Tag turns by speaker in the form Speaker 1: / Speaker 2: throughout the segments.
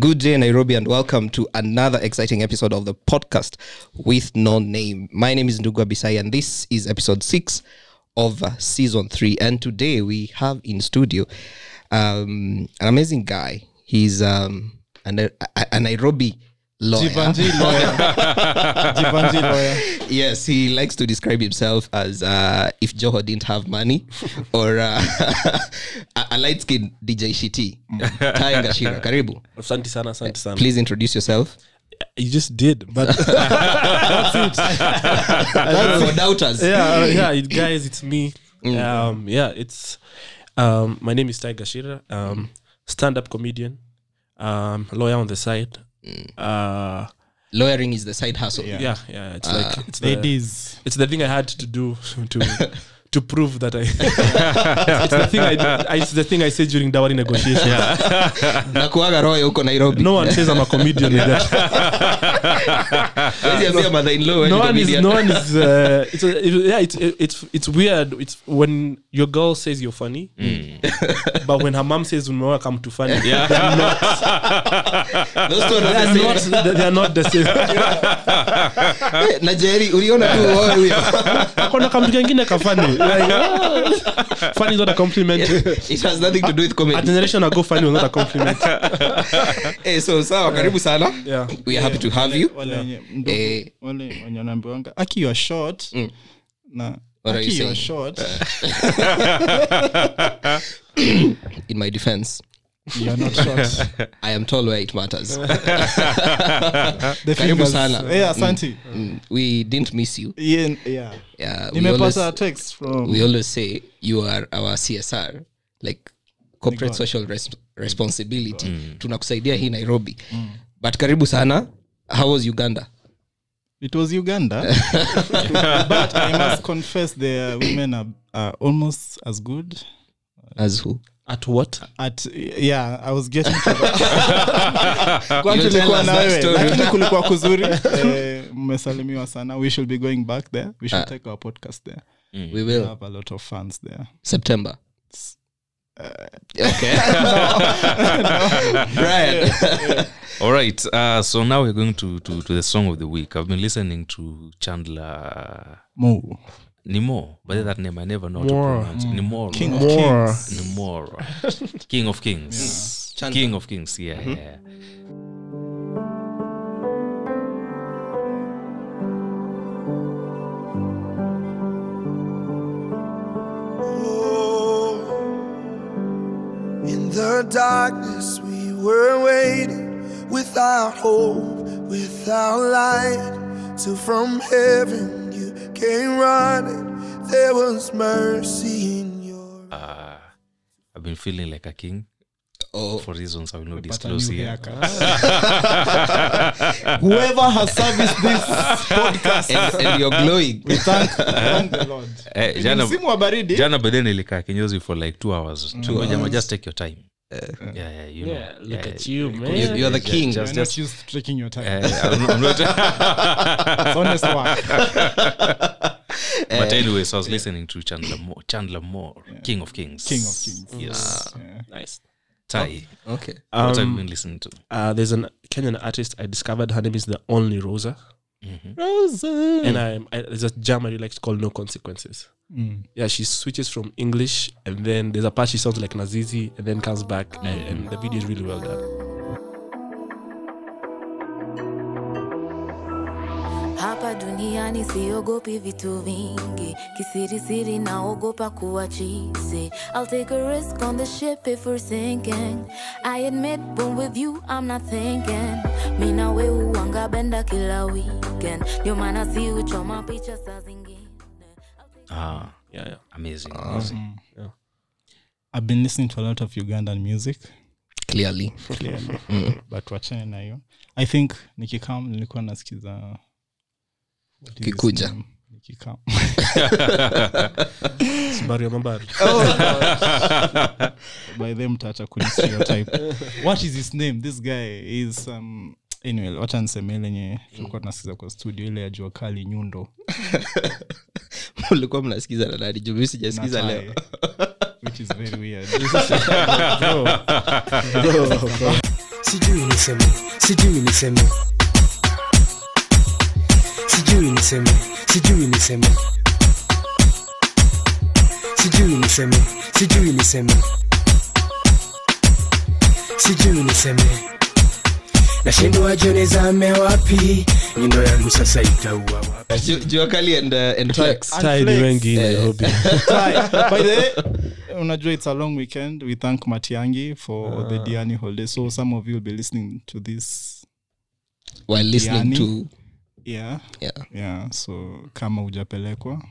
Speaker 1: Good day, Nairobi, and welcome to another exciting episode of the podcast with no name. My name is Ndugwa Bisai, and this is episode six of uh, season three. And today we have in studio um, an amazing guy. He's um, an, a, a Nairobi lawyer.
Speaker 2: Jivanji lawyer. Jivanji lawyer.
Speaker 1: Yes, he likes to describe himself as uh, if Joho didn't have money or uh, a, a light skinned DJ Shiti. Tai Ngashira, karibu.
Speaker 3: asante sana asante sana
Speaker 1: Please introduce yourself.
Speaker 3: you just did but
Speaker 1: for doubters.
Speaker 3: yeah uh, yeah it, guys it's me um yeah it's um my name is tiger shira um stand-up comedian um lawyer on the side uh
Speaker 1: Lawyering is the side hustle.
Speaker 2: Yeah.
Speaker 3: yeah yeah it's like it's
Speaker 2: They
Speaker 3: the,
Speaker 2: dis.
Speaker 3: it's the thing i had to do to to prove that i it's the thing I, I it's the thing i said during dowry negotiation
Speaker 1: nakuaga roho ya huko nairobi
Speaker 3: no one says i'm a comedian with that
Speaker 1: Hawezi ambia mother-in-law wewe
Speaker 3: no
Speaker 1: ni
Speaker 3: one is
Speaker 1: comedian.
Speaker 3: no one is uh, it's a, it, yeah it's it, it's it's weird it's when your girl says you're funny
Speaker 1: Mm.
Speaker 3: but when her mom says umewa come to funny they're not
Speaker 1: Those two are not
Speaker 3: they're
Speaker 1: the same.
Speaker 3: not they're not the same
Speaker 1: Eh, na Jerry, uliona tu wewe huyo.
Speaker 3: akona kamtu kengine ka funny like ah, funny is not a compliment
Speaker 1: It has nothing to do with
Speaker 3: a
Speaker 1: comedy.
Speaker 3: generation ago funny was not a compliment
Speaker 1: Eh, so sawa karibu sana
Speaker 3: yeah
Speaker 1: we are happy to have you
Speaker 2: Wale wenye mdogo-
Speaker 1: Eh.
Speaker 2: wale wenye wanaambiwanga aki you are short
Speaker 1: Mm.
Speaker 2: na
Speaker 1: What are you
Speaker 2: aki you
Speaker 1: saying? Eh.
Speaker 2: are short
Speaker 1: in my defense
Speaker 2: you are not short
Speaker 1: i am tall where it matters
Speaker 2: the
Speaker 1: karibu
Speaker 2: fingers
Speaker 1: sana
Speaker 2: eh asante
Speaker 1: Mm, we didn't miss you
Speaker 2: yeah yeah
Speaker 1: yeah, we, always,
Speaker 2: nimepata text from
Speaker 1: we always say you are our csr like corporate
Speaker 2: Nigo.
Speaker 1: social res responsibility
Speaker 4: Mm.
Speaker 1: Mm. tunakusaidia hii nairobi
Speaker 2: Mm.
Speaker 1: but karibu sana how was uganda
Speaker 2: it was uganda but i must confess the women are, are almost as good
Speaker 1: as who
Speaker 3: at what
Speaker 2: at yeah i was getting to
Speaker 1: You'll tell
Speaker 2: tulikuwa
Speaker 1: us
Speaker 2: na
Speaker 1: that
Speaker 2: wewe,
Speaker 1: story.
Speaker 2: lakini kulikuwa kuzuri Eh, mmesalimiwa sana we should be going back there we should
Speaker 1: Ah.
Speaker 2: take our podcast there
Speaker 4: Mm.
Speaker 1: we
Speaker 2: we
Speaker 1: will
Speaker 2: have a lot of fans there
Speaker 1: september
Speaker 2: Uh,
Speaker 1: okay brian
Speaker 4: All right. Uh, so now we're going to, to, to the song of the week. I've been listening to Chandler
Speaker 2: Mo.
Speaker 4: Nimor, but that name I never know how to
Speaker 3: Moore.
Speaker 4: pronounce. Nimor.
Speaker 2: king of
Speaker 3: More.
Speaker 2: kings
Speaker 4: Nimor. King of Kings.
Speaker 1: Chandler.
Speaker 4: King of Kings. Yeah,
Speaker 2: Mm-hmm.
Speaker 4: yeah.
Speaker 5: In the darkness, we were waiting without hope, without light. Till from heaven you came running, there was mercy in your
Speaker 4: Uh, I've been feeling like a king
Speaker 1: Oh,
Speaker 4: for reasons I will not
Speaker 2: But a
Speaker 4: disclose
Speaker 2: new
Speaker 4: here.
Speaker 2: haircut. whoever has serviced this podcast
Speaker 1: and, and you're glowing
Speaker 2: we thank, thank the lord
Speaker 4: Eh,
Speaker 2: Ni
Speaker 4: jana,
Speaker 2: msimu wa baridi
Speaker 4: jana by then ilikaa kinyozi for like two hours.
Speaker 2: Mm.
Speaker 4: Two hours. Just take your time.
Speaker 2: Eh.
Speaker 4: yeah, yeah, you know.
Speaker 3: yeah look
Speaker 4: Yeah,
Speaker 3: at you man
Speaker 1: You- you're the
Speaker 4: yeah,
Speaker 1: king.
Speaker 2: We're not
Speaker 4: Just, just,
Speaker 2: used to taking your time
Speaker 4: eh, I'm not- I'm not-
Speaker 2: It's honest work
Speaker 4: but anyways, I was listening to Chandler Moore, Chandler Moore, King of Kings,
Speaker 2: king of kings
Speaker 4: Yes,
Speaker 2: Yeah.
Speaker 3: nice
Speaker 4: Tai.
Speaker 1: okay
Speaker 4: what have
Speaker 3: um,
Speaker 4: you been listening to?
Speaker 3: uh, there's an Kenyan artist I discovered. Her name is the Only Rosa.
Speaker 4: Mm-hmm.
Speaker 3: Rosa. And I, I there's a jam I really like to call No Consequences. Yeah, she switches from English, and then there's a part she sounds like Nazizi, and then comes back,
Speaker 4: Mm.
Speaker 3: and, and the video is really well done.
Speaker 6: hapa duniani siogopi vitu vingi kisirisiri naogopa kuwa cheesy. I'll take a risk on the ship if we're sinking i admit when with you i'm not thinking mi na we huwanga benda kila weekend ndio maana si uchoma picha saa zingine
Speaker 4: Ah,
Speaker 3: Yeah, yeah.
Speaker 4: amazing, amazing.
Speaker 2: i've been listening to a lot of ugandan music
Speaker 1: clearly
Speaker 2: clearly but wachane na hiyo i think nikikam nilikuwa nasikiza what is his
Speaker 1: Kikuja.
Speaker 2: name? nikikam
Speaker 3: It's Barrio Mambari.
Speaker 4: Oh,
Speaker 2: by them tata kunistereotype what is his name this guy is um, anyway wacha niseme ile yenye tulikuwa tunasikiza kwa studio ile ya jua kali nyundo
Speaker 1: ulikuwa mnasikiza na nani juu mimi
Speaker 2: na
Speaker 1: sijasikiza
Speaker 2: Tai,
Speaker 1: leo
Speaker 2: which is very weird
Speaker 7: sijui niseme sijui niseme sijui niseme sijui niseme sijui niseme sijui niseme sijui niseme nashindwa jone zame wapi nyundo yangu sasa itaua wapi
Speaker 1: Ju- Jua Kali and, uh, and Flex.
Speaker 3: Style
Speaker 2: Flex.
Speaker 3: wengi
Speaker 4: Eh.
Speaker 3: Nairobi.
Speaker 2: Try. By the way, unajua it's a long weekend we thank matiangi for the
Speaker 1: Ah.
Speaker 2: diani holiday so some of you will be listening to this
Speaker 1: While listening
Speaker 2: Yani.
Speaker 1: to
Speaker 2: yeah
Speaker 1: yeah.
Speaker 2: yeah so kama hujapelekwa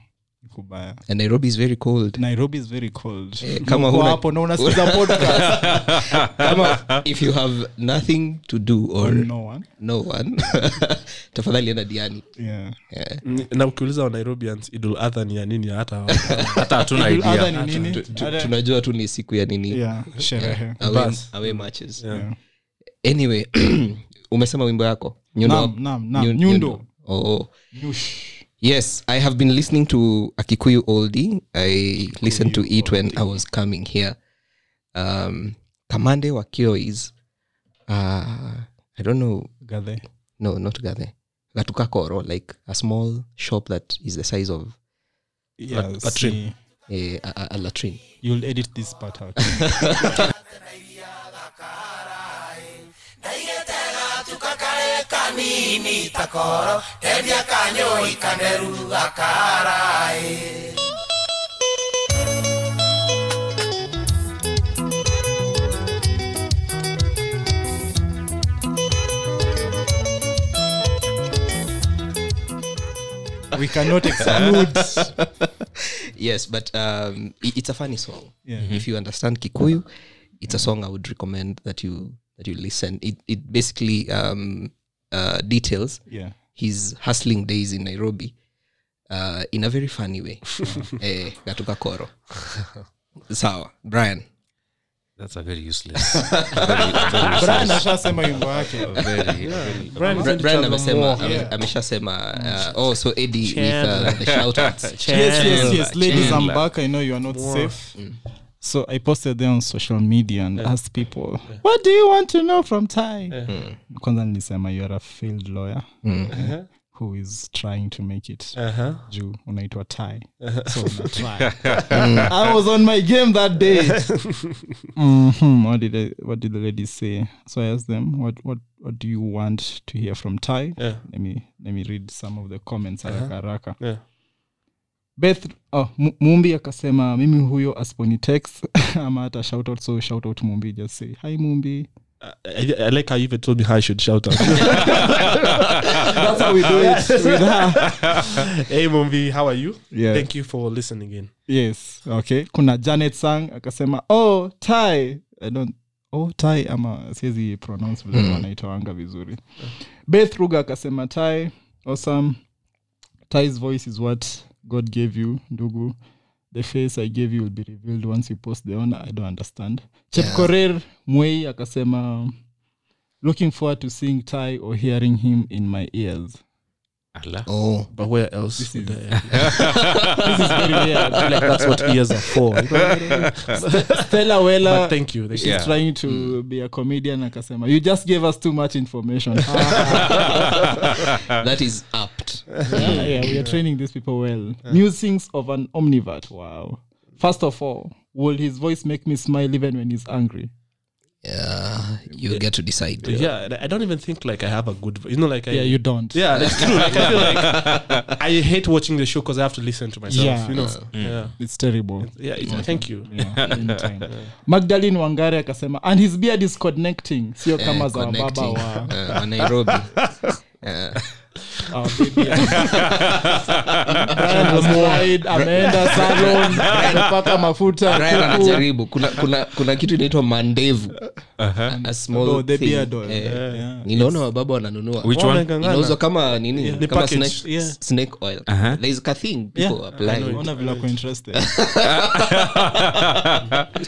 Speaker 2: ni kubaya
Speaker 1: and Nairobi is very cold.
Speaker 2: nairobi is very cold
Speaker 1: Eh,
Speaker 2: Na
Speaker 1: kama
Speaker 2: uko
Speaker 1: huna-
Speaker 2: hapo na unasikiza podcast
Speaker 1: Kama if you have nothing to do or no,
Speaker 2: no one
Speaker 1: one, tafadhali enda Diani.
Speaker 2: yeah
Speaker 1: Yeah.
Speaker 3: Ni- na ukiuliza wanairobians idul adha ni ya nini hata hawa-
Speaker 4: hata hatuna idea
Speaker 2: Other ni nini?
Speaker 1: Tu- tu-
Speaker 2: Other-
Speaker 1: Tunajua tu ni siku ya nini
Speaker 2: yeah sherehe
Speaker 1: away,
Speaker 3: Bas.
Speaker 1: away matches.
Speaker 3: Yeah.
Speaker 2: Yeah.
Speaker 1: Anyway, umesema wimbo yako nyundo,
Speaker 2: Nam, nam, nam.
Speaker 1: Nyu-
Speaker 2: Nyundo.
Speaker 1: Oh.
Speaker 2: Yush.
Speaker 1: Yes, I have been listening to Akikuyu Oldie. I listened to it when I was coming here. Um, Kamande Wakio is, uh, I don't know,
Speaker 2: Gathe.
Speaker 1: no, not Gade, Gatukakoro, like a small shop that is the size of
Speaker 2: Yeah,
Speaker 3: latrine.
Speaker 2: see.
Speaker 1: a, a, a latrine.
Speaker 2: you'll edit this part out we cannot exclude
Speaker 1: Yes, but um, i- it's a funny song.
Speaker 2: Yeah.
Speaker 1: If you understand Kikuyu, it's a song I would recommend that you that you listen. It it basically um, uh, details
Speaker 2: yeah
Speaker 1: his hustling days in Nairobi uh, in a very funny way. eh, Gatuka Koro. Sawa, Brian.
Speaker 4: that's a very useless very, very
Speaker 2: brian
Speaker 4: useless
Speaker 2: ashasema wimbo wake
Speaker 4: very, very
Speaker 1: Bri- Brian amesema ame- ameshasema
Speaker 2: Mm.
Speaker 1: uh, oh so Eddie with uh, the shoutouts.
Speaker 2: yes, yes, yes.
Speaker 1: Chandler.
Speaker 2: Ladies, I'm
Speaker 4: Chandler.
Speaker 2: back. I know you are not safe. So I posted there on social media and asked people, "What do you want to know from Ty?" Kwanza nilisema you are a failed lawyer eh, who is trying to make it. Juu unaitwa Ty, so una try. I was on my game that day. Mhm, What did I, what did the ladies say? So I asked them, "What what what do you want to hear from Ty?"
Speaker 3: Yeah.
Speaker 2: Let me let me read some of the comments haraka haraka.
Speaker 3: Yeah.
Speaker 2: beth oh, Mu- mumbi akasema mimi huyo asponi text ama hata shoutout so shoutout mumbi just say hi mumbi
Speaker 3: I, I like how you even told me how I should shout out.
Speaker 2: that's how we do it with her
Speaker 3: hey, Mumbi, how are you?
Speaker 2: Yeah.
Speaker 3: Thank you for listening in.
Speaker 2: yes okay kuna janet sang akasema oh tai i don't oh tai ama siwezi pronounce vile wanaitawanga vizuri beth ruga akasema tai awesome tai's voice is what god gave you ndugu the face i gave you will be revealed once you post the honor i don't understand chepkorer mwei akasema looking forward to seeing tai or hearing him in my ears
Speaker 4: Allah.
Speaker 1: Oh,
Speaker 3: But where else? would I-
Speaker 2: This is very weird.
Speaker 3: like that's what ears are for. You know?
Speaker 2: Stella Wella-
Speaker 3: but thank you. Thank
Speaker 2: she's
Speaker 3: you.
Speaker 4: Yeah.
Speaker 2: trying to be a comedian akasema you just gave us too much information
Speaker 1: that is apt.
Speaker 2: yeah, yeah, we are training these people well musings of an omnivore wow first of all will his voice make me smile even when he's angry
Speaker 1: Yeah, you get to decide.
Speaker 3: Yeah, and I don't even think like I have a good. vo- You know, like I,
Speaker 2: yeah you don't
Speaker 3: Yeah, that's true. Like I feel like I hate watching the show because I have to listen to myself.
Speaker 2: Yeah. Mm.
Speaker 3: You know.
Speaker 1: Mm.
Speaker 3: Yeah.
Speaker 2: it's terrible
Speaker 3: Yeah. It's, thank you.
Speaker 2: Yeah, in time. magdalene wangari akasema and his beard is connecting sio kama za baba
Speaker 1: Eh, connecting
Speaker 2: wa
Speaker 1: uh, wa Nairobi. Uh,
Speaker 2: our baby. Brian has tried, ameenda salon amepaka mafuta
Speaker 1: Brian
Speaker 2: kuku.
Speaker 1: anajaribu kuna, kuna, kuna kitu inaitwa mandevu A small
Speaker 2: Oh, the
Speaker 1: thing.
Speaker 2: beard oil.
Speaker 1: Eh,
Speaker 2: Yeah, yeah.
Speaker 1: ninaona wababa wananunua
Speaker 4: which one
Speaker 3: Wanang'ang'ana.
Speaker 1: inauzwa kama nini
Speaker 3: Ni
Speaker 1: kama
Speaker 3: package,
Speaker 1: snake,
Speaker 3: yeah.
Speaker 1: snake oil
Speaker 4: Uh-huh.
Speaker 1: there is a thing people apply
Speaker 2: Unaona vile ako interested.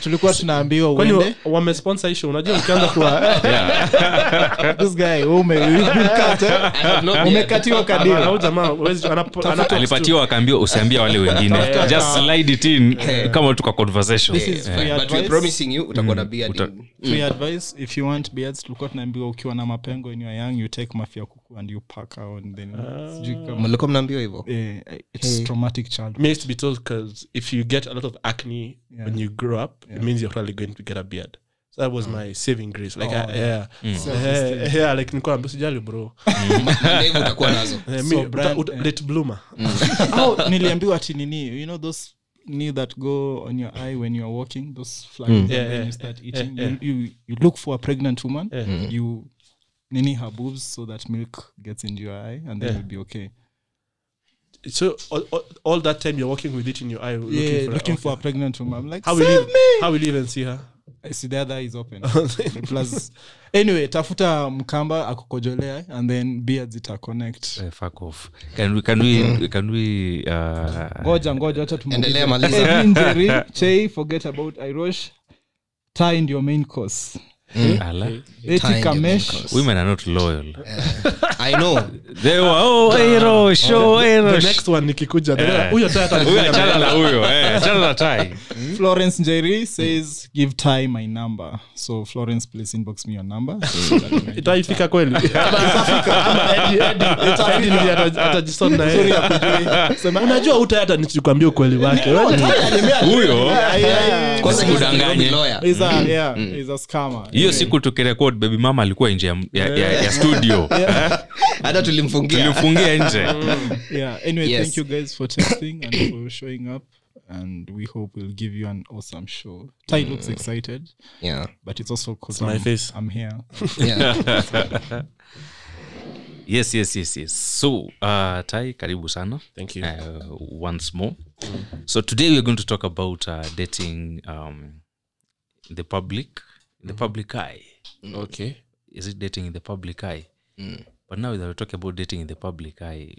Speaker 2: tulikuwa tunaambiwa
Speaker 3: Kwani
Speaker 2: uende
Speaker 3: wa- wamesponsor hii show unajua ukianza kuwa
Speaker 2: this guy ume eh? umekatiwa
Speaker 3: Na
Speaker 2: kadiri
Speaker 3: huyu jamaa huwezi- anapo- anapo-
Speaker 4: alipatiwa akaambiwa usiambia wale wengine just slide it in kama tuka conversation Eh.
Speaker 2: free
Speaker 1: but we're
Speaker 2: advice.
Speaker 1: promising you utakuwa na beard
Speaker 4: Mm, Uta-
Speaker 1: in-
Speaker 2: free advice if you want beards tulikuwa tunaambiwa ukiwa na mapengo in your young you take mafia kuku and you pack out and then sijui kama
Speaker 1: mlikuwa mnaambiwa hivyo
Speaker 2: eh, it's traumatic child
Speaker 3: Me used to be told because if you get a lot of acne when you grow up, it means you're probably going to get a beard. So that
Speaker 2: Oh.
Speaker 3: was my saving grace. Like, I, yeah, yeah, yeah, like nikuwa ambusijali bro.
Speaker 1: mandevu utakuwa nazo
Speaker 3: Eh,
Speaker 2: So
Speaker 3: mi- uta-
Speaker 2: brand-
Speaker 3: uta-
Speaker 2: eh.
Speaker 3: late bloomer.
Speaker 2: Au, Oh, niliambiwa ati nini you know those knee that go on your eye when you're walking those flags and
Speaker 3: Yeah,
Speaker 2: then
Speaker 3: yeah,
Speaker 2: you start eating
Speaker 3: yeah,
Speaker 2: You, you, you look for a pregnant woman
Speaker 3: Yeah. Hmm.
Speaker 2: you nini her boobs so that milk gets into your eye and then
Speaker 3: Yeah.
Speaker 2: you'll be okay
Speaker 3: So all, all, all that time you're working with it in your eye, looking
Speaker 2: yeah
Speaker 3: for,
Speaker 2: looking
Speaker 3: okay.
Speaker 2: for a pregnant woman i'm like
Speaker 3: how
Speaker 2: how
Speaker 3: will
Speaker 2: save
Speaker 3: you
Speaker 2: me
Speaker 3: how will you even see her?
Speaker 2: I see the other is open plus anyway tafuta mkamba akukojolea and then beard zita connect
Speaker 4: Eh, fuck off can we can we can we uh,
Speaker 2: ngoja ngoja wacha tumalize.
Speaker 1: Endelea, maliza.
Speaker 2: Eh, injury chei forget about irosh tie in your main course
Speaker 4: ala
Speaker 1: Tie
Speaker 2: eti
Speaker 1: in your
Speaker 2: kamesh
Speaker 1: main course.
Speaker 4: women are not loyal
Speaker 1: i know
Speaker 4: they were oh ero show
Speaker 3: The
Speaker 4: ero
Speaker 3: next one nikikuja yeah. huyo tayari hata
Speaker 4: huyo achana na huyo eh achana na tai
Speaker 1: Hmm?
Speaker 2: florence njeri says give tie my number so florence please inbox me your number
Speaker 1: Hmm.
Speaker 3: itaifika kweli atajisona unajua utayata nichikwambia ukweli wake
Speaker 4: huyo
Speaker 1: Kwa sababu Hmm.
Speaker 4: Usidanganye.
Speaker 1: Nairobi lawyer.
Speaker 2: He's a- yeah, he's a scammer.
Speaker 4: hiyo siku tukirekod baby mama alikuwa nje ya, ya, ya, ya studio
Speaker 1: hata tulimfungia
Speaker 4: tulimfungia nje
Speaker 2: Yeah, anyway,
Speaker 1: Yes.
Speaker 2: thank you guys for texting and for showing up. And we hope we'll give you an awesome show. Ty
Speaker 1: Hmm.
Speaker 2: looks excited,
Speaker 1: Yeah,
Speaker 2: but it's also because
Speaker 3: my
Speaker 2: I'm,
Speaker 3: face.
Speaker 2: I'm here.
Speaker 1: yeah.
Speaker 4: yes yes yes yes so uh, tai karibu sana
Speaker 3: Thank you.
Speaker 4: uh, once more so today we're going to talk about uh, dating um, the public the public eye
Speaker 3: okay
Speaker 4: is it dating in the public eye
Speaker 1: Mm.
Speaker 4: but now that we're talking about dating in the public eye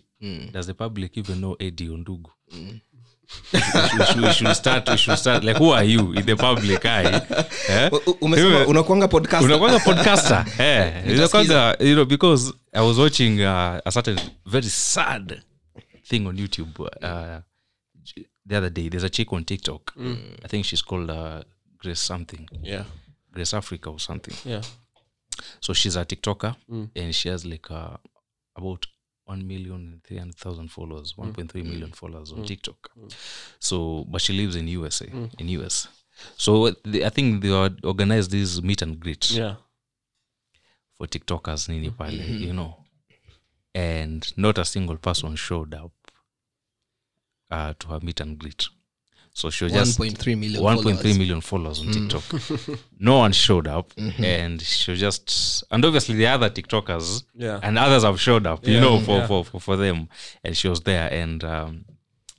Speaker 4: does the public even know eddie ondugu
Speaker 1: Mm.
Speaker 4: we, should, we should start we should start like who are you in the public eye eh?
Speaker 1: U- u- umesema
Speaker 4: Wewe-
Speaker 1: unakuanga podcast
Speaker 4: unakwanga podcaster eh, unakwanga you know, because i was watching uh, a certain very sad thing on youtube uh, j- the other day there's a chick on tiktok
Speaker 1: Mm.
Speaker 4: i think she's called uh, grace something
Speaker 3: yeah
Speaker 4: grace africa or something
Speaker 3: yeah
Speaker 4: so she's a tiktoker and she has like uh, about 1 million 300,000 followers 1.3 million followers on tiktok so but she lives in usa in us so they, i think they had organized this meet and greet
Speaker 3: yeah
Speaker 4: for tiktokers nini pale you know and not a single person showed up uh, to her meet and greet so she was just
Speaker 1: 1.3 million
Speaker 4: 1.3 million followers Hmm. on tiktok no one showed up and she was just and obviously the other tiktokers
Speaker 3: Yeah.
Speaker 4: and others have showed up you know for,
Speaker 3: yeah.
Speaker 4: for, for for them and she was there and um,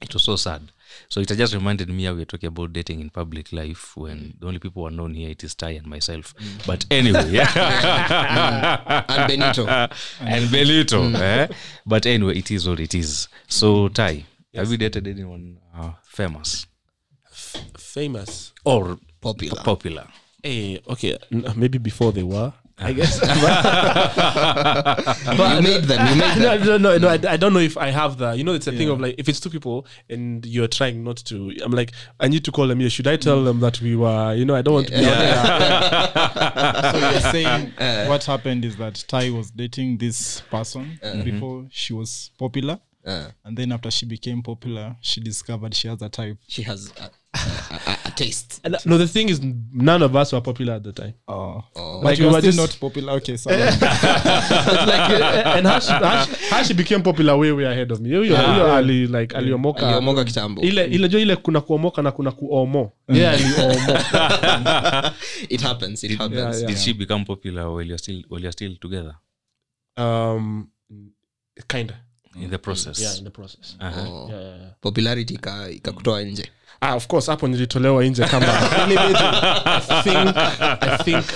Speaker 4: it was so sad so it just reminded me how we were talking about dating in public life when the only people who are known here it is ty and myself but anyway
Speaker 1: and
Speaker 4: Ah,
Speaker 1: benito
Speaker 4: and Belito. eh? But anyway, it is what it is. So, Ty, have you dated anyone uh, famous
Speaker 3: famous
Speaker 4: or
Speaker 1: Popular.
Speaker 4: Popular.
Speaker 3: hey okay N- maybe before they were I guess
Speaker 1: you made them you made them
Speaker 3: no, no, no, no. I, I don't know if I have that. You know, it's a thing of like if it's two people and you're trying not to. I'm like, I need to call them here. Should I tell them that we were? You know, I don't want to be. out there.
Speaker 2: So you're saying
Speaker 1: Uh.
Speaker 2: what happened is that Ty was dating this person before she was popular.
Speaker 1: Uh-huh. Uh.
Speaker 2: And then after she became popular, she discovered she has a type.
Speaker 1: she has a, a, a, a taste
Speaker 3: And, uh, no, the thing is, none of us were popular at the time.
Speaker 2: Oh. But
Speaker 3: Like
Speaker 2: you
Speaker 3: we
Speaker 2: were
Speaker 3: were
Speaker 2: still
Speaker 3: just-
Speaker 2: not popular. Okay, sorry.
Speaker 3: like, uh, and how she, how, she, how she became popular way way ahead of me. Huyo huyo ali like aliomoka
Speaker 1: aliomoga kitambo
Speaker 3: ile ile jo ile kuna kuomoka na kuna kuomo. Yeah, aliomo.
Speaker 1: it happens it
Speaker 3: Yeah,
Speaker 1: happens
Speaker 3: yeah.
Speaker 4: Did she become popular while you're still while you're still together
Speaker 3: Um, kinda.
Speaker 4: in the process?
Speaker 3: Yeah, in the process.
Speaker 1: Oh.
Speaker 3: Yeah, yeah, yeah.
Speaker 1: popularity ika- ikakutoa nje
Speaker 3: Ah, of course, hapo nilitolewa nje kama I think, I think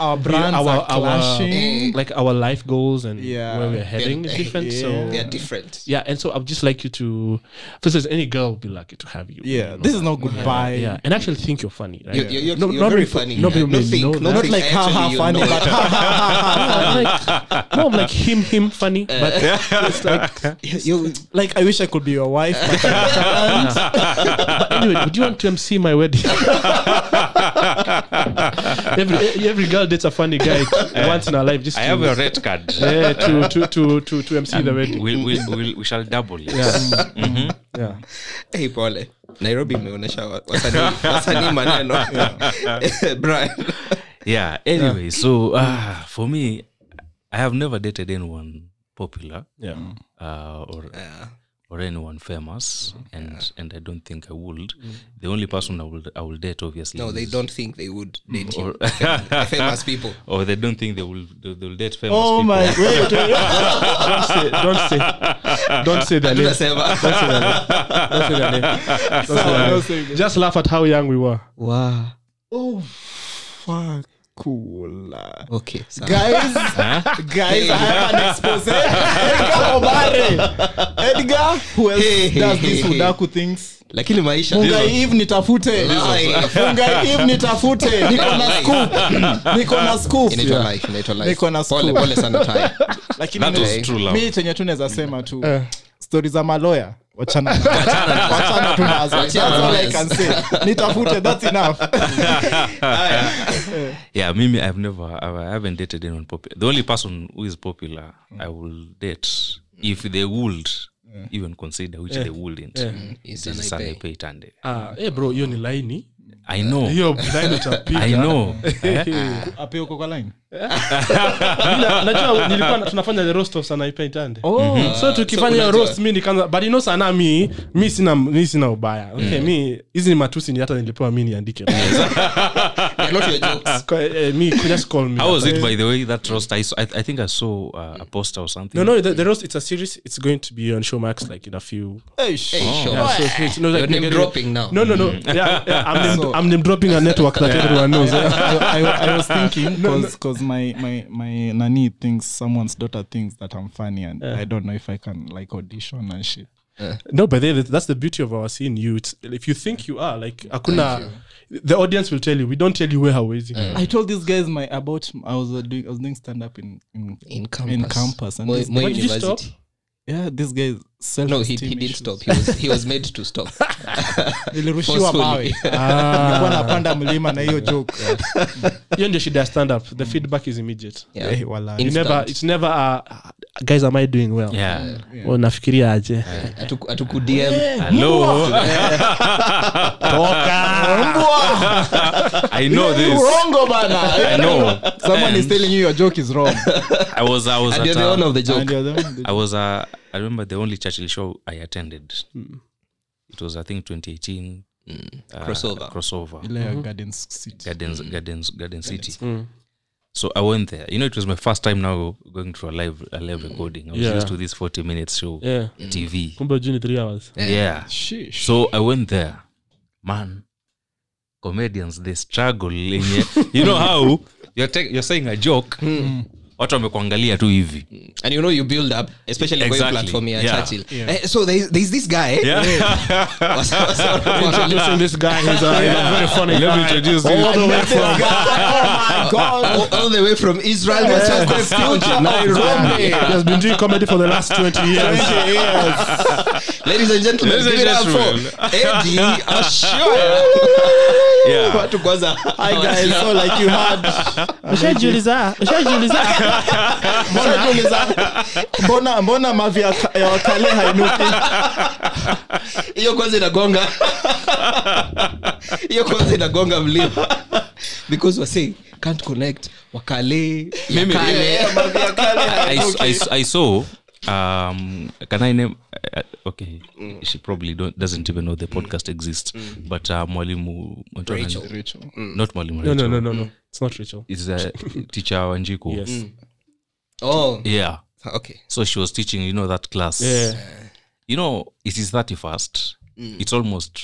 Speaker 2: Our brands
Speaker 3: Our-
Speaker 2: are
Speaker 3: our- Eh.
Speaker 2: clashing.
Speaker 3: like our life goals and
Speaker 2: Yeah.
Speaker 3: where we're heading is
Speaker 1: Yeah.
Speaker 3: different. So
Speaker 1: they are different
Speaker 3: eh, yeah, and so I'd just like you to, first of all, any girl would be lucky to have you.
Speaker 2: Yeah,
Speaker 3: you know?
Speaker 2: this is not goodbye.
Speaker 3: yeah, and actually think you're funny. Right?
Speaker 1: You're- you're- you're-
Speaker 3: No-
Speaker 1: you're
Speaker 3: not
Speaker 1: very
Speaker 3: people-
Speaker 1: funny.
Speaker 3: Not, people
Speaker 1: No
Speaker 3: may
Speaker 1: think,
Speaker 3: know
Speaker 1: no
Speaker 3: that.
Speaker 2: Not
Speaker 1: think
Speaker 2: like
Speaker 1: I
Speaker 2: ha ha
Speaker 1: actually
Speaker 2: funny,
Speaker 1: know
Speaker 2: but ha ha ha
Speaker 3: like more of like him, him, funny. But it's like,
Speaker 1: You,
Speaker 2: like I wish I could be your wife. But
Speaker 3: but anyway, would you want to MC my wedding? every every girl dates a funny guy once in her life. Just
Speaker 4: I
Speaker 3: to,
Speaker 4: have a red card.
Speaker 3: yeah, to to to to to MC the wedding.
Speaker 4: We'll, we'll, we'll, we shall double it.
Speaker 3: Yeah.
Speaker 1: hey pole nairobi imeonyesha wa- wasanii wasanii maneno brian
Speaker 4: yeah anyway so uh, for me i have never dated anyone popular
Speaker 3: Yeah.
Speaker 4: uh, or or anyone famous and and i don't think i would the only person i would i will date obviously
Speaker 1: no they
Speaker 4: is-
Speaker 1: don't think they would date you
Speaker 4: or,
Speaker 1: famous people
Speaker 4: or they don't think they will they, they will date famous
Speaker 2: oh
Speaker 4: people
Speaker 2: my wait, wait,
Speaker 3: Don't say don't say don't say their name.
Speaker 1: tunasema
Speaker 3: Don't say their name. Don't say their name.
Speaker 2: don't say it.
Speaker 3: Just laugh at how young we were.
Speaker 1: wow
Speaker 2: Oh fuck cool.
Speaker 1: okay sawa.
Speaker 2: Guys, guys, I have an expose. Edgar Obare. Edgar, who else
Speaker 1: Hey, hey,
Speaker 2: does
Speaker 1: hey,
Speaker 2: this
Speaker 1: hey.
Speaker 2: Udaku things?
Speaker 1: lakini maisha
Speaker 2: Funga Eve nitafute.
Speaker 1: Lie.
Speaker 2: Funga Eve nitafute. Niko na scoop. Niko na scoop.
Speaker 1: inaitwa life inaitwa life
Speaker 2: Niko na
Speaker 1: pole
Speaker 2: school.
Speaker 1: pole sana tai
Speaker 2: Lakini
Speaker 4: that
Speaker 2: mi-
Speaker 4: was true love
Speaker 2: mi chenye tu naweza sema tu stori za maloya wachana wachana tunazo That's all I can say. nitafute that's enough
Speaker 4: yeah mimi i've never i haven't dated anyone popular the only person who is popular
Speaker 2: Mm.
Speaker 4: i will date if they would even consider which they wouldn't Mm.
Speaker 1: Is
Speaker 4: This is
Speaker 1: Sanaipei.
Speaker 4: Sanaipei Tande.
Speaker 3: Ah, eh bro, hiyo ni laini.
Speaker 4: i know
Speaker 3: Hiyo laini utapiga.
Speaker 4: i know
Speaker 2: ape uko kwa line
Speaker 3: Bila- najua nilikuwa na- tunafanya the roast of Sanaipei Tande. Mhm. so tukifanya hiyo
Speaker 1: unajua.
Speaker 3: roast mi nikaanza but you know sana mi mi sina mi sina ubaya okay mi hizi ni matusi ni hata nilipewa mi niandike
Speaker 1: a lot of jokes
Speaker 3: Kwa- eh, mi just call me Eh,
Speaker 4: How was it, by the way, that roast? I, saw, I, I think I saw uh,
Speaker 1: Mm.
Speaker 4: a poster or something.
Speaker 3: no no the, the roast it's a series it's going to be on Showmax like in a few
Speaker 1: hey sure
Speaker 3: yeah, so, so it's, no, like,
Speaker 1: You're name
Speaker 3: nigga-
Speaker 1: dropping now.
Speaker 3: no no no yeah, yeah, I'm, name,
Speaker 2: So-
Speaker 3: I'm name dropping a network that everyone knows
Speaker 2: I, I, I was thinking because my, my, my nani thinks someone's daughter thinks that I'm funny and I don't know if I can like audition and shit.
Speaker 3: no but then that's the beauty of our scene you it's, if you think you are like hakuna the audience will tell you we don't tell you where hawezi
Speaker 2: I told these guys my about I was uh, doing I was doing stand up in, in
Speaker 1: in campus,
Speaker 2: in campus and
Speaker 1: Moi-
Speaker 2: this,
Speaker 1: Moi
Speaker 3: But did you
Speaker 1: university
Speaker 3: stop?
Speaker 2: yeah these guys self
Speaker 1: no he, he didn't stop he was, he was made to stop
Speaker 2: nilirushiwa mawe
Speaker 1: Forcefully.
Speaker 2: nilikuwa napanda mlima na hiyo joke
Speaker 3: hiyo ndio shida ya stand up the feedback is immediate
Speaker 1: yeah.
Speaker 2: Eh, walai.
Speaker 3: you never
Speaker 1: Instant.
Speaker 3: it's never uh, guys am i doing well
Speaker 4: Yeah.
Speaker 3: Well, nafikiria aje
Speaker 1: Atuku- atukudm
Speaker 4: Hello. I know this.
Speaker 2: Urongo bana
Speaker 4: I know.
Speaker 2: someone is telling you your joke is wrong
Speaker 4: I was. I was.
Speaker 1: and you're
Speaker 4: At
Speaker 1: the one
Speaker 4: a,
Speaker 1: of the joke
Speaker 2: And you're the one that-
Speaker 4: I was. Uh, I remember the only Churchill show I attended.
Speaker 3: Hmm.
Speaker 4: It was, I think, 2018 uh,
Speaker 1: Crossover.
Speaker 4: Crossover.
Speaker 2: Ile ya Garden City.
Speaker 4: Gardens, Gardens, Garden City. So I went there. You know, it was my first time now going to a live, a live recording. I was
Speaker 3: Yeah.
Speaker 4: used to this 40 minutes show,
Speaker 3: yeah
Speaker 4: TV.
Speaker 3: kumbe juni 3 hours
Speaker 4: yeah.
Speaker 2: Sheesh.
Speaker 4: so i went there man comedians they struggle yenye you know how you're, ta- you're saying a joke watu wamekuangalia tu hivi
Speaker 1: and you know you build up especially exactly. going
Speaker 4: Exactly.
Speaker 1: platform here
Speaker 4: Yeah.
Speaker 1: churchill Eh, so there is, there is this guy Oh, eh? Was- was- was-
Speaker 3: Listen, this guy is a, a very funny
Speaker 4: Let
Speaker 3: guy.
Speaker 4: me introduce
Speaker 3: All
Speaker 4: you.
Speaker 3: the way
Speaker 2: This
Speaker 3: from-
Speaker 2: guy, oh my God.
Speaker 1: all, all the way from israel Machakos, future Nairobi.
Speaker 3: He has been doing comedy for the last 20 years.
Speaker 1: ladies and gentlemen
Speaker 4: Ladies and
Speaker 1: give it up
Speaker 4: gentlemen.
Speaker 1: for Eddie Ashura.
Speaker 4: Yeah.
Speaker 1: Watu kwanza
Speaker 2: Hi guys, so like you had Mbona uliza- mbona mbona mavi ya ka- ya wakale hainuki
Speaker 1: hiyo kwanza inagonga hiyo kwanza inagonga mlima because wase can't connect wakale
Speaker 4: Mimi-
Speaker 1: yakale.
Speaker 4: I, I, I saw um, can I name uh, okay she probably don't, doesn't even know the podcast exists but uh, mwalimu Rachel. not mwalimu
Speaker 3: No,
Speaker 4: Rachel.
Speaker 3: no, no, no, no. It's not Rachel.
Speaker 4: is a teacher Wanjiku Mm.
Speaker 3: Yes.
Speaker 1: oh
Speaker 4: yeah
Speaker 1: okay
Speaker 4: so she was teaching you know that class
Speaker 3: Yeah.
Speaker 4: you know it is 31st it's almost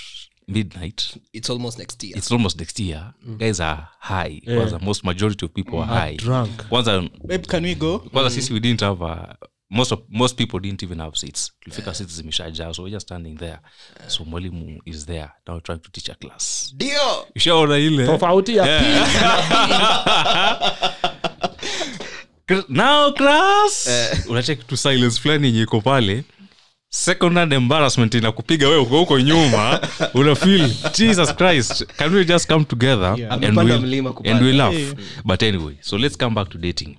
Speaker 4: midnight
Speaker 1: it's almost next year
Speaker 4: it's almost next year
Speaker 3: Mm.
Speaker 4: guys are high kwanza most majority of people are high
Speaker 3: drunk.
Speaker 4: kwanza
Speaker 2: babe can we go
Speaker 4: kwanza
Speaker 1: Mm.
Speaker 4: sisi we didn't have a, most of, most people didn't even have seats tulifika seats zimeshajaa so we're just standing there so mwalimu is there now trying to teach a class
Speaker 1: ndio
Speaker 4: ushaona ile
Speaker 3: Tofauti ya pili.
Speaker 4: Cr- now class
Speaker 1: Eh.
Speaker 4: unacheki tu silence fulani yenye iko pale second hand embarrassment inakupiga wewe uko huko nyuma una feel jesus christ can we just come together
Speaker 2: Yeah.
Speaker 4: and,
Speaker 1: Amepanda
Speaker 4: we'll,
Speaker 1: mlima
Speaker 4: and
Speaker 1: kupanda.
Speaker 4: we'll laugh but anyway so let's come back to dating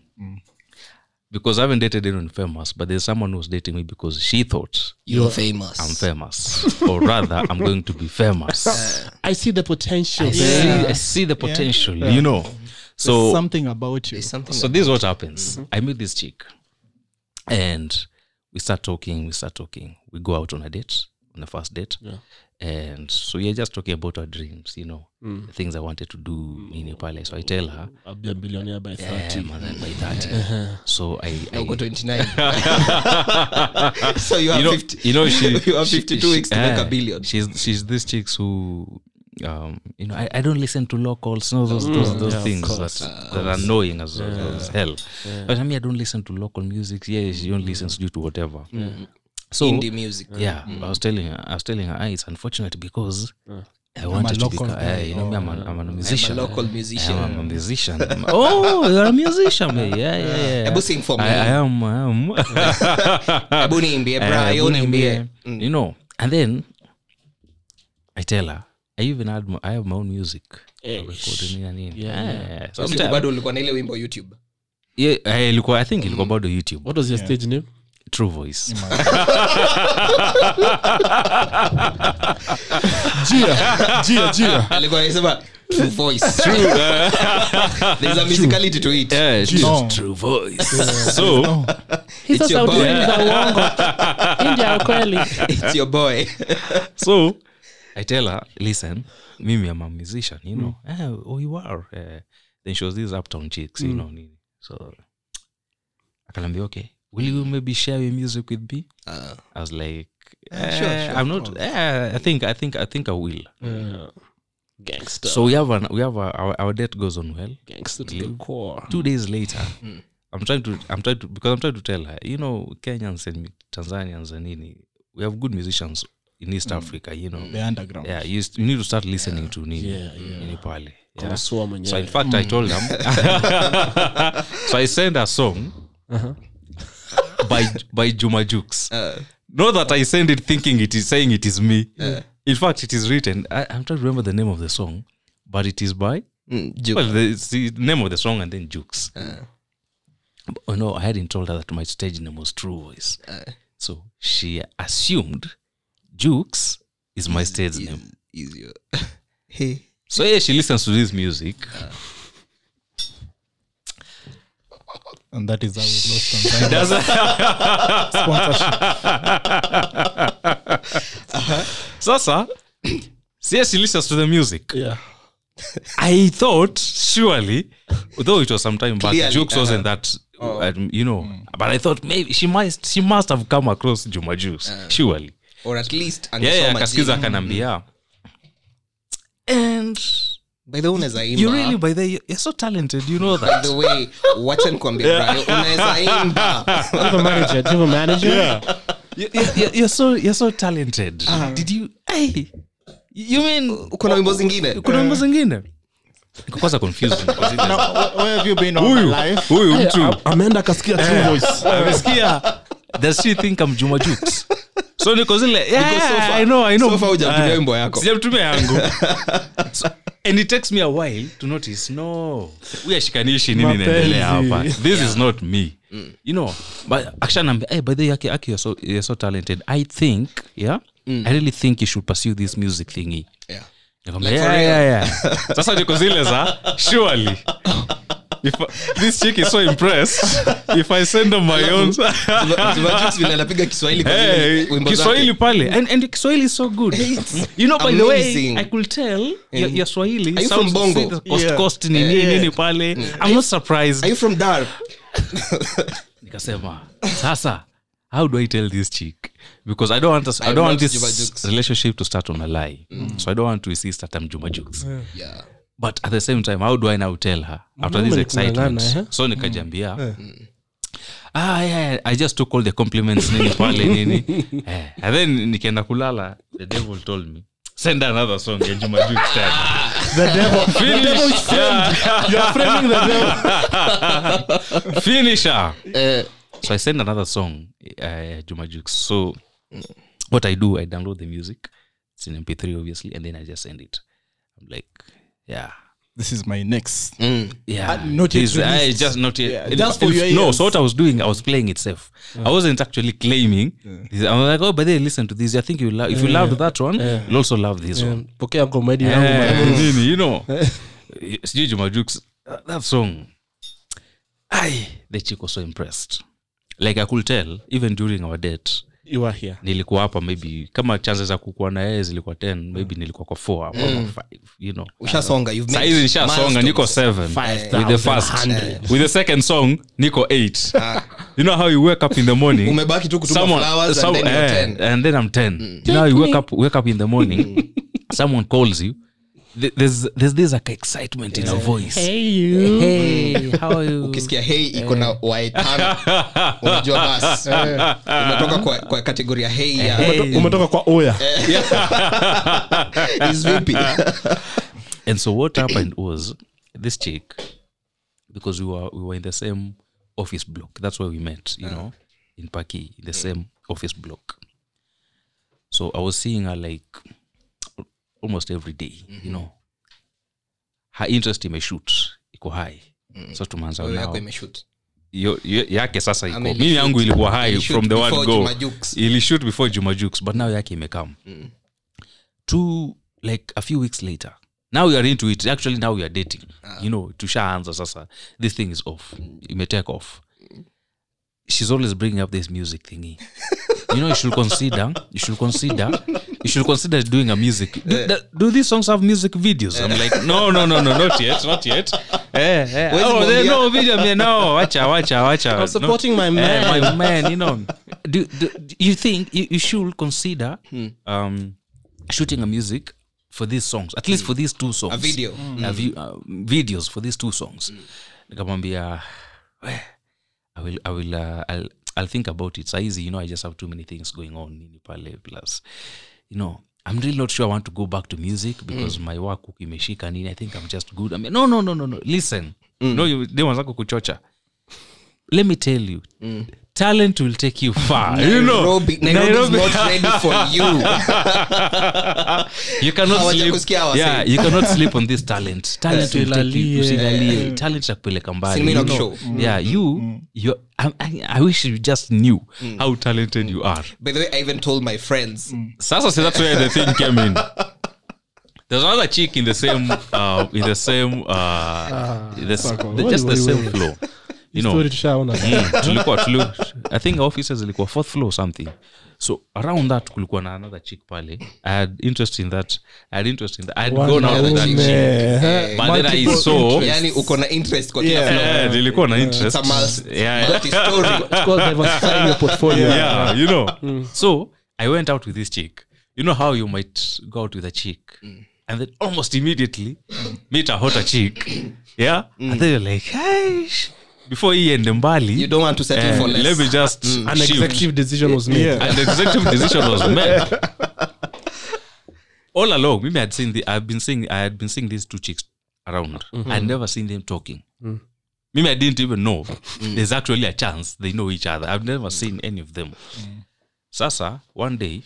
Speaker 4: because i haven't dated anyone famous but there's someone who's dating me because she thought
Speaker 1: You're famous.
Speaker 4: i'm famous or rather i'm going to be famous
Speaker 3: I see the potential.
Speaker 4: see, I see the potential you know so
Speaker 2: There's something about you
Speaker 1: There's something
Speaker 4: so this is what happens i meet this chick and we start talking we start talking we go out on a date on a first date and so we're just talking about our dreams you know
Speaker 1: Mm.
Speaker 4: the things i wanted to do in Nepal. so i tell her
Speaker 3: I'll be a billionaire by
Speaker 4: "Eh,
Speaker 3: 30.
Speaker 4: man, I'm by 30 so i, I
Speaker 1: Uh-huh. Now go 29. so you have
Speaker 4: you know,
Speaker 1: 50.
Speaker 4: you know she,
Speaker 1: you have
Speaker 4: she-
Speaker 1: 52
Speaker 4: she-
Speaker 1: weeks to make
Speaker 4: eh,
Speaker 1: a billion.
Speaker 4: she's she's these chicks who um you know i, I don't listen to locals no
Speaker 1: Mm.
Speaker 4: those those, those
Speaker 3: yeah, of
Speaker 4: things
Speaker 3: course,
Speaker 4: that, that are annoying as, as hell but i mean i don't listen to local music yeah she don't listen to to whatever so
Speaker 1: Mm. Indie Mm. music.
Speaker 4: yeah i was telling her i was telling her "Ah, it's unfortunate because i wanted to
Speaker 2: local
Speaker 4: become eh,
Speaker 2: guy.
Speaker 4: you know me i'm a, I'm a musician
Speaker 1: Oh.
Speaker 4: Eh,
Speaker 1: local musician.
Speaker 4: i'm a musician oh you're a musician eh? yeah yeah yeah
Speaker 1: Ebu sing for me.
Speaker 4: I, I am i am
Speaker 1: Ebu niimbie,
Speaker 4: Eh,
Speaker 1: bra, yo
Speaker 4: hakuna
Speaker 1: niimbie.
Speaker 4: mbie. you know and then i tell her i even had my, i have my own music
Speaker 3: Eh,
Speaker 4: Record nini na nini.
Speaker 3: Yeah,
Speaker 4: Eh,
Speaker 3: yeah.
Speaker 1: Siku
Speaker 4: sometime-
Speaker 1: bado ulikuwa na ile wimbo YouTube.
Speaker 4: Yeah, eh, ilikuwa- i think ilikuwa bado youtube
Speaker 3: What was your stage name?
Speaker 4: true voice
Speaker 2: Jia, Jia, Jia.
Speaker 1: Alikuwa anasema true voice. There's a musicality to it.
Speaker 4: Eh, true,
Speaker 2: No.
Speaker 4: true voice so
Speaker 1: It's your boy.
Speaker 3: kweli.
Speaker 1: It's your boy.
Speaker 4: so i tell her listen mimi am a musician you know eh, oh you are eh, then she was these uptown chicks you know nini so akanambia okay will you maybe share your music with me i was like eh,
Speaker 2: sure, sure,
Speaker 4: i'm
Speaker 2: of
Speaker 4: not eh, i think i think i think i will
Speaker 3: Gangster.
Speaker 4: so we have an, we have a, our, our date goes on well
Speaker 3: Gangster to the core.
Speaker 4: two days later i'm trying to i'm trying to because i'm trying to tell her you know kenyans and tanzanians and nini we have good musicians in east africa you know
Speaker 2: the underground
Speaker 4: yeah you, you need to start listening to nini
Speaker 3: Yeah, yeah.
Speaker 4: nini pale yeah.
Speaker 3: Swa
Speaker 4: so in
Speaker 3: mwenyewe.
Speaker 4: fact i told them so i sent a song
Speaker 3: Uh-huh.
Speaker 4: by by juma jukes not that i send it thinking it is saying it is me in fact it is written I, i'm trying to remember the name of the song but it is by well the, it's the name of the song and then jukes oh no i hadn't told her that my stage name was true voice so she assumed jukes is my stage name
Speaker 1: Easier. Hey.
Speaker 4: so yeah, she listens to this music.
Speaker 2: and that is how we lost Tanzania.
Speaker 4: Does Sasa, so yeah, she listens to the music.
Speaker 3: Yeah.
Speaker 4: I thought surely, though it was some time back,
Speaker 1: Clearly,
Speaker 4: Jukes wasn't that, um, you know. But I thought maybe she must she must have come across Juma Jukes surely.
Speaker 1: Or at least
Speaker 4: Yeah, yeah,
Speaker 1: angesoma
Speaker 4: akasikiza
Speaker 1: jina.
Speaker 4: akanambia. And
Speaker 1: By the way, unaweza imba.
Speaker 4: you really by the you're so talented, you know
Speaker 1: By
Speaker 4: that.
Speaker 1: the way, wacha nikwambie bra, unaweza imba.
Speaker 3: Do you have a manager? Do you have a manager? Yeah.
Speaker 4: you, you, you're- you're so you're so talented. Did you? Hey, you mean
Speaker 1: Kuna wimbo zingine?
Speaker 4: kuna
Speaker 2: Eh.
Speaker 4: mambo zingine? Kwanza confused.
Speaker 2: Now, wh- where have you been all my life
Speaker 4: Huyu mtu Eh.
Speaker 3: Ameenda kasikia True Voice.
Speaker 4: amesikia. Does she think I'm Juma Jukes? So niko zile. Yeah,
Speaker 1: Because so far-
Speaker 4: I know, I know.
Speaker 1: so far hujatumia
Speaker 4: Eh,
Speaker 1: wimbo yako.
Speaker 4: Sijamtumia yangu. So, and it takes me a while to notice no we ashikanishi nini inaendelea hapa this is not me you know but akishanambia hey, by the way aki, aki you're, so, you're so talented i think yeah i really think you should pursue this music thingy
Speaker 1: Yeah.
Speaker 4: Nikamwambia,
Speaker 1: Like for
Speaker 4: yeah,
Speaker 1: real.
Speaker 4: yeah, yeah. sasa niko zile za surely if I, this chick is so impressed if i send them my own
Speaker 1: Zuma- Zuma Jux vile anapiga Kiswahili kwa zile
Speaker 4: Hey,
Speaker 1: wimbo
Speaker 4: kiswahili pale and, and kiswahili is so good
Speaker 1: It's
Speaker 4: you know by the way
Speaker 1: amazing. Mm.
Speaker 4: i could tell your, your swahili
Speaker 1: Are you from
Speaker 4: sounds
Speaker 1: Bongo? Mm.
Speaker 4: coast, coast nini nini pale i'm not surprised
Speaker 1: Are you from Dar?
Speaker 4: nikasema sasa how do i tell this chick because i don't want, us, I
Speaker 1: am
Speaker 4: don't want
Speaker 1: not Juma Jux. Mm.
Speaker 4: this relationship to start on a lie so i don't want to insist that i'm juma jukes
Speaker 1: Yeah.
Speaker 4: but at the same time how do i now tell her after this
Speaker 3: Mwanaume ni
Speaker 4: excitement
Speaker 3: kung'ang'ana, eh?
Speaker 4: so nikajambia
Speaker 2: Mm. Eh.
Speaker 4: ah, yeah, yeah, i just took all the compliments nini pale nini eh, and then nikaenda kulala the devil told me send another song ya juma jukes tena
Speaker 2: the devil the devil is framed you are framing the devil
Speaker 4: finisher. so I send another song, uh, Juma Jukes. So what I do, I download the music. It's in MP3, obviously, and then I just send it. I'm like, yeah,
Speaker 2: this is my next
Speaker 4: yeah.
Speaker 2: Uh, not yet
Speaker 4: Please, I
Speaker 2: released.
Speaker 4: just not yet.
Speaker 2: Yeah,
Speaker 4: In
Speaker 2: just
Speaker 4: fa-
Speaker 2: for
Speaker 4: in-
Speaker 2: your
Speaker 4: no.
Speaker 2: ears.
Speaker 4: So what I was doing, I was playing it safe. I wasn't actually claiming. I'm like, oh, but then listen to this. I think you love. If you loved that one, you'll also love this one.
Speaker 3: Um, pokea komedi
Speaker 2: Oh
Speaker 4: Eh,
Speaker 3: yangu
Speaker 4: nini, you know sijui Juma Jukes, uh, that song I, the chick was so impressed like i could tell even during our date
Speaker 3: you are here
Speaker 4: nilikuwa hapa maybe kama chances za kukuwa na yeye zilikuwa 10
Speaker 2: Mm.
Speaker 4: maybe nilikuwa kwa 4 ama kwa 5 you know
Speaker 1: ushasonga you've made
Speaker 4: saizi nishasonga niko
Speaker 1: milestones.
Speaker 4: 7 with the first with the second song niko 8 you know how you wake up in the morning
Speaker 1: Ah. umebaki tu kutuma
Speaker 4: Someone-
Speaker 1: flowers
Speaker 4: some-
Speaker 1: and then
Speaker 4: eh,
Speaker 1: you're Mm. 10
Speaker 4: and then I'm 10. You know, you wake up, wake up in the
Speaker 1: Mm.
Speaker 4: morning, someone calls you. Th- There's there's this like excitement in her voice. Hey you. Hey, how are you?
Speaker 1: ukisikia hei iko na waetano unajua bas umetoka kwa, kwa kategoria hei ya
Speaker 3: umetoka kwa oya
Speaker 1: Is vipi
Speaker 4: Oh, And so what happened was this chick, because we were we were in the same office block. That's where we met, you know,
Speaker 1: Uh-huh.
Speaker 4: in Paki,
Speaker 1: Mm.
Speaker 4: in the same office block. So I was seeing her like al- almost every day,
Speaker 1: Mm-hmm.
Speaker 4: you know. Her interest in my shoot iko high. So tumeanza
Speaker 1: Mm. Wewe
Speaker 4: now.
Speaker 1: yako imeshoot
Speaker 4: yo, yo, yake sasa iko
Speaker 1: Ama
Speaker 4: mimi
Speaker 1: ilishoot-
Speaker 4: yangu ilikuwa high
Speaker 1: ilishoot
Speaker 4: from the word
Speaker 1: before
Speaker 4: go
Speaker 1: Juma Jukes.
Speaker 4: ilishut before jumajuks but now yake imekam mm. two like a few weeks later now we are into it actually now we are dating
Speaker 1: Ah.
Speaker 4: you know tushaanza sasa this thing is off
Speaker 1: Mm.
Speaker 4: imetake off she's always bringing up this music thingy you know you should consider you should consider you should consider doing a music do, do these songs have music videos i'm like no no no no not yet not yet eh, eh.
Speaker 1: Where's
Speaker 4: oh there's
Speaker 1: Mondia?
Speaker 4: no video man. no wacha wacha wacha
Speaker 3: I'm supporting my man.
Speaker 4: eh, my man you know do, do, do you think you, you should consider
Speaker 3: Hmm.
Speaker 4: um shooting a music for these songs at
Speaker 3: Hmm.
Speaker 4: least for these two songs
Speaker 1: A video.
Speaker 4: a vi- uh, videos for these two songs
Speaker 3: Hmm.
Speaker 4: nikamwambia "Weh, I will, I will, uh, I'll, I'll think about it. So easy, you know, I just have too many things going on in Nepal. Plus, you know, I'm really not sure I want to go back to music because
Speaker 1: Mm.
Speaker 4: my work huku imeshika nini. I think I'm just good. I mean, no, no, no, no, no. Listen,
Speaker 1: Mm.
Speaker 4: no, you they want to kuchocha. Let me tell you, talent will take you far. you know,
Speaker 1: Mm. Nairobi, Nairobi's
Speaker 4: Nairobi-
Speaker 1: not ready for you
Speaker 4: you cannot
Speaker 1: Hawaja
Speaker 4: sleep.
Speaker 1: kusikia hawa,
Speaker 4: Yeah,
Speaker 1: say.
Speaker 4: you cannot sleep on this talent. Talent will take you.
Speaker 3: Usilalie.
Speaker 4: Usilalie.
Speaker 1: Mm.
Speaker 4: Talent itakupeleka mbali.
Speaker 1: Cinema
Speaker 4: you
Speaker 1: na
Speaker 4: know. Yeah, you,
Speaker 1: Mm.
Speaker 4: you. I, I, I wish you just knew how talented you are.
Speaker 1: by the way i even told my friends
Speaker 4: Sasa see that's where the thing came in. There's another chick in the same, uh, in the same, uh, in the,
Speaker 2: Ah, fuck off.
Speaker 4: the, just the
Speaker 2: Wait, wait,
Speaker 4: same floor. You know,
Speaker 3: story tushaona
Speaker 4: Mm, tulikuwa tulu, i think our offices ilikuwa fourth floor or something so around that kulikuwa na another chick pale i had interest in that i had interest in that i had gone out with that chick
Speaker 2: Yeah.
Speaker 4: Oh, but then i
Speaker 2: Oh, Multiple
Speaker 4: saw
Speaker 2: interests.
Speaker 1: yani Eh, yaani uko na interest kwa kila
Speaker 2: Yeah.
Speaker 1: floor.
Speaker 4: Eh, nilikuwa na
Speaker 1: It's
Speaker 4: interest
Speaker 1: a mul-
Speaker 4: Yeah, yeah.
Speaker 1: multi-story.
Speaker 4: yeah, you know. So I went out with this chick. You know how you might go out with a chick
Speaker 1: Mm.
Speaker 4: and then almost immediately meet a hotter chick. Yeah. And then you're like, hey, sh-" before he and Mbali,
Speaker 1: Mm. you don't want to settle
Speaker 4: eh,
Speaker 1: for less Mm.
Speaker 4: let me just
Speaker 3: an
Speaker 4: shift.
Speaker 3: executive decision was made
Speaker 2: Yeah.
Speaker 4: An executive decision was made. All along, maybe I'd seen the I've been seeing I had been seeing these two chicks around. I'd never seen them talking. Maybe I didn't even know there's actually a chance they know each other. I've never seen any of them. Sasa one day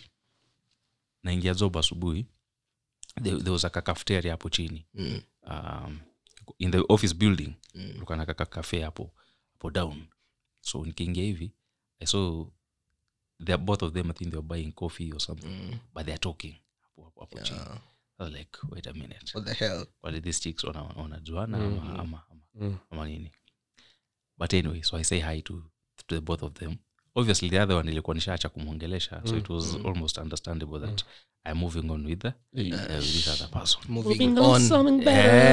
Speaker 4: naingia zoba asubuhi there, there was a cafeteria hapo chini um, in the office building kulikuwa na kaka cafe hapo hapo down so nikiingia hivi i saw they are both of them i think they were buying coffee or something but they are talking hapo hapo hapo chini I was like wait a minute
Speaker 1: what the hell
Speaker 4: wale these chicks wana- wanajuana ama, ama, ama, ama nini but anyway so i say hi to, to the both of them obviously the other one ilikuwa nishaacha kumwongelesha so it was almost understandable that i'm moving on with, the, uh, with this other person
Speaker 1: moving, on,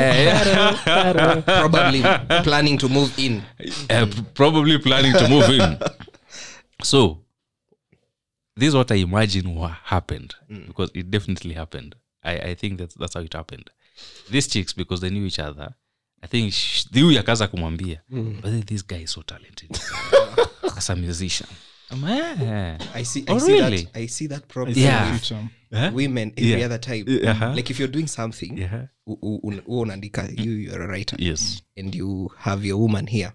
Speaker 1: probably planning to move in
Speaker 4: uh, p- probably planning to move in. so, this is what I imagine what happened because it definitely happened. I, I think that's, that's how it happened. These chicks, because they knew each other, I think Mm. sh- huyu akaanza kumwambia but then this guy is so talented as a musician "Ah." Ama-
Speaker 1: I see. I
Speaker 4: Oh,
Speaker 1: see
Speaker 4: really?
Speaker 1: that. I see that problem.
Speaker 2: It's a
Speaker 4: Yeah.
Speaker 2: feature.
Speaker 4: Eh?
Speaker 1: Women every
Speaker 4: Yeah.
Speaker 1: other time.
Speaker 4: Yeah, uh-huh.
Speaker 1: Like if you're doing something,
Speaker 4: Yeah.
Speaker 1: u- u- un- u- unaandika,
Speaker 4: Mm.
Speaker 1: you you're a writer,
Speaker 4: Yes.
Speaker 1: and you have your woman here.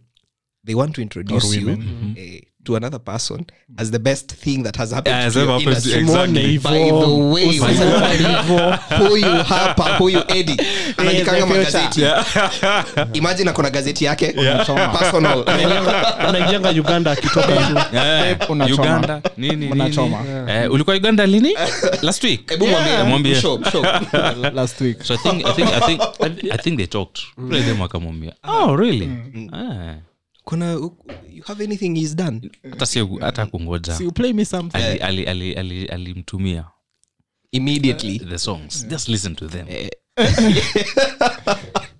Speaker 1: They want to introduce you
Speaker 4: Mm-hmm.
Speaker 2: women.
Speaker 1: eh, to another person as the best thing that has happened.
Speaker 4: As
Speaker 1: to your
Speaker 4: ever happens to-
Speaker 1: industry.
Speaker 4: exactly.
Speaker 1: By the way, wacha- huyu hapa huyu edi anaandikanga magazeti imagine akona gazeti yake personal
Speaker 3: anaingianga uganda akitoka tu.
Speaker 4: Eh,
Speaker 2: Pep unachoma.
Speaker 4: Uganda, nini, nini?
Speaker 2: Unachoma.
Speaker 4: Eh, ulikuwa uganda lini last week
Speaker 1: Hebu mwambie,
Speaker 4: Yeah. Mwambie.
Speaker 1: show, show.
Speaker 2: last week
Speaker 4: so I think, I think, I think, I think, I think they talked Play them wakamwambia oh really Ah.
Speaker 1: kuna you have anything he's done Uh,
Speaker 4: hata si hata kungoja
Speaker 2: so you play me something
Speaker 4: Ali- ali- ali- ali- alimtumia
Speaker 1: immediately
Speaker 4: the songs just listen to them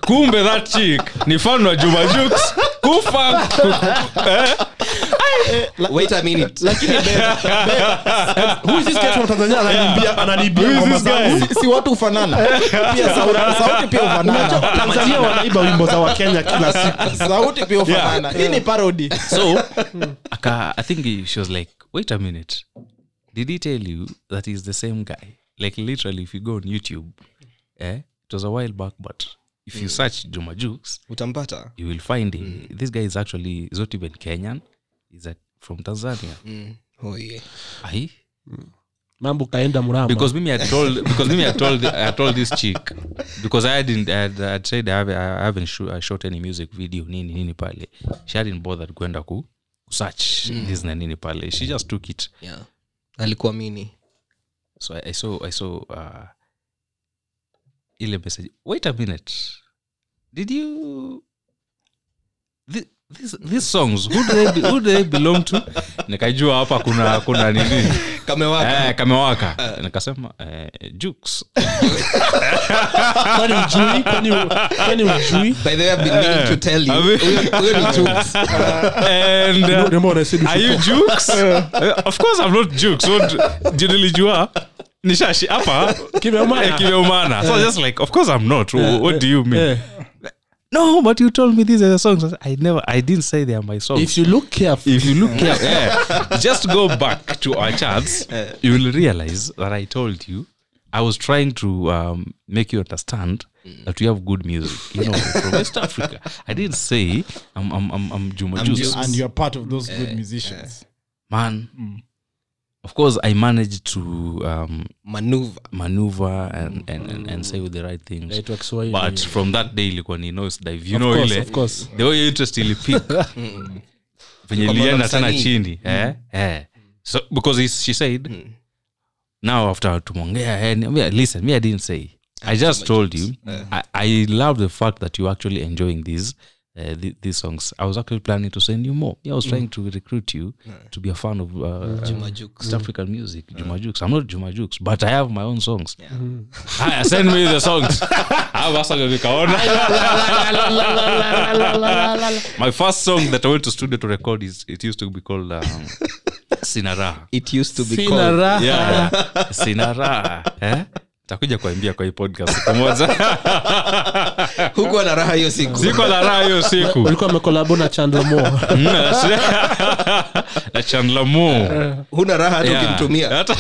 Speaker 4: kumbe that chick ni fan wa Juma Jux. kufa
Speaker 1: wait a minute lakini
Speaker 3: Who is this guy from Tanzania? Ananiibia- ananiibia ngoma zangu.
Speaker 2: Si- si watu ufanana pia sauti, sauti pia ufanana
Speaker 3: tanzania wanaiba wimbo za wakenya kila siku
Speaker 2: sauti pia ufanana hii ni parody
Speaker 4: so aka, i think he- she was like wait a minute did he tell you that he's the same guy like literally if you go on youtube eh, it was a while back but if you search juma jukes
Speaker 1: utampata
Speaker 4: you will find him this guy is actually is not even kenyan he's a, from tanzania
Speaker 1: oh yeah
Speaker 4: Aye?
Speaker 3: mambo kaenda mrama
Speaker 4: because mimi I told because mimi I told I told this chick because I didn't I, had- I had said I, have, I haven't shoo- I shot any music video nini nini pale she hadn't bothered kwenda ku search this na nini pale she just took it
Speaker 1: yeah alikuamini
Speaker 4: so I, I saw I saw uh, ile message wait a minute did you thi- These, these songs who do they, be- who do they belong to nikajua hapa kuna kuna nini
Speaker 1: kamewaka
Speaker 4: eh, kamewaka nikasema eh, jukes
Speaker 3: kwani ujui kwani u- kwani ujui
Speaker 1: by the way i've been meaning to tell you
Speaker 4: Abi-
Speaker 1: huyo huyo ni Jukes.
Speaker 4: and uh, are you jukes uh, of course i'm not jukes so jinilijua nishashi hapa
Speaker 3: Kimeumana.
Speaker 4: Eh, kimeumana so just like of course i'm not Wh- what do you mean
Speaker 3: Eh.
Speaker 4: no but you told me these are the songs I said, i never i didn't say they are my songs
Speaker 3: if you look eh, careful
Speaker 4: if you look here, yeah, just go back to our charts. You will realize that I told you I was trying to um, make you understand that we have good music, you know, from West Africa. I didn't say I'm I'm I'm, I'm Juma Mm.
Speaker 1: I'm
Speaker 4: Juice,
Speaker 1: Juice.
Speaker 2: and you're part of those
Speaker 4: Eh,
Speaker 2: good musicians
Speaker 4: man. Of course, I managed to um,
Speaker 1: maneuver
Speaker 4: maneuver and, and, and, and say the right things.
Speaker 3: Naitwa Kiswahili.
Speaker 4: But from that day ilikuwa ni nose dive. You
Speaker 3: Of
Speaker 4: know
Speaker 3: course,
Speaker 4: ile
Speaker 3: of course.
Speaker 4: the way your interest ilipik venye
Speaker 1: Mm. Kwa
Speaker 4: ilienda
Speaker 1: mwana
Speaker 4: tena
Speaker 1: msanii. Mm.
Speaker 4: chini eh? Eh. so because he, she said now after tumongea eh, niambia, listen me i didn't say i just told you I, i love the fact that you actually enjoying these Uh, th- these songs i was actually planning to send you more yeah, i was trying to recruit you to be a fan of uh,
Speaker 1: Mm. Juma Jukes.
Speaker 4: East African music, Juma Jukes. I'm not Juma Jukes, but I have my own songs. Haya, send me the songs. Haya, basi ndio nikaona. my first song that I went to studio to record is it used to be called um, Sinaraha.
Speaker 1: it used to be
Speaker 3: Sina
Speaker 1: called
Speaker 3: raha.
Speaker 4: Yeah. Sinaraha. Eh? Takuja kuambia kwa hii podcast pamoja.
Speaker 1: huku ana raha hiyo siku
Speaker 4: Siko na raha hiyo siku.
Speaker 3: walikuwa wamekolabo na chandler moore
Speaker 4: Na Chandler Moore.
Speaker 1: huna raha hata
Speaker 4: Yeah.
Speaker 1: ukimtumia
Speaker 4: Hata-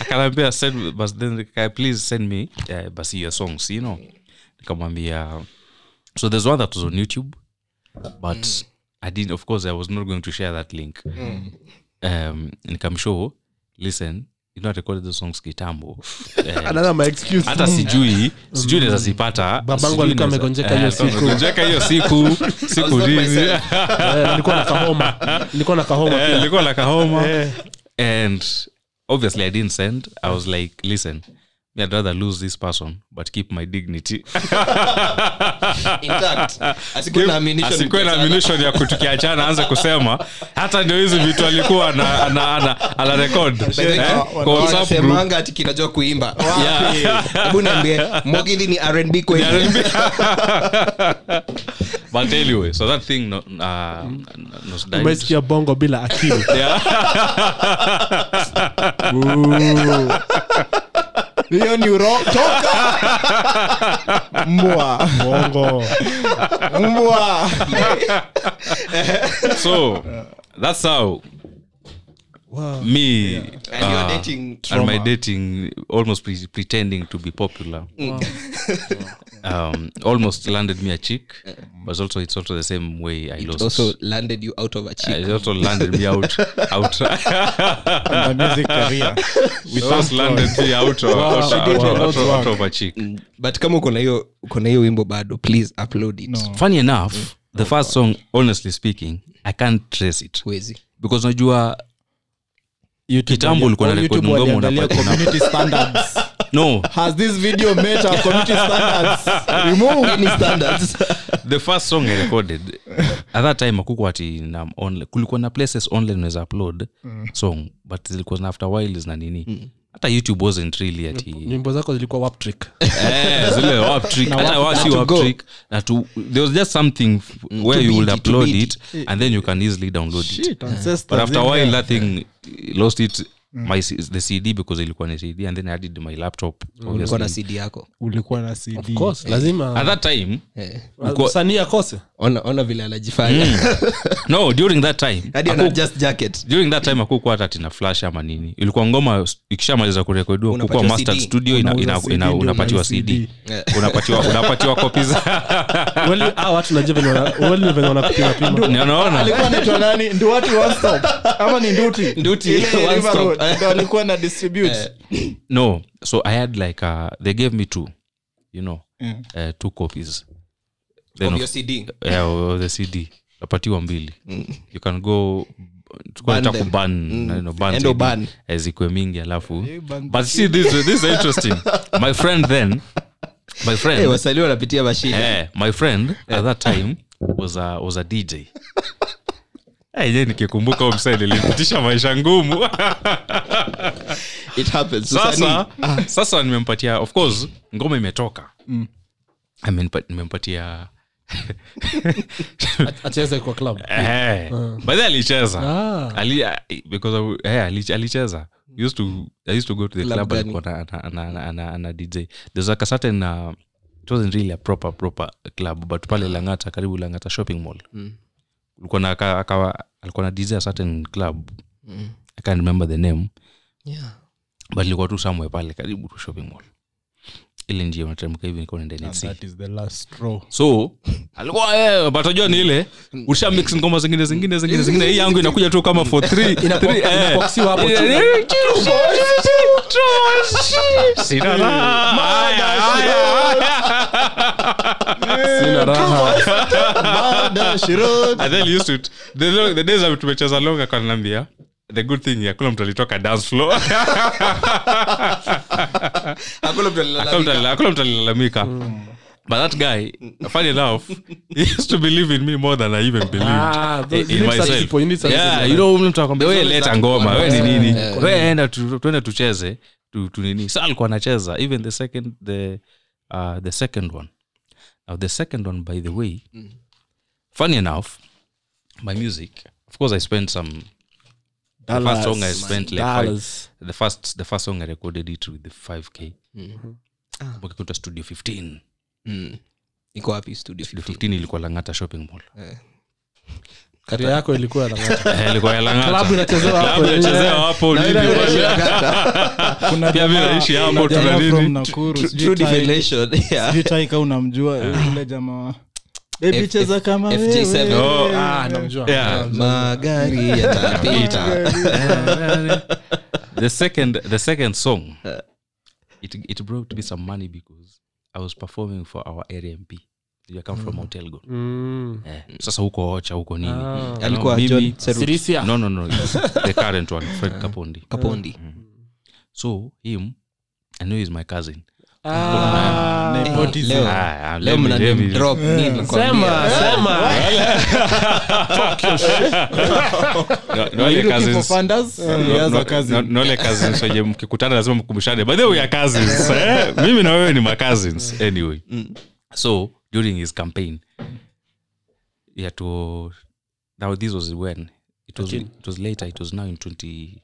Speaker 4: akanambia send but then nikaka- please send me uh, basi your songs you know nikamwambia so there's one that was on youtube but
Speaker 3: Mm.
Speaker 4: i didn't of course i was not going to share that link um nikamshow listen you know I recorded the songs kitambo Eh,
Speaker 3: another my excuse
Speaker 4: hata sijui sijui naweza zipata
Speaker 3: Mm. Babangu
Speaker 4: sijui
Speaker 3: alikuwa
Speaker 4: naeza-
Speaker 3: amegonjeka
Speaker 4: eh,
Speaker 3: hiyo siku.
Speaker 4: amegonjeka hiyo siku siku
Speaker 1: not
Speaker 4: nini
Speaker 1: myself.
Speaker 3: Eh, nilikuwa na kahoma nilikuwa na kahoma
Speaker 4: Eh,
Speaker 3: pia
Speaker 4: nilikuwa na kahoma
Speaker 1: Eh.
Speaker 4: and obviously i didn't send i was like listen me i'd rather lose this person but keep my dignity
Speaker 1: intact asikuwe na ammunition
Speaker 4: asikuwe na ammunition ya kutukiachana aanze kusema hata ndio hizi vitu alikuwa ana, ana, ana, ana record eh, kwa whatsapp group
Speaker 1: semanga ati kinajua kuimba
Speaker 4: Yeah.
Speaker 1: hebu niambie mogidhi ni rnb kweli
Speaker 4: but anyway so that thing no, uh, no, no
Speaker 3: umesikia bongo bila akili
Speaker 4: Yeah.
Speaker 2: hiyo ni uro toka mbwa
Speaker 8: Bongo.
Speaker 4: eh.
Speaker 2: mbwa
Speaker 4: so that's how me
Speaker 1: And you're
Speaker 4: uh,
Speaker 1: dating
Speaker 4: and my
Speaker 1: trauma.
Speaker 4: dating almost pre- pretending to be popular um, almost landed me a chick but also it's also the same way i lost
Speaker 1: Uh-uh.
Speaker 4: Uh,
Speaker 1: also landed you out of a chick.
Speaker 4: it also landed me out out
Speaker 8: The music career.
Speaker 4: it also landed me out of, out,
Speaker 2: she did
Speaker 4: out,
Speaker 2: a
Speaker 4: out,
Speaker 2: lot
Speaker 4: out,
Speaker 2: of
Speaker 4: out of a chick
Speaker 1: but kama uko na hiyo uko na hiyo wimbo bado please upload it
Speaker 4: funny enough the
Speaker 1: Oh,
Speaker 4: first song honestly speaking i can't trace it
Speaker 1: Huwezi.
Speaker 4: because najua
Speaker 8: YouTube
Speaker 4: kitambo ulikuwa na rekodi
Speaker 2: YouTube
Speaker 4: ngoma
Speaker 2: waliangalia
Speaker 4: unapata-
Speaker 2: community standards
Speaker 4: no
Speaker 2: has this video met our community standards remove any standards
Speaker 4: the first song i recorded at that time akuko ati na online kulikuwa na places online unaweza upload song but zilikuwa na after while na
Speaker 1: Mm.
Speaker 4: nini hata youtube wasn't really ati
Speaker 3: nyimbo zako zilikuwa wap trick
Speaker 4: Eh, zile warp trick hata wasi warp trick na to there was just something f- where you would
Speaker 1: beat it, Mm. to
Speaker 4: upload
Speaker 1: beat
Speaker 4: it and then you can easily download it but
Speaker 2: ancestors
Speaker 4: after a while that thing lost it my C- the cd because ilikuwa ni cd and then i added my laptop
Speaker 1: ulikuwa Mm. na
Speaker 4: obviously.
Speaker 1: cd yako
Speaker 8: ulikuwa na CD.
Speaker 3: of course lazima
Speaker 4: at that time
Speaker 3: uh, sanii akose
Speaker 1: ona, ona vile anajifanya
Speaker 4: Mm. no during that time
Speaker 1: hadi ana just jacket
Speaker 4: during that time akukuwa hata tina flash ama nini ilikuwa ngoma s- ikishamaliza kurekodiwa
Speaker 1: Unapatiwa
Speaker 4: kukua master
Speaker 1: CD.
Speaker 4: studio ina, ina,
Speaker 2: Unauza
Speaker 4: ina,
Speaker 2: CD, ndio
Speaker 4: unapatiwa
Speaker 2: unauza
Speaker 4: cd
Speaker 1: CD.
Speaker 4: unapatiwa unapatiwa kopi za
Speaker 3: Weli- hawa ah, watu najua venye wana- weli venye wanakupimapima
Speaker 4: Ni unaona
Speaker 2: alikuwa anaitwa nani nduati one stop ama ni nduti Eh,
Speaker 1: Nduti,
Speaker 2: Ile
Speaker 1: one
Speaker 2: River
Speaker 1: stop.
Speaker 2: Road, ndo alikuwa na distribute
Speaker 4: no so i had like uh, they gave me two you know
Speaker 2: Mm.
Speaker 4: uh, two copies then
Speaker 1: of
Speaker 4: of,
Speaker 1: your cd
Speaker 4: yeah, of the cd napatiwa mbili you can go
Speaker 1: Burn
Speaker 4: tukuta
Speaker 1: Mm. them. Mm.
Speaker 4: kuban
Speaker 1: End of burn.
Speaker 4: Eh, zikwe mingi alafu
Speaker 2: burn
Speaker 4: but see this, this is interesting my friend then my friend
Speaker 2: Eh,
Speaker 1: hey, wasalio wanapitia mashine
Speaker 4: Eh, my friend at that time was a, was a dj Eh, je nikikumbuka huyo msee nilipitisha maisha ngumu
Speaker 1: it happens So
Speaker 4: sasa Ah.
Speaker 1: sani-
Speaker 4: sasa nimempatia of course ngoma imetoka Amenipa- nimempatia
Speaker 3: acheze kwa club
Speaker 4: Eh,
Speaker 1: Ah.
Speaker 4: by the way, alicheza Ali- eh, because I w- eh, alich- alicheza used to i used to go to the
Speaker 1: Club
Speaker 4: club
Speaker 1: gani?
Speaker 4: alikuwa na- na- na- na- na- na dj there's like a certain uh, it wasn't really a proper proper club but pale langata karibu langata shopping mall
Speaker 1: Mm.
Speaker 4: kulikuwa na aka- akawa alikuwa na dj a certain club i can't remember the name
Speaker 1: Mm. Yeah.
Speaker 4: but ilikuwa tu somewhere pale karibu tu shopping mall ile njia unateremka hivi nikuwa naenda NC
Speaker 8: That is the last straw.
Speaker 4: so alikuwa eh, but unajua ni ile usha mix ngoma zingine zingine zingine zingine hii yangu inakuja tu kama for three three, eh.
Speaker 3: inapoxiwa hapo chini.
Speaker 4: Eh, Sina raha. Haya, haya, haya. And then he used to- the long- the days I'm tumecheza long akanambia the good thing akula mtu alitoka dance floor
Speaker 1: Hakuna mtu
Speaker 4: Hakuna mtu
Speaker 1: alilalamika.
Speaker 4: alila- hakuna mtu alilalamika
Speaker 3: Mm.
Speaker 4: but that guy funny enough he used to believe in me more than i even believed
Speaker 3: Ah,
Speaker 4: Eh,
Speaker 3: those-
Speaker 4: in
Speaker 3: you need some
Speaker 4: myself.
Speaker 3: people, you need some
Speaker 4: Yeah,
Speaker 3: people.
Speaker 4: you know, mtu akwambia, "We leta ngoma we ni nini
Speaker 1: Yeah.
Speaker 4: We enda tu- tuende tucheze tu- tu nini sa alikuwa anacheza even the second the uh, the second one now the second one by the way
Speaker 3: Mm.
Speaker 4: funny enough my music of course i spent some the first song i spent like five,
Speaker 3: Dollars.
Speaker 4: the first the first song i recorded it with the 5k
Speaker 3: Mm-hmm. Ah.
Speaker 4: Ukikuta studio 15
Speaker 3: Eh.
Speaker 1: Mm. iko wapi studio
Speaker 4: Studio 15 ilikuwa langata shopping mall
Speaker 3: Career yako ilikuwa na-
Speaker 4: Eh, ilikuwa ya Lang'ata.
Speaker 3: Klabu inachezewa hapo. eh.
Speaker 4: Klabu inachezewa hapo, nini,
Speaker 2: kuna
Speaker 4: Pia mimi naishi hapo, tuna
Speaker 2: jamaa
Speaker 4: nini?
Speaker 2: from Nakuru, sijui Tai- sijui Tai kama unamjua
Speaker 4: Ah.
Speaker 2: yule jamaa wa- Baby
Speaker 1: F-
Speaker 2: cheza kama
Speaker 1: FJ7.
Speaker 2: wewe.
Speaker 4: Oh,
Speaker 3: Ah, namjua.
Speaker 4: yeah.
Speaker 1: magari yatapita
Speaker 4: the second the second song it, it brought me some money because i was performing for our rmp i come from Mount Elgon.
Speaker 3: Mm.
Speaker 4: Eh, sasa huko ocha huko nini
Speaker 3: Ah.
Speaker 4: Hello,
Speaker 1: alikuwa
Speaker 4: mimi-
Speaker 1: John Seru-
Speaker 3: Sirisia.
Speaker 4: no no no the current one fred kapondi
Speaker 1: kapondi
Speaker 4: so him i know he's my cousin
Speaker 3: Ah.
Speaker 1: Eh, leo-
Speaker 4: Ah,
Speaker 1: leo
Speaker 4: ah, let me-
Speaker 1: mna
Speaker 4: let
Speaker 1: name
Speaker 4: me-
Speaker 1: drop nini kwa
Speaker 3: Sema,
Speaker 1: mia?
Speaker 3: sema.
Speaker 4: No, no, wale cousins. eh,
Speaker 2: Alianza kazi.
Speaker 4: nole cousins wenye mkikutana lazima mkumbushane by the way we are cousins eh? mimi na wewe ni ma cousins anyway so during his campaign yeah to now this was when it was, it was later it was now in 2013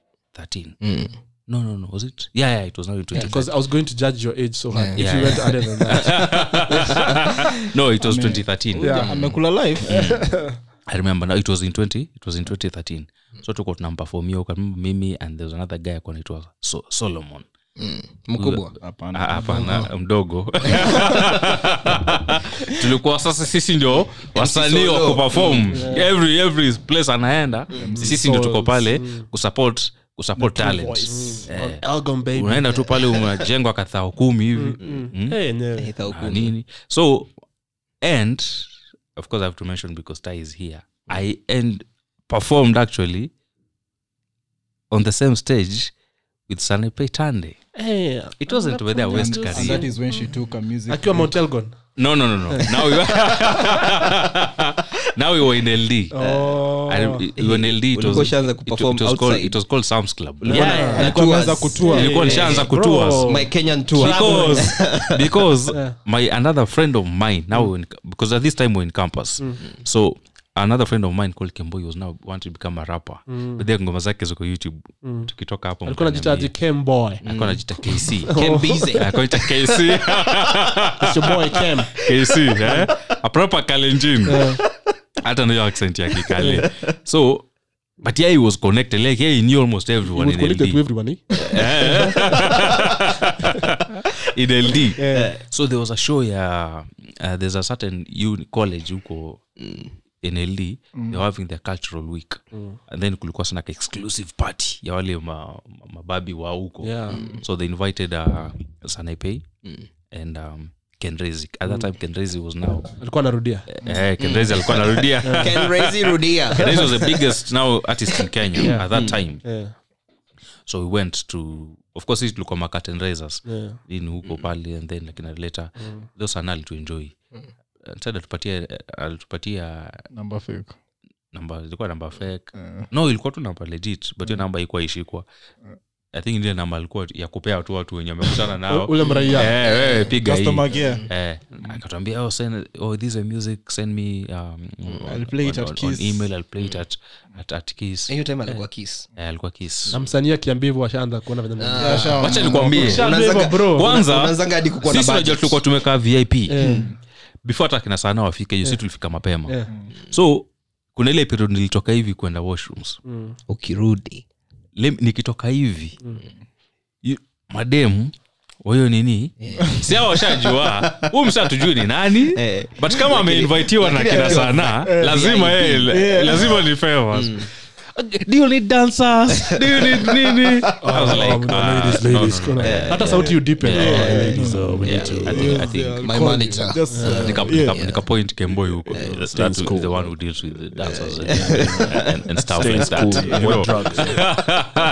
Speaker 1: Mm.
Speaker 4: no no no was it yeah yeah it was not in 20
Speaker 3: Because I was going to judge your age so
Speaker 1: Yeah.
Speaker 3: hard. If
Speaker 4: Yeah.
Speaker 3: you went other than that,
Speaker 4: no it was 2013
Speaker 2: amekula life
Speaker 4: i remember now it was in 20 it was in 2013 so tuko tunampafomia ukamemba mimi and there's another guy akanaitwa so, solomon
Speaker 1: mkubwa
Speaker 4: Ah, hapana mdogo tulikuwa sasa sisi ndio wasanii wa kuperform every every place anaenda sisi ndio tuko pale kusupport kusupport talent Eh,
Speaker 3: Elgon baby.
Speaker 4: unaenda tu pale unajengwa kathao kumi hivi Mm.
Speaker 3: Eh, yenyewe.
Speaker 1: Aitha
Speaker 4: Ah,
Speaker 1: hukumu.
Speaker 4: nini so and of course i have to mention because ty is here i and performed actually on the same stage with sanepe tande
Speaker 3: Eh,
Speaker 4: it wasn't whether west
Speaker 2: and that
Speaker 4: career
Speaker 2: is when she took a music
Speaker 4: Ah.
Speaker 3: akiwa Mount Elgon.
Speaker 4: no no no no now we were, now we were in ld
Speaker 3: Oh.
Speaker 4: I, we were in ld it was,
Speaker 1: Ulikuwa
Speaker 4: it,
Speaker 1: ushaanza
Speaker 4: it
Speaker 1: kuperform
Speaker 4: was called
Speaker 1: outside.
Speaker 4: it was called sam's club
Speaker 1: Ulikuwa na-
Speaker 4: yeah.
Speaker 1: na
Speaker 2: Alikuwa
Speaker 1: tours.
Speaker 2: ameanza kutua.
Speaker 1: Eh,
Speaker 4: ilikuwa nishaanza kutua
Speaker 1: my kenyan tour
Speaker 4: because because my another friend of mine now we're in, because at this time we're in campus
Speaker 3: Mm.
Speaker 4: so another friend of mine called Kemboy was now want to become a rapper but then ngoma zake ziko youtube tukitoka hapo
Speaker 3: Mm. alikuwa Oh. najita aje
Speaker 4: mtaniambia.
Speaker 3: kem boy
Speaker 4: alikuwa anajita kc
Speaker 1: Kembize.
Speaker 4: Alikuwa anajiita kc
Speaker 3: It's your boy kem
Speaker 4: kc eh? a proper kalenjin hata nayo accent ya kikale so but yeah he was connected like yeah, he knew almost everyone
Speaker 3: was
Speaker 4: in
Speaker 3: connected
Speaker 4: LD.
Speaker 3: to everyone eh?
Speaker 4: in LD. Eh, So there was a show ya uh, there's a certain uni college huko in LD they were having their cultural week and then kulikuwa sana ka exclusive party ya wale ma, ma- mababi wa huko
Speaker 3: Yeah.
Speaker 4: so they invited uh, Sanaipei and um, Kenrezi at that time Kenrezi was now
Speaker 3: alikuwa anarudia
Speaker 4: eh, Kenrezi alikuwa anarudia
Speaker 1: Ken Rezi rudia
Speaker 4: Kenrezi was the biggest now artist in Kenya at that time
Speaker 3: Eh,
Speaker 4: so we went to of course sisi tulikuwa macarten razors
Speaker 3: Yeah.
Speaker 4: in huko pale and then lakini later
Speaker 2: Mm.
Speaker 4: those sana alituenjoy Uh, Ted alitupatia alitupatia
Speaker 2: number fake
Speaker 4: namba ilikuwa namba fake
Speaker 2: Mm.
Speaker 4: no ilikuwa tu namba legit but hiyo namba ilikuwa ishikwa i think ile namba alikuwa ya kupea tu watu wenye wamekutana nao
Speaker 3: ule mraia
Speaker 4: Eh, wewe piga hii
Speaker 2: Mm. customer Mm. care
Speaker 4: Eh, akatuambia oh, send, oh, this is music send me um, on-
Speaker 2: play it
Speaker 4: on-
Speaker 2: at
Speaker 4: on- on
Speaker 2: Kiss." Mm.
Speaker 4: email i'll play it at, at, at kiss
Speaker 1: hiyo time alikuwa kiss
Speaker 4: Eh, alikuwa kiss
Speaker 3: na msanii akiambia hivyo washaanza kuona venye
Speaker 4: wacha nikwambie
Speaker 1: Unaanzaga-
Speaker 4: kwanza
Speaker 1: unaanzaga hadi kukuwa na
Speaker 4: sisi
Speaker 1: budget. Eh.
Speaker 4: unajua tulikuwa tumekaa vip before hata kina sana wafike hiyo si tulifika mapema
Speaker 3: Yeah.
Speaker 4: so kuna ile period nilitoka hivi kwenda washrooms
Speaker 1: Mm. ukirudi
Speaker 4: Lem- nikitoka hivi
Speaker 1: Mm.
Speaker 4: yu- mademu wahiyo nini si hawa washajua huyu msatujui ni nani
Speaker 1: Eh.
Speaker 4: but kama ameinvitiwa na
Speaker 1: lakini Eh.
Speaker 4: kina
Speaker 1: akiwa
Speaker 4: sana lazima yeye-
Speaker 1: Eh.
Speaker 4: lazima ni famous
Speaker 1: Mm.
Speaker 4: do you need dancers do you need nini
Speaker 1: Oh,
Speaker 4: I was
Speaker 3: Oh,
Speaker 4: like, ah, no, no, no.
Speaker 3: hata sauti udipen
Speaker 4: I think- I think
Speaker 1: my manager
Speaker 2: just uh,
Speaker 4: Nika- nika- nikapoint Kemboi huko. That's- that's the one who deals with the dancers and- and- and- and stuff like that, you know.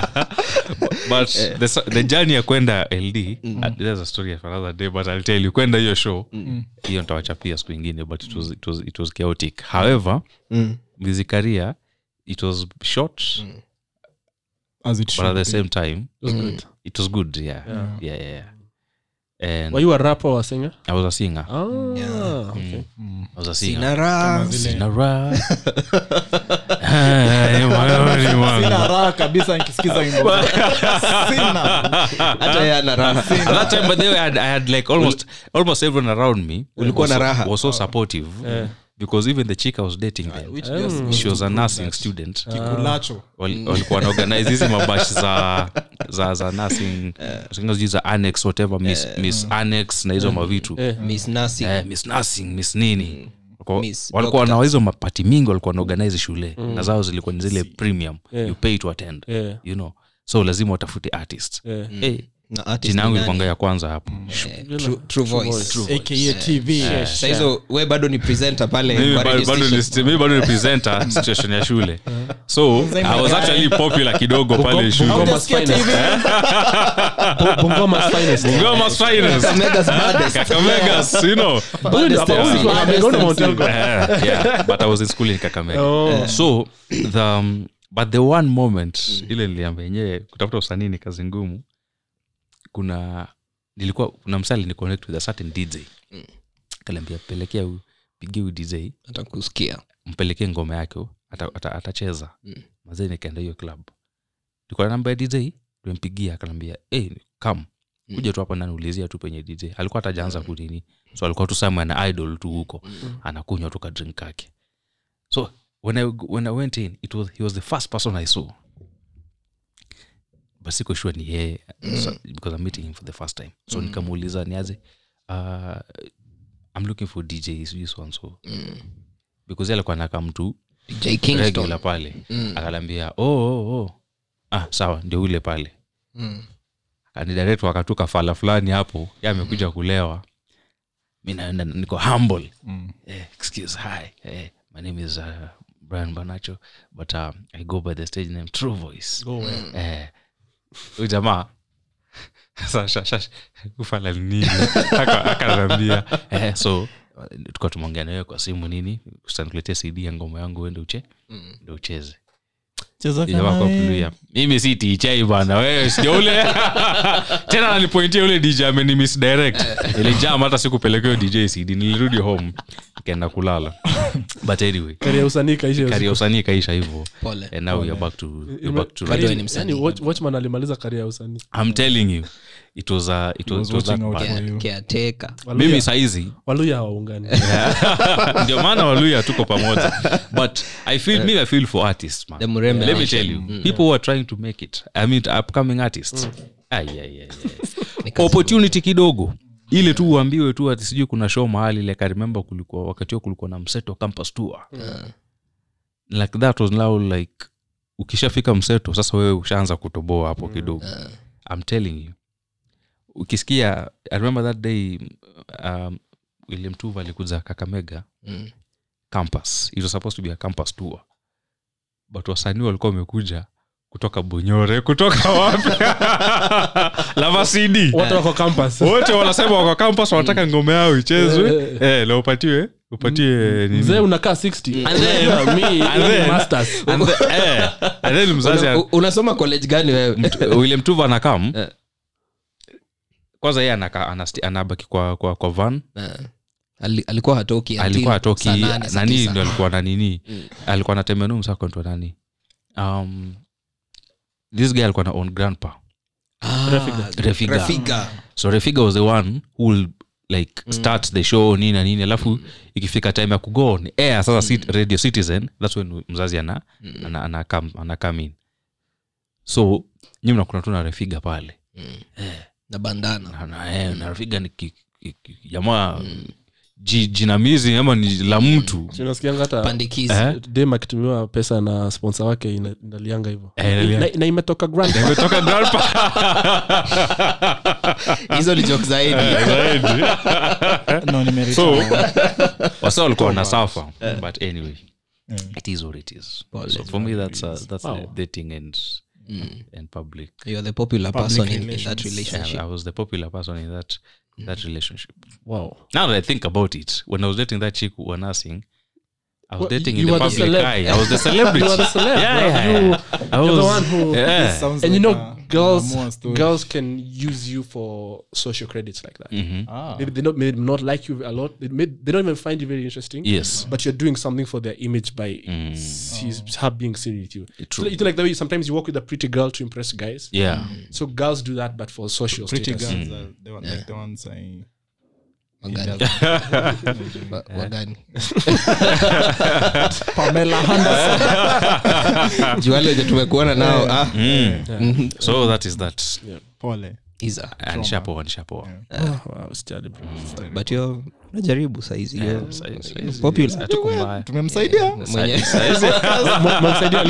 Speaker 4: But the s- the journey ya kwenda ld uh, there's a story of another day but i'll tell you kwenda hiyo show hiyo ntawachapia siku ingine but it was, it was, it was chaotic however muzikaria it was short
Speaker 2: as it
Speaker 4: but at
Speaker 2: should
Speaker 4: the same time it was good yeah yeah yeah, yeah. and
Speaker 3: were you a rapper or a singer
Speaker 4: i was a singer
Speaker 3: ah okay
Speaker 4: i was a singer
Speaker 1: Nara-
Speaker 4: Sina raha. Eh, moyoni mwangu.
Speaker 2: sina raha kabisa nikisikiza wimbo sina
Speaker 1: hata yeye ana raha
Speaker 4: At that time, by the way, I had, I had like almost almost everyone around me
Speaker 1: Ulikuwa
Speaker 4: was,
Speaker 1: na raha.
Speaker 4: was so supportive because even the chick I was dating then, she was a nursing student.
Speaker 1: Ah.
Speaker 2: kulacho
Speaker 4: Wal- walikuwa wanaorganize hizi mabash za za za nursing
Speaker 1: Eh.
Speaker 4: zingine sijui za annex whatever miss miss annex na hizo mavitu
Speaker 1: miss nasi
Speaker 4: eh, miss nursing miss nini Walikuwa-
Speaker 1: Mm. Miss
Speaker 4: walikuwa na hizo mapati mingi walikuwa wanaorganize shule na zao zilikuwa ni zile premium you pay to attend
Speaker 3: Yeah.
Speaker 4: you know so lazima watafute artist
Speaker 3: Yeah.
Speaker 4: hey,
Speaker 1: Mm. na artist
Speaker 4: eh. jina yangu
Speaker 1: ni nani?
Speaker 4: ilikuanga ya kwanza hapo
Speaker 1: Eh, True- True Voice.
Speaker 2: aka tv
Speaker 1: Sasa hizo we bado ni presenter pale
Speaker 4: Mimi
Speaker 1: kwa radio
Speaker 4: bado- bado
Speaker 1: station. Uh-huh.
Speaker 4: ni- mimi bado ni presenter situation ya shule so i was actually popular kidogo pale shule
Speaker 3: Bungoma's finest. Bungoma's finest.
Speaker 4: Ngoma's finest.
Speaker 1: Megas baddest.
Speaker 4: Kakamegas, you know.
Speaker 1: Baddest
Speaker 3: Huyu
Speaker 1: MC.
Speaker 3: ndio amegonga Mount Elgon.
Speaker 4: Eh, yeah, but i was in school in kakamega
Speaker 3: Oh,
Speaker 4: so the um, but the one moment ile niliambia yenyewe kutafuta usanii ni kazi ngumu kuna nilikuwa kuna msali ni connect with a certain dj kaliambia pelekea huyu- pigie huyu dj
Speaker 1: Atakusikia.
Speaker 4: mpelekee ngoma yake atacheza ata, ata, atacheza mazee nikaenda hiyo club nilikuwa na namba ya dj tumempigia akanambia hey, kam kuja tu hapa ndani ulizia tu penye dj alikuwa hatajaanza kunini so alikuwa tu samwe na idol tu huko anakunywa tu kadrink kake so when I, when i went in it was, he was the first person i saw but siko sure ni yeye so, because i'm meeting him for the first time so nikamuuliza niaze uh, i'm looking for dj sijui so and so because yeye alikuwa anaka mtu
Speaker 1: J. Kingston.
Speaker 4: regular pale mm. akalambia oh, oh, oh. ah, sawa ndio ule pale
Speaker 1: Mm.
Speaker 4: akanidirect wakatuka fala fulani hapo ye amekuja
Speaker 1: Mm.
Speaker 4: kulewa mi naenda niko humble mm. eh, excuse hi eh, my name is uh, brian banacho but um, i go by the stage name true voice
Speaker 3: Go away.
Speaker 1: Mm.
Speaker 4: eh, huyu jamaa ufala nini akanambia eh, so uh, tulikuwa tumeongea nawewe kwa simu nini utanikuletea cd ya ngoma yangu uende uche ndo ucheze Jamaa kwa kulia. mimi si tichai bana wewe sijaule tena nanipointia ule dj ameni misdirect ile jam hata sikupelekeo dj cd nilirudi home nikaenda kulala but anyway
Speaker 3: Karia usanii kaisha hiyo
Speaker 4: kari ya usanii ikaisha hivyo
Speaker 1: Pole.
Speaker 4: and now we are back to, we're
Speaker 3: Ime-
Speaker 4: back to
Speaker 1: Bado
Speaker 3: Yaani-
Speaker 1: yeye ni msanii.
Speaker 3: yaani Watch- watchman alimaliza karia ya usanii
Speaker 4: i'm telling you it was, uh, it was,
Speaker 2: was
Speaker 4: it was that
Speaker 2: watching out
Speaker 4: bad.
Speaker 2: for
Speaker 1: Care-
Speaker 2: you.
Speaker 1: caretaker.
Speaker 3: Waluya-
Speaker 4: mimi saizi
Speaker 3: waluya hawaungani
Speaker 4: ndio maana waluya tuko pamoja but i feel me i feel for artists man
Speaker 1: Eh. The Murembe Mm.
Speaker 4: let me
Speaker 1: Nation.
Speaker 4: tell you people who are trying to make it i mean upcoming artists
Speaker 1: Mm.
Speaker 4: Ai, ai, ai,
Speaker 1: Ni
Speaker 4: ai.
Speaker 1: kazi
Speaker 4: opportunity kidogo ile tu uambiwe tu ati sijui kuna show mahali like i remember kulikuwa wakati huo kulikuwa na mseto campus tour like that was now like ukishafika mseto sasa wewe ushaanza kutoboa hapo
Speaker 1: Mm.
Speaker 4: kidogo i'm telling you ukisikia i remember that day um, william tuva alikuja kakamega
Speaker 1: Mm.
Speaker 4: campus it was supposed to be a campus tour but wasanii walikuwa wamekuja kutoka bonyore kutoka wapi lava cd
Speaker 3: watu wako campus
Speaker 4: wote wanasema wako campus wanataka ngome yao ichezwe
Speaker 3: Eh.
Speaker 4: eh, leo upatie upatie
Speaker 1: Mm.
Speaker 4: nini?
Speaker 3: mzee unakaa 60
Speaker 4: Mm.
Speaker 1: And then-
Speaker 3: Anasema, "Me,
Speaker 4: And then-
Speaker 3: masters
Speaker 4: And the- eh, and then mzazi
Speaker 1: Una- u- unasoma college gani wewe
Speaker 4: Mtu- eh, william tuva anakam
Speaker 1: Eh.
Speaker 4: kwanza yeye anaka- anasti- anabaki kwa, kwa, kwa van
Speaker 1: Eh. Ali- alikuwa hatoki until
Speaker 4: alikuwa
Speaker 1: saa
Speaker 4: atoki
Speaker 1: nane, saa
Speaker 4: nani
Speaker 1: tisa. Mm.
Speaker 4: ndo alikuwa na nini alikuwa anatembea nu msakontwa nani um, this guy alikuwa na own grandpa
Speaker 1: Ah,
Speaker 4: Refiga.
Speaker 1: Refiga.
Speaker 4: so refiga was the one who will like
Speaker 1: Mm.
Speaker 4: start the show nini na nini alafu ikifika time ya kugo on air
Speaker 1: Mm.
Speaker 4: sasa sit- radio citizen thats when mzazi ana, ana, ana, come, ana come in so nyi mnakuna tu na refiga pale
Speaker 1: na bandana
Speaker 4: na- na-
Speaker 1: Mm.
Speaker 4: eh, na refiga ni ki- ki- ki- jamaa ji- jinamizi ama ni la mtu
Speaker 1: Mm.
Speaker 3: Si unasikianga hata
Speaker 1: pandikizi
Speaker 4: Eh?
Speaker 3: dem akitumiwa pesa na sponsor wake ina- inalianga hivyo
Speaker 4: Eh, inalianga.
Speaker 3: Na- na imetoka grand
Speaker 4: Kutoka Grandpa.
Speaker 1: hizo ni joke zaidi
Speaker 4: Zaidi.
Speaker 2: no, nimerita-
Speaker 4: so wasa walikuwa na safa but anyway it is what it is so for me that's uh, that's
Speaker 3: Wow.
Speaker 4: the dating and and public
Speaker 1: you are the popular
Speaker 2: Public
Speaker 1: person in, in that
Speaker 2: relations.
Speaker 1: relationship
Speaker 4: Yeah, i was the popular person in that that relationship
Speaker 3: wow
Speaker 4: now that i think about it when i was dating that chick who were nursing I was
Speaker 3: Well,
Speaker 4: dating
Speaker 3: you
Speaker 4: in the
Speaker 3: were the
Speaker 4: public
Speaker 3: celeb.
Speaker 4: eye. I was the celebrity.
Speaker 3: You are the celeb,
Speaker 4: Yeah,
Speaker 3: bro.
Speaker 4: yeah,
Speaker 3: You-
Speaker 4: yeah. I
Speaker 3: you're the
Speaker 4: was-
Speaker 3: one who-
Speaker 4: yeah.
Speaker 2: This sounds
Speaker 3: and you
Speaker 2: like uh,
Speaker 3: know
Speaker 2: a- Namua
Speaker 3: girls
Speaker 2: story.
Speaker 3: girls can use you for social credits like that
Speaker 4: Mhm.
Speaker 2: Ah.
Speaker 3: maybe they not may not like you a lot they, may, they don't even find you very interesting
Speaker 4: Yes.
Speaker 3: but you're doing something for their image by
Speaker 4: Mm.
Speaker 3: sees, her being seen with you
Speaker 4: True.
Speaker 3: It's like the way sometimes you walk with a pretty girl to impress guys
Speaker 4: Yeah.
Speaker 3: so girls do that but for social
Speaker 2: pretty
Speaker 3: status.
Speaker 2: girls are the one, like the ones I
Speaker 1: Wagani. Wa- wagani
Speaker 2: Pamela Anderson.
Speaker 1: juali wenye tumekuona nao ah,
Speaker 4: Mm. So that is that.
Speaker 2: Pole.
Speaker 1: iza
Speaker 4: And shapo and shapo.
Speaker 3: Oh, wow, it's terrible.
Speaker 1: but yo unajaribu saizi yo
Speaker 4: Sa- sa-
Speaker 1: popular
Speaker 4: hatukumbaya.
Speaker 2: Tumemsaidia.
Speaker 1: mwenye
Speaker 3: Mnamsaidia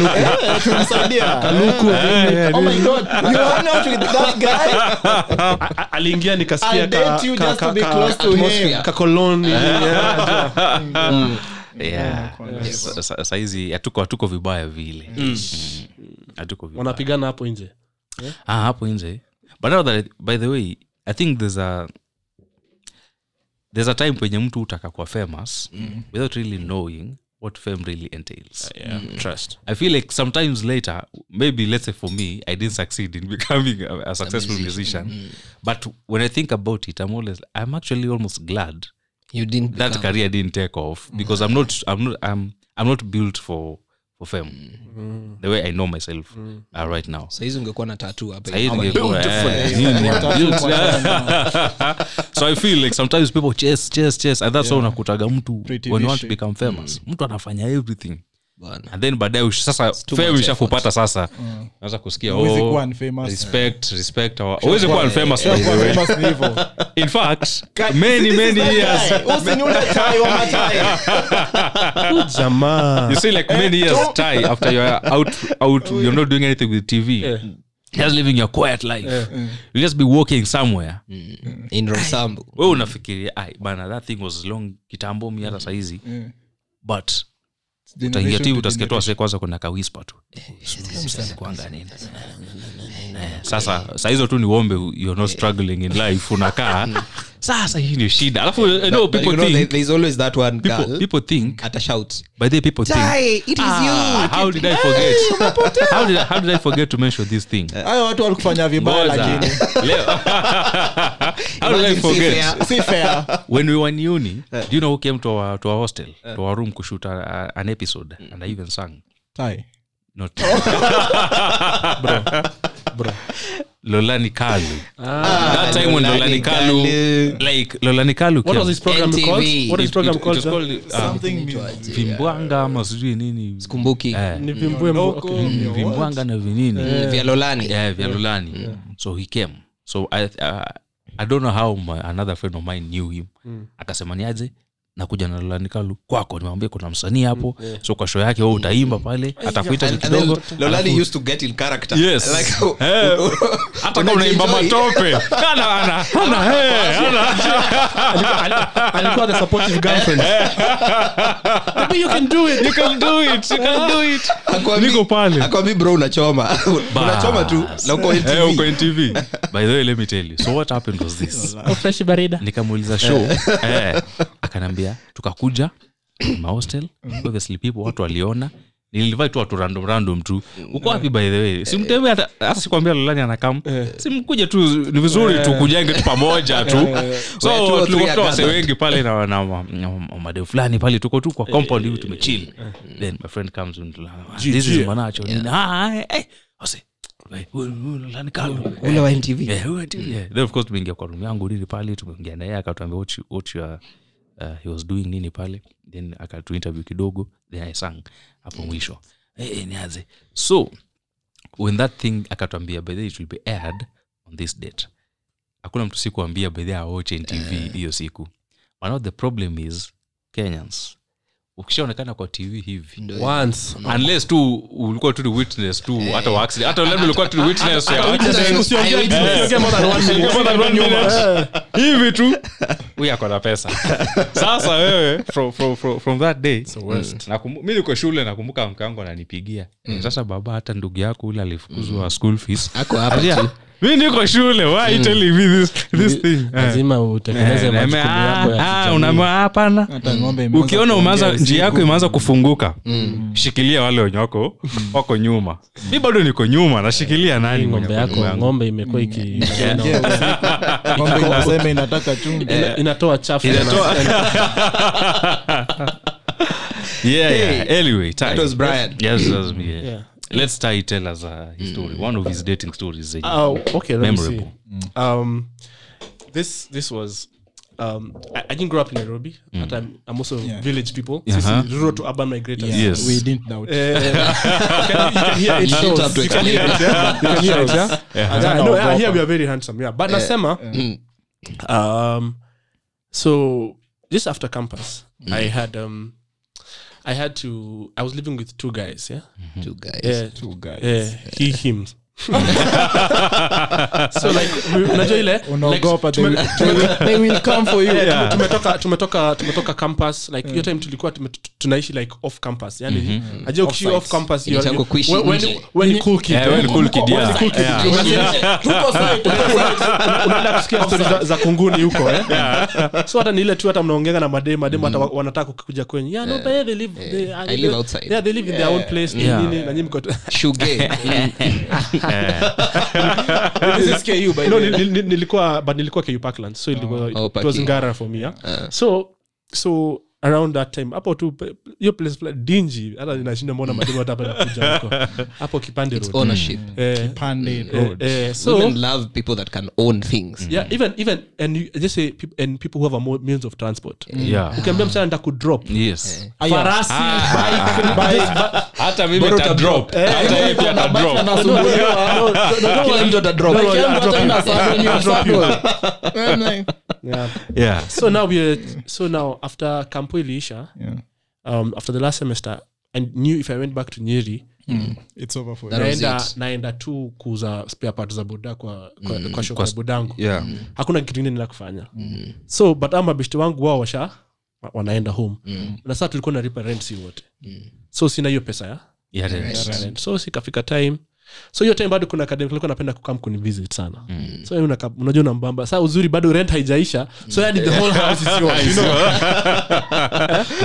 Speaker 3: Luku.
Speaker 2: Tumemsaidia. Oh my God. You hung out with that guy?
Speaker 3: A- a- aliingia nikasikia
Speaker 2: I date you just to be close to him.
Speaker 3: kakoloni
Speaker 4: Yeah. Sa- sa- saizi hatuko hatuko vibaya vile Mm. hatuko vibaya
Speaker 3: wanapigana hapo nje
Speaker 4: ah, hapo nje but now that, by the way i think there's a there's a time penye mtu utaka kuwa famous without really knowing what fame really entails
Speaker 3: trust
Speaker 4: i feel like sometimes later maybe let's say for me i didn't succeed in becoming a, a successful musician Mm. but when i think about it i'm always i'm actually almost glad
Speaker 1: you didn't
Speaker 4: that
Speaker 1: become-
Speaker 4: career didn't take off because i'm not i'm not i'm i'm not built for for fame
Speaker 2: Mm.
Speaker 4: the way i know myself uh, right now
Speaker 1: sahizi ungekuwa na tatu hapa
Speaker 4: Sahizi
Speaker 1: Ama-
Speaker 4: ningekuwa, eh, beautiful. so i feel like sometimes people chase chase chase and that's yeah. unakutaga mtu
Speaker 2: Pretty
Speaker 4: when you want
Speaker 2: wishy.
Speaker 4: to become
Speaker 1: Mm.
Speaker 4: famous mtu anafanya everything
Speaker 1: Bwana.
Speaker 4: and then baadaye ush- sasa
Speaker 1: too
Speaker 4: fame
Speaker 1: much
Speaker 4: ishakupata sasa naweza kusikia
Speaker 2: Mm. Huwezi
Speaker 4: oh,
Speaker 2: kuwa unfamous.
Speaker 4: respect respect our uwezi kuwa unfamous by the
Speaker 2: Kwa
Speaker 4: way
Speaker 2: famous ni hivyo.
Speaker 4: in fact many many years
Speaker 3: jamaa
Speaker 4: you see like many
Speaker 1: Eh,
Speaker 4: years tie after you're out out you're not doing anything with tv just living your quiet life you just be walking somewhere
Speaker 1: In Rosambu.
Speaker 4: we unafikiria ai bana that thing was long kitambo mi hata saizi but utaingia
Speaker 2: Generation
Speaker 4: tv
Speaker 2: to
Speaker 4: utasikia tu wase kwanza kuna kawispa tu
Speaker 1: Eh,
Speaker 4: Kuanga nini? Eh, sasa sahizo tu niombe you're not struggling in life unakaa sasa hii ni shida alafu I know,
Speaker 1: But you
Speaker 4: people
Speaker 1: know, there-
Speaker 4: think
Speaker 1: there's always that one
Speaker 4: people,
Speaker 1: girl
Speaker 4: people think
Speaker 1: atashout
Speaker 4: by the way, people think
Speaker 1: "Tai, it is
Speaker 4: ah,
Speaker 1: you."
Speaker 4: how did i forget how did I, how did i forget to mention this thing
Speaker 2: hayo watu walikufanya vibaya
Speaker 4: Ngoja.
Speaker 2: lakini
Speaker 4: Leo. how did i
Speaker 1: Imagine si
Speaker 4: forget
Speaker 1: fair.
Speaker 2: si fair
Speaker 4: when we were in uni do you know who came to our, to our hostel to our room kushoot a, a, an episode and i even sang
Speaker 2: Tai.
Speaker 4: not
Speaker 1: Oh.
Speaker 4: bro, bro. lolani kalu
Speaker 1: Ah.
Speaker 4: that time when lolani
Speaker 1: Lolani
Speaker 4: kalu like lolani kalu
Speaker 3: what was his program
Speaker 1: NTV.
Speaker 3: called what is his program called sir?
Speaker 4: uh, vimbwanga ama sijui nini
Speaker 1: kumbuki
Speaker 4: Eh,
Speaker 3: ni vimbwe
Speaker 2: Loko, your what?
Speaker 4: vimbwanga na vinini
Speaker 1: Mm, vya lolani
Speaker 4: yeah, vya lolani so he came so i, uh, I don't know how my, another friend of mine knew him akasema niaje nakuja na lolani kalu kwako nimwambia kuna msanii hapo so kwa show yake wewe utaimba pale atakuita tu
Speaker 1: And- and then
Speaker 4: kidogo
Speaker 1: lolani
Speaker 4: alafu-
Speaker 1: used to get in character
Speaker 4: Yes.
Speaker 1: Like,
Speaker 4: Eh, hata kama unaimba
Speaker 1: unajienjoy.
Speaker 4: matope Ana- ana- ana, eh, ana.
Speaker 3: alikuwa the supportive girlfriend maybe you can do it
Speaker 4: You can do it, you can do it.
Speaker 1: Hakuambi-
Speaker 4: Niko pale.
Speaker 1: hakuambi bro unachoma unachoma tu na uko NTV.
Speaker 4: Eh, uko NTV. By the way, let me tell you. So what happened was this. nikamuuliza show eh, akanambia tukakuja mahostel
Speaker 1: Mhm.
Speaker 4: obviously people watu waliona nilivai tu watu random random tu uko wapi by the way simtembee hata hata sikwambia lolani anakam
Speaker 1: Eh.
Speaker 4: simkuje tu ni vizuri tu kujenge tu pamoja tu
Speaker 1: We're Eh. two
Speaker 4: so
Speaker 1: or three
Speaker 4: tulikuwa wase
Speaker 1: adults.
Speaker 4: wengi pale na na ma- ma- madeu fulani pale tuko tu kwa compound hivi tumechill then my friend comes and this is manacho nini ah eh, eh I say, "Hey, huyu- huyu Lolani Kalu."
Speaker 1: ule wa ntv
Speaker 4: Yeah, we went in, yeah. eh. Then of course tumeingia kwa room yangu lili pale tumeongea naye akatuambia what you- what you are, uh, he was doing nini pale then akatuinterview kidogo then i sang hapo mwisho Eh, eh, niaze so when that thing akatuambia by the way it will be aired on this date hakuna mtu sikuambia by the way awoche tv hiyo siku but now the problem is kenyans ukishaonekana kwa tv hivi
Speaker 3: once
Speaker 4: unless tu ulikuwa tu ni witness tu
Speaker 3: Eh.
Speaker 4: hata wa accident hata labda ulikuwa tu ni witness ya accident hivi tu huyu ako na pesa sasa wewe from, from, from, from that day nakumbu- mi niko shule nakumbuka mkango ananipigia
Speaker 3: Mm.
Speaker 4: Eh, sasa baba hata ndugu yako ule alifukuzwa school fees
Speaker 1: ako hapa
Speaker 4: Alia,
Speaker 1: tu.
Speaker 4: mi niko shule why are you telling me this, this thing Eh.
Speaker 3: Mm. lazima
Speaker 4: Eh,
Speaker 3: utekeleze
Speaker 4: neme-
Speaker 3: majukumu yako ya
Speaker 4: ah, ah,
Speaker 3: kijamii.
Speaker 4: unaambiwa hapana
Speaker 2: Hata ng'ombe imeanza
Speaker 4: ukiona umeanza
Speaker 2: kuongea
Speaker 4: njia yako
Speaker 2: usiku.
Speaker 4: imeanza kufunguka
Speaker 3: Mm.
Speaker 4: shikilia wale wenye wako wako nyuma mi bado niko nyuma nashikilia nani
Speaker 3: ng'ombe
Speaker 4: mwenye ako nyuma
Speaker 3: yako
Speaker 4: yangu?
Speaker 3: ng'ombe imekuwa iki
Speaker 2: Yeah, usiku. Ng'ombe inasema inataka chumvi.
Speaker 4: Eh.
Speaker 3: ina- inatoa chafu
Speaker 4: Inatoa- Yeah, yeah. Anyway, Tai.
Speaker 1: That was Brian.
Speaker 4: Yes, that was me, yeah.
Speaker 3: Yeah.
Speaker 4: Let's Tai tell us a his story, one of his dating stories. eh. zenye-
Speaker 3: Oh, okay. Let me
Speaker 4: Memorable. Mm.
Speaker 3: see. Um, this this was. Um, I, I didn't grow up in Nairobi. But I'm, I'm also village people. This
Speaker 4: Mm. Uh-huh.
Speaker 3: is rural to urban migrators.
Speaker 4: Yes.
Speaker 2: We didn't doubt.
Speaker 1: You don't have to explain.
Speaker 3: Yeah, no, yeah, here we are very handsome. Yeah, but Nasema, um, so just after campus,
Speaker 4: Mm.
Speaker 3: I had um, I had to. I was living with two guys. Yeah,
Speaker 1: Two guys.
Speaker 3: yeah,
Speaker 2: Two guys.
Speaker 3: yeah, he him. so like, we- unajua ile
Speaker 2: unaogopa they will- they will- they will come for you.
Speaker 3: Yeah, tume- tumetoka tumetoka tumetoka campus like
Speaker 2: Eh.
Speaker 3: hiyo time tulikuwa tume- tu- tunaishi like off campus yani ajua ukishi
Speaker 1: Off
Speaker 3: off
Speaker 1: sites.
Speaker 3: campus you are-
Speaker 1: Inaitangwa kuishi
Speaker 3: when- when-
Speaker 1: nje.
Speaker 3: when you cool kid,
Speaker 4: Eh,
Speaker 3: eh?
Speaker 4: well, cool kid, yeah. Yeah.
Speaker 3: unaenda kusikia stori za, za kunguni huko eh? so hata ni ile tu hata mnaongea na mademu mademu hata wa- wanataka kukuja kwenyu yeah, no, but yeah, they live, they,
Speaker 1: I
Speaker 3: they-
Speaker 1: live outside.
Speaker 3: yeah, they live in their own place nini,
Speaker 4: Yeah.
Speaker 3: nini, na nyinyi mko tu-
Speaker 1: Shuge.
Speaker 4: Eh,
Speaker 3: no, ni- ni- ni- nilikuwa but nilikuwa ku parkland so ilikuwa
Speaker 1: Oh,
Speaker 3: it was
Speaker 1: Paki.
Speaker 3: ngara for me yeah? so so around that time hapo tu pe- hiyo place fla- dingy hata inashinda mbona mademu hata hapa nakuja huko hapo kipande
Speaker 1: It's
Speaker 3: road
Speaker 1: ownership.
Speaker 3: eh,
Speaker 2: Pande
Speaker 3: eh,
Speaker 2: road.
Speaker 3: eh, so
Speaker 1: Mm. Women love people that can own things.
Speaker 3: yeah even even and you just say peop and people who have a more means of transport
Speaker 4: yeah
Speaker 3: ukiambia msichana ndakudrop
Speaker 4: yes
Speaker 3: farasi
Speaker 4: hata mimi ta drop hata yeye pia ta drop
Speaker 1: Kila mtu ata drop.
Speaker 4: yeah
Speaker 3: so now we're so now after kampo iliisha
Speaker 2: Yeah.
Speaker 3: um, after the last semester i knew if i went back to nyeri
Speaker 2: It's over for
Speaker 1: That
Speaker 2: you.
Speaker 1: was
Speaker 3: naenda
Speaker 1: it.
Speaker 3: naenda tu kuuza spare parts za boda kwa, kwa, kwa shop
Speaker 4: Kwa
Speaker 3: ya
Speaker 4: s-
Speaker 3: bodangu
Speaker 4: yeah
Speaker 3: hakuna kitu ingine nila kufanya so but ama beshte wangu wao washa wa- wanaenda home na saa tulikuwa naripa rent si wote so sina hiyo pesa ya
Speaker 4: yeah right.
Speaker 3: ya rent. so sikafika time so hiyo time bado kuna academic alikuwa napenda kukam kunivisit sana so yeye unaka- unajua unambamba saa uzuri bado rent haijaisha so yani the whole house is yours you know?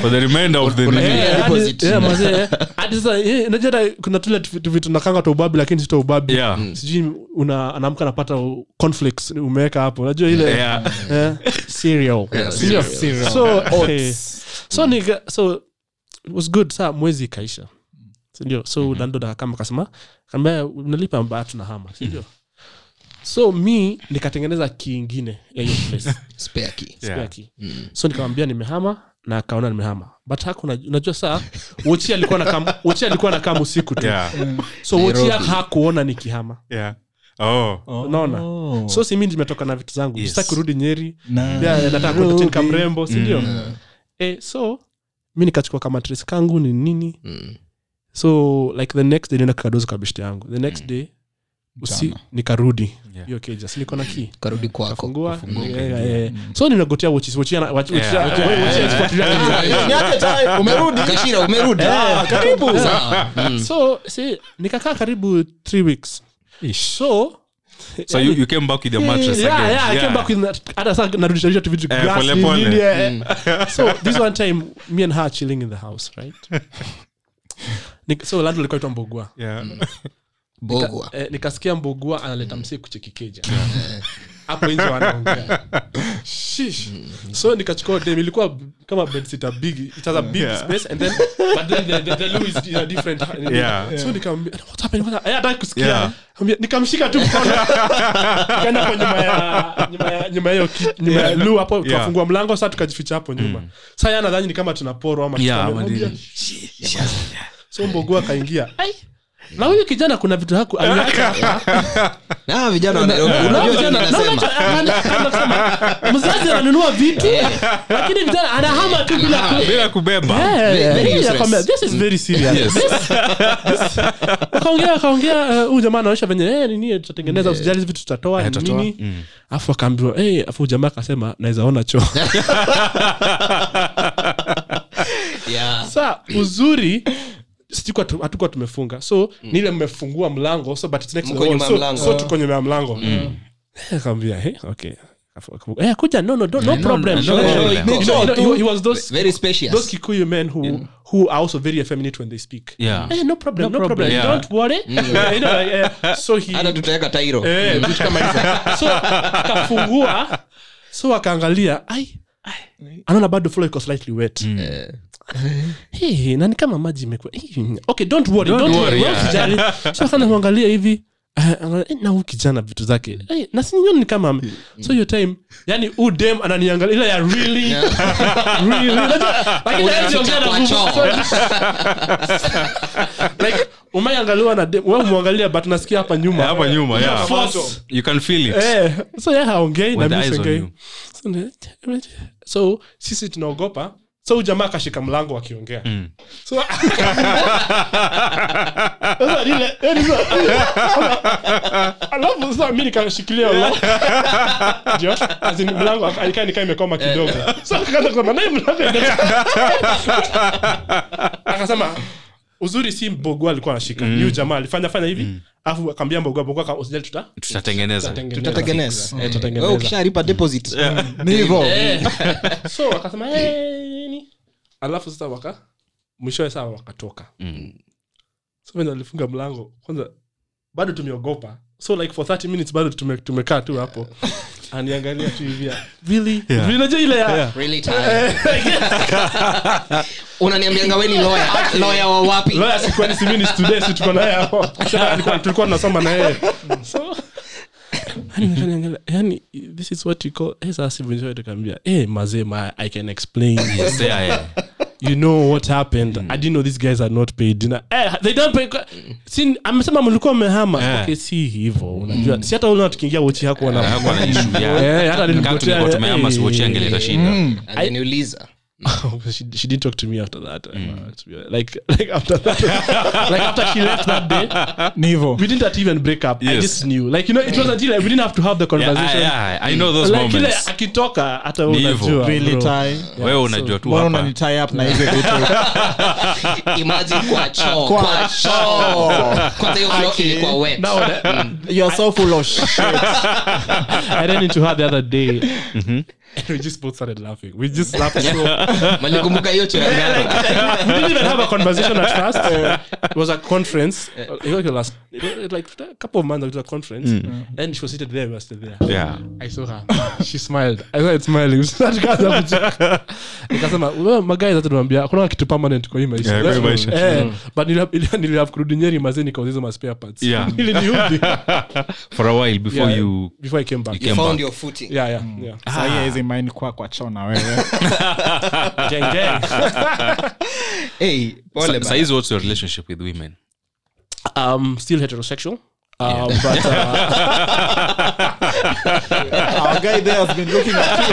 Speaker 4: for the remainder of the
Speaker 1: Kuna-
Speaker 4: day
Speaker 3: Eh,
Speaker 1: Yeah,
Speaker 3: hadi-
Speaker 1: deposit.
Speaker 3: eh, mazee, eh. Hadi sasa, eh, unajua hata kuna tule vitu nakanga ta ubabi lakini sita ubabi
Speaker 4: yeah
Speaker 1: Mm.
Speaker 3: sijui una- anaamka anapata u- conflicts umeweka hapo unajua ile
Speaker 4: yeah
Speaker 3: eh, cereal. Sindio? So, eh, so nika- so it was good saa mwezi ikaisha sindio so
Speaker 4: Mhm.
Speaker 3: mm-hmm. landlord akakama akasema kaambia unalipa mbaya tunahama sindio so mi nikatengeneza kiingine ya hiyo place
Speaker 1: Spare key.
Speaker 3: Square
Speaker 4: Yeah.
Speaker 3: key. so nikamwambia nimehama na akaona nimehama but hakuna unajua saa wochi alikuwa nakam wochi alikuwa nakam usiku tu
Speaker 4: yeah
Speaker 3: so wochi hakuona nikihama
Speaker 4: yeah oh
Speaker 3: unaona so si mi nimetoka na vitu zangu
Speaker 4: Yes.
Speaker 3: yes. kurudi nyeri
Speaker 2: Na-
Speaker 3: pia nataka kurudi chini kamrembo sindio eh, so mi nikachukua kama tres kangu ni nini
Speaker 1: Mm.
Speaker 3: so like the next day nienda kakadozo kabishti yangu the next day usi nikarudi
Speaker 4: Yeah.
Speaker 3: hiyo keja si niko na kii
Speaker 1: Karudi kwako.
Speaker 3: fungua so ninagotea watches watch yana- watch- watch-
Speaker 4: Mm. Yeah.
Speaker 3: watch- watch- watch- watch- watch-
Speaker 1: Kashira, umerudi. Eh, Ah, Sawa. Mm.
Speaker 3: so si nikakaa karibu three weeks so
Speaker 4: so you, you came back with your mattress
Speaker 3: Yeah,
Speaker 4: again.
Speaker 3: yeah, I came back with that- hata saa narudisha rudisha tu vitu
Speaker 4: Eh,
Speaker 3: grass
Speaker 4: pole
Speaker 3: ni
Speaker 4: pole. Mm.
Speaker 3: nini, eh, eh. so this one time me and her are chilling in the house right Nik- so land alikuwa itwa mbogua
Speaker 4: yeah
Speaker 1: Bogwa.
Speaker 3: eh, nikasikia mbogua analeta msee kuchekikeja hapo nje wanaongea Sheesh. so nikachukua dem ilikuwa kama bedsita big it has a big
Speaker 4: Yeah.
Speaker 3: space and then but then the, the, the loo is in a different uh,
Speaker 4: Yeah.
Speaker 3: so nikamwambia what happened what happened I kusikia
Speaker 4: Yeah.
Speaker 3: Nikamwambia- nikamshika tu mkono kaenda kwa nyuma ya nyuma ya nyuma ya hiyo ki- nyuma ya loo hapo tukafungua mlango sasa tukajificha hapo nyuma sasa yeye anadhani ni kama tunaporo ama
Speaker 4: Yeah,
Speaker 3: tutamwambia,
Speaker 4: madini.
Speaker 3: "Sheesh." so mbogua akaingia Ai. na huyu kijana kuna vitu haku aliacha
Speaker 1: Ah, vijana wa Nairobi. Unajua nini nasema?
Speaker 3: mzazi ananunua vitu lakini vijana anahama tu bila ku-
Speaker 4: bila kubeba
Speaker 3: Eh,
Speaker 1: Very- very
Speaker 3: eh,
Speaker 1: useless.
Speaker 3: akaambia, "This is very serious." This- this- Akaongea- akaongea eh, huyu jamaa anaonyesha venye eh, nini tutatengeneza usijali hizi vitu tutatoa ni
Speaker 4: tutatoa.
Speaker 3: nini afu akaambiwa eh, afu huyu jamaa akasema naweza ona choo
Speaker 1: Yeah.
Speaker 3: sa uzuri sijui kwa tu- hatukuwa tumefunga so ni ile mmefungua mlango so but it's next to the
Speaker 1: Mko
Speaker 3: wall.
Speaker 1: nyuma ya
Speaker 3: So-
Speaker 1: mlango.
Speaker 3: so tuko nyuma ya mlango akaambia "Eh, okay Afu- akabu- "Eh, kuja no no, no problem
Speaker 4: no, no,
Speaker 3: You
Speaker 4: no,
Speaker 3: know, you know, he was those
Speaker 1: Very spacious.
Speaker 3: those Kikuyu men who who are also very effeminate when they speak.
Speaker 4: Yeah.
Speaker 3: Eh, no problem, no, problem.
Speaker 4: problem. Yeah. Mm.
Speaker 3: Don't worry. you know, like, eh, so he
Speaker 1: Hata tutaweka tairo.
Speaker 3: eh, vitu kama hizo. So akafungua so akaangalia ai ai, Mm. anaona bado floor iko slightly wet. Hey, na ni kama maji imekuwa. Hey, okay, don't worry. Don't, worry.
Speaker 4: worry,
Speaker 3: wewe
Speaker 4: yeah.
Speaker 3: usijali. So kana mwangalia hivi eh, angalia, eh, na huyu kijana vitu zake Eh, na sinyoni ni kama ame- so hiyo time yani u dem ananiangalia ile ya really really Unajua, lakini yeye anaongea na
Speaker 1: Wacho.
Speaker 3: like umeangaliwa na dem wewe umwangalia but nasikia hapa nyuma
Speaker 4: hapa nyuma yeah
Speaker 3: Force.
Speaker 4: you can feel it
Speaker 3: Eh, so yeye haongei na
Speaker 4: With the
Speaker 3: mimi
Speaker 4: eyes on
Speaker 3: siongei.
Speaker 4: you.
Speaker 3: So, ne- so sisi tunaogopa so huyu jamaa akashika mlango akiongea
Speaker 4: Mm.
Speaker 3: So- Sasa lile- yani sasa- eh, alafu sasa mi nikashikilia mlango. Ndio, as in mlango alikaa nikaa imekoma kidogo
Speaker 4: Eh.
Speaker 3: so akaanza kusema naye mlango inaenda." akasema uzuri si mbogua alikuwa anashika mm. jamaa alifanya fanya
Speaker 4: Mm.
Speaker 3: hivi alafu akaambia mbogua mbogua aka- usijali tuta
Speaker 4: tutatengeneza
Speaker 1: Tutatengeneza.
Speaker 3: Eh,
Speaker 1: Wewe
Speaker 3: tutatengeneza
Speaker 1: ukishalipa deposit.
Speaker 2: Ni hivyo.
Speaker 1: Eh.
Speaker 3: so wakasema "Eh, nini alafu sasa waka mwishowe saa wakatoka
Speaker 4: Mm.
Speaker 3: so venye walifunga mlango kwanza bado tumeogopa so like for 30 minutes bado tume- tumekaa tu hapo aniangalia tu hivia vili vili najua ile ya
Speaker 1: Really tired. unaniambianga weni loya loya wa wapi
Speaker 3: Lawyer sikuwa ni Siminis today, si tuko naye hapo. Sasa alikuwa- tulikuwa tunasoma na yeye So, yaani, yani nilikuwa naangalia, yani, this is what you call- eh, sasa hivi ndio tukaambia, eh, mazee, ma- I can explain this.
Speaker 4: Yes, yeah, yeah.
Speaker 3: you know what happened
Speaker 4: Mm.
Speaker 3: i didn't know these guys are not paid Na- eh, they don't pay Sin- amesema mlikuwa mmehama
Speaker 4: Eh.
Speaker 3: okay si hivyo unajua si hata una tukiingia wochi yako wana-
Speaker 4: Hakuwa na issue, yeah.
Speaker 3: Eh, hata
Speaker 4: Kama
Speaker 3: nilikupotea,
Speaker 4: tungekuwa tumehama,
Speaker 3: eh,
Speaker 4: si watch yangeleta
Speaker 3: Mm.
Speaker 4: shida
Speaker 1: aliniuliza
Speaker 3: she, she didn't talk to me after that
Speaker 4: Mm.
Speaker 3: uh, to be honest. like like after that like after she left that day
Speaker 2: ni hivo
Speaker 3: we didn't even break up i
Speaker 4: Yes. Mm.
Speaker 3: just knew like you know it was until like, we didn't have to have the
Speaker 4: Yeah,
Speaker 3: conversation
Speaker 4: I- yeah, I know those
Speaker 3: like ile
Speaker 4: moments.
Speaker 3: akitoka hata wewe
Speaker 4: Ni hivyo.
Speaker 3: unajua
Speaker 2: really
Speaker 3: bro.
Speaker 2: tie
Speaker 4: wewe unajua tu
Speaker 2: mbona
Speaker 4: hapa
Speaker 2: unani tie up na hizi vitu
Speaker 1: imagine kwa choo
Speaker 2: Kwa
Speaker 1: kwa choo kwanza hiyo floor ilikuwa wet Mm.
Speaker 3: Now that-
Speaker 2: you're so full of shit
Speaker 3: I ran into her the other day,
Speaker 4: Mm-hmm.
Speaker 3: and we just both started laughing. We just laughed so.
Speaker 1: malikumbuka hiyo chirangano
Speaker 3: we didn't even have a conversation at first. It was a conference. Uh, it was like, the last, it was like a couple of months after the conference,
Speaker 4: Mm.
Speaker 3: and she was seated there. We were still there.
Speaker 4: yeah
Speaker 3: I saw her. She smiled. I started smiling. Tukaanza kucheka. Nikasema, "Well, magai zote tunamwambia hakuna kitu permanent kwa hii maisha."
Speaker 4: Yeah, kwa hii
Speaker 3: That's
Speaker 4: maisha. Mm.
Speaker 3: all. Eh, but nili- nili- nilihave kurudi Nyeri mazee nikauziza ma spare parts.
Speaker 4: Yeah.
Speaker 3: Ili niudi.
Speaker 4: for a while before
Speaker 3: Yeah.
Speaker 4: you
Speaker 3: Before I came back.
Speaker 4: came
Speaker 1: found
Speaker 4: back
Speaker 1: your footing
Speaker 3: Yeah, yeah, yeah.
Speaker 2: sahiya hizi mind kuwa kwa choo na wewe
Speaker 3: Gang, gang.
Speaker 1: hey pole
Speaker 4: Sa-
Speaker 1: bana.
Speaker 4: saizi what's your relationship with women
Speaker 3: um still heterosexual uh, but uh,
Speaker 2: our guy there has been looking at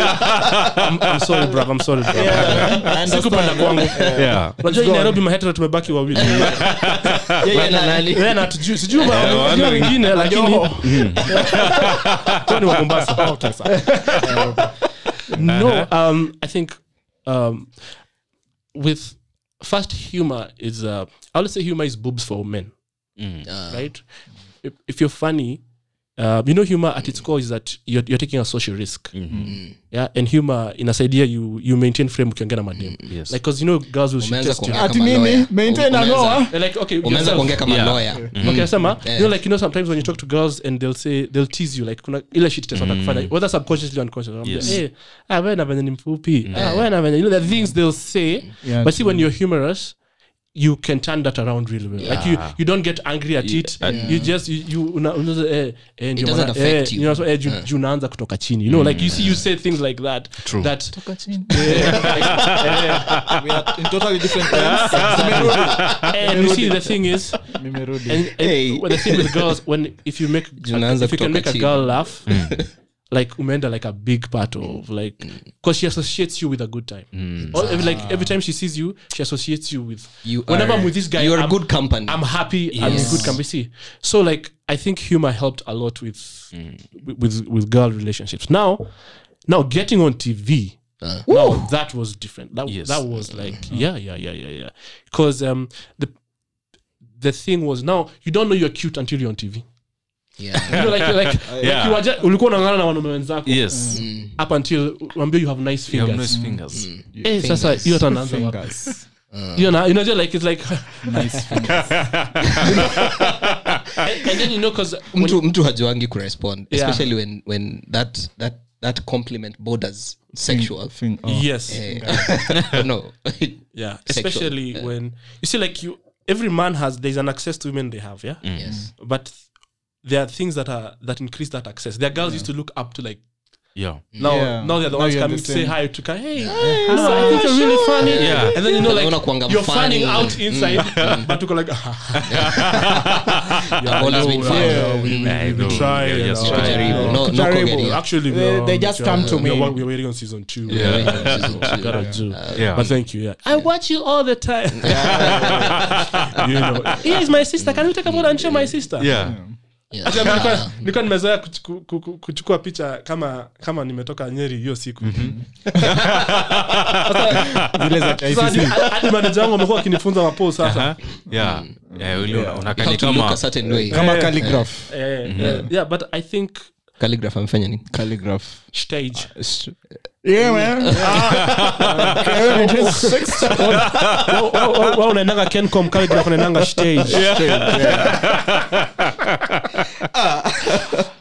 Speaker 3: I'm, I'm sorry bruv I'm sorry bruv
Speaker 2: I understand.
Speaker 3: sikupenda kwangu
Speaker 4: yeah
Speaker 3: unajua hii nairobi mahetero tumebaki wawili
Speaker 1: Wewe na nani?
Speaker 3: Wewe na tujui sijui ma-
Speaker 4: Yeah,
Speaker 3: sijui
Speaker 4: wale-
Speaker 3: Eh, wengine lakini Kwa ni wa Mombasa no um i think um with first humor is uh i'll say humor is boobs for men
Speaker 1: Ah.
Speaker 3: right if, if you're funny uh, you know humor at its core is that you're, you're taking a social risk
Speaker 1: Mm.
Speaker 3: yeah and humor inasaidia you you maintain frame ukiongea na madem
Speaker 4: yes.
Speaker 3: like because you know girls will shit
Speaker 1: Mm. umeanza
Speaker 3: test you
Speaker 1: kuongea
Speaker 2: Ati
Speaker 1: kama
Speaker 2: nini?
Speaker 1: lawyer.
Speaker 2: Maintain ah?
Speaker 1: Umeanza-
Speaker 2: anoa?
Speaker 3: They're like okay
Speaker 1: umeanza
Speaker 3: yourself.
Speaker 1: kuongea kama
Speaker 4: Yeah.
Speaker 1: lawyer
Speaker 3: Okay, sema,
Speaker 1: Yeah.
Speaker 3: you know, like you know, sometimes when you talk to girls and they'll say they'll tease you, like kuna ile shit test watakufanya, whether subconsciously or unconsciously.
Speaker 4: Yes.
Speaker 3: Hey, ah, wewe na venye ni mfupi. Ah, wewe na venye, you know, the things they'll say.
Speaker 2: Yeah,
Speaker 3: but see, when you're humorous, you can turn that around really well. Like you, you don't get angry at it. You just you, you una, una, eh, eh, ndio
Speaker 1: doesn't
Speaker 3: maana,
Speaker 1: affect
Speaker 3: eh,
Speaker 1: you.
Speaker 3: you know, so, eh, ju- ju- unaanza kutoka chini. You know, like you see, you say things like that.
Speaker 4: True.
Speaker 3: That
Speaker 2: we are in totally different planes. Nimerudi.
Speaker 3: and you see, the thing is,
Speaker 2: Nimerudi.
Speaker 3: and, and well, the thing with girls when if you make
Speaker 1: unaanza
Speaker 3: if you can
Speaker 1: kutoka
Speaker 3: make a
Speaker 1: chini. Mm.
Speaker 3: girl laugh like umeenda like a big part of like because she associates you with a good
Speaker 1: Mm.
Speaker 3: time
Speaker 4: Mm.
Speaker 3: Or every- like
Speaker 1: Ah.
Speaker 3: every time she sees you she associates you with
Speaker 1: You
Speaker 3: whenever
Speaker 1: are-
Speaker 3: I'm with this guy
Speaker 1: you are
Speaker 3: I'm,
Speaker 1: good company.
Speaker 3: I'm happy I'm in good company see so like I think humor helped a lot with
Speaker 4: Mm.
Speaker 3: with- with with girl relationships now now getting on TV now that was different that,
Speaker 4: Uh. Yes. Uh-huh.
Speaker 3: that was like yeah yeah yeah yeah yeah because um the the thing was now you don't know you're cute until you're on TV.
Speaker 1: Yeah.
Speaker 3: You know, like like, like
Speaker 4: Yeah.
Speaker 3: you were just, ulikuwa unaangana na wanaume wenzako
Speaker 4: yes
Speaker 3: up until uambie you have nice
Speaker 4: you
Speaker 3: Mm. fingers.
Speaker 4: have nice fingers
Speaker 3: eh, sasa hiyo hata naanza wapi?
Speaker 2: Fingers.
Speaker 3: You know, you know, just like it's like
Speaker 2: Nice fingers.
Speaker 3: and, and then you know because
Speaker 1: mtu mtu hajuangi kurespond
Speaker 3: Yeah.
Speaker 1: especially when when that that that compliment borders sexual
Speaker 3: Hmm.
Speaker 1: eh.
Speaker 2: Fing- oh.
Speaker 3: yes
Speaker 1: no
Speaker 3: yeah
Speaker 1: Sexual,
Speaker 3: especially when you see like you every man has there's an access to women they have yeah
Speaker 1: yes
Speaker 3: but there are things that are that increase that access. There are girls used to look up to like
Speaker 4: yeah
Speaker 3: now
Speaker 2: Yeah.
Speaker 3: now they're the
Speaker 2: Now
Speaker 3: ones
Speaker 2: you're
Speaker 3: coming
Speaker 2: the
Speaker 3: to say
Speaker 2: same.
Speaker 3: hi to ka- hey no, I think you're really funny
Speaker 4: Yeah.
Speaker 3: and then you know
Speaker 1: Yeah. Unaona
Speaker 3: like
Speaker 1: kuanga
Speaker 3: you're
Speaker 1: funny.
Speaker 3: funny out inside but you go like "Ah,
Speaker 1: I've always been funny.
Speaker 4: I know.
Speaker 3: try,
Speaker 4: Yeah,
Speaker 3: you
Speaker 4: just
Speaker 3: know.
Speaker 4: try.
Speaker 1: Kujaribu. No- no
Speaker 2: Kujaribu.
Speaker 1: comedy.
Speaker 3: actually
Speaker 2: They-
Speaker 3: we're on-
Speaker 2: they just
Speaker 3: we're on-
Speaker 2: come to me.
Speaker 3: we're, we're waiting on season two
Speaker 4: Yeah.
Speaker 3: Gotta do.
Speaker 4: Yeah.
Speaker 3: But thank you. Yeah, I watch you all the time. you know, here is my sister. Can you take a photo and show my sister?
Speaker 4: yeah
Speaker 1: Yeah.
Speaker 3: Actually,
Speaker 2: Ah.
Speaker 3: nilikuwa- nilikuwa nimezoea kuchu- ku- ku- kuchukua picha kama kama nimetoka nyeri hiyo siku
Speaker 2: Mhm. Zile za
Speaker 3: Sasa hadi-
Speaker 2: KICC.
Speaker 3: hadi manaja wangu amekuwa akinifunza mapo sasa
Speaker 4: Huh? Mm. yeah yeah ule una- unakaa
Speaker 1: How
Speaker 4: ni
Speaker 1: to look
Speaker 4: Yaani kama
Speaker 1: a certain way.
Speaker 2: Kama calligraph.
Speaker 3: Eh, eh, yeah but i think
Speaker 1: calligraph amefanya nini
Speaker 2: calligraph
Speaker 3: stage
Speaker 2: yeah man
Speaker 3: Ah.
Speaker 2: Okay, Eh, it is six
Speaker 3: Wa- wa- wa- wa unaendanga kencom calligraph unaendanga stage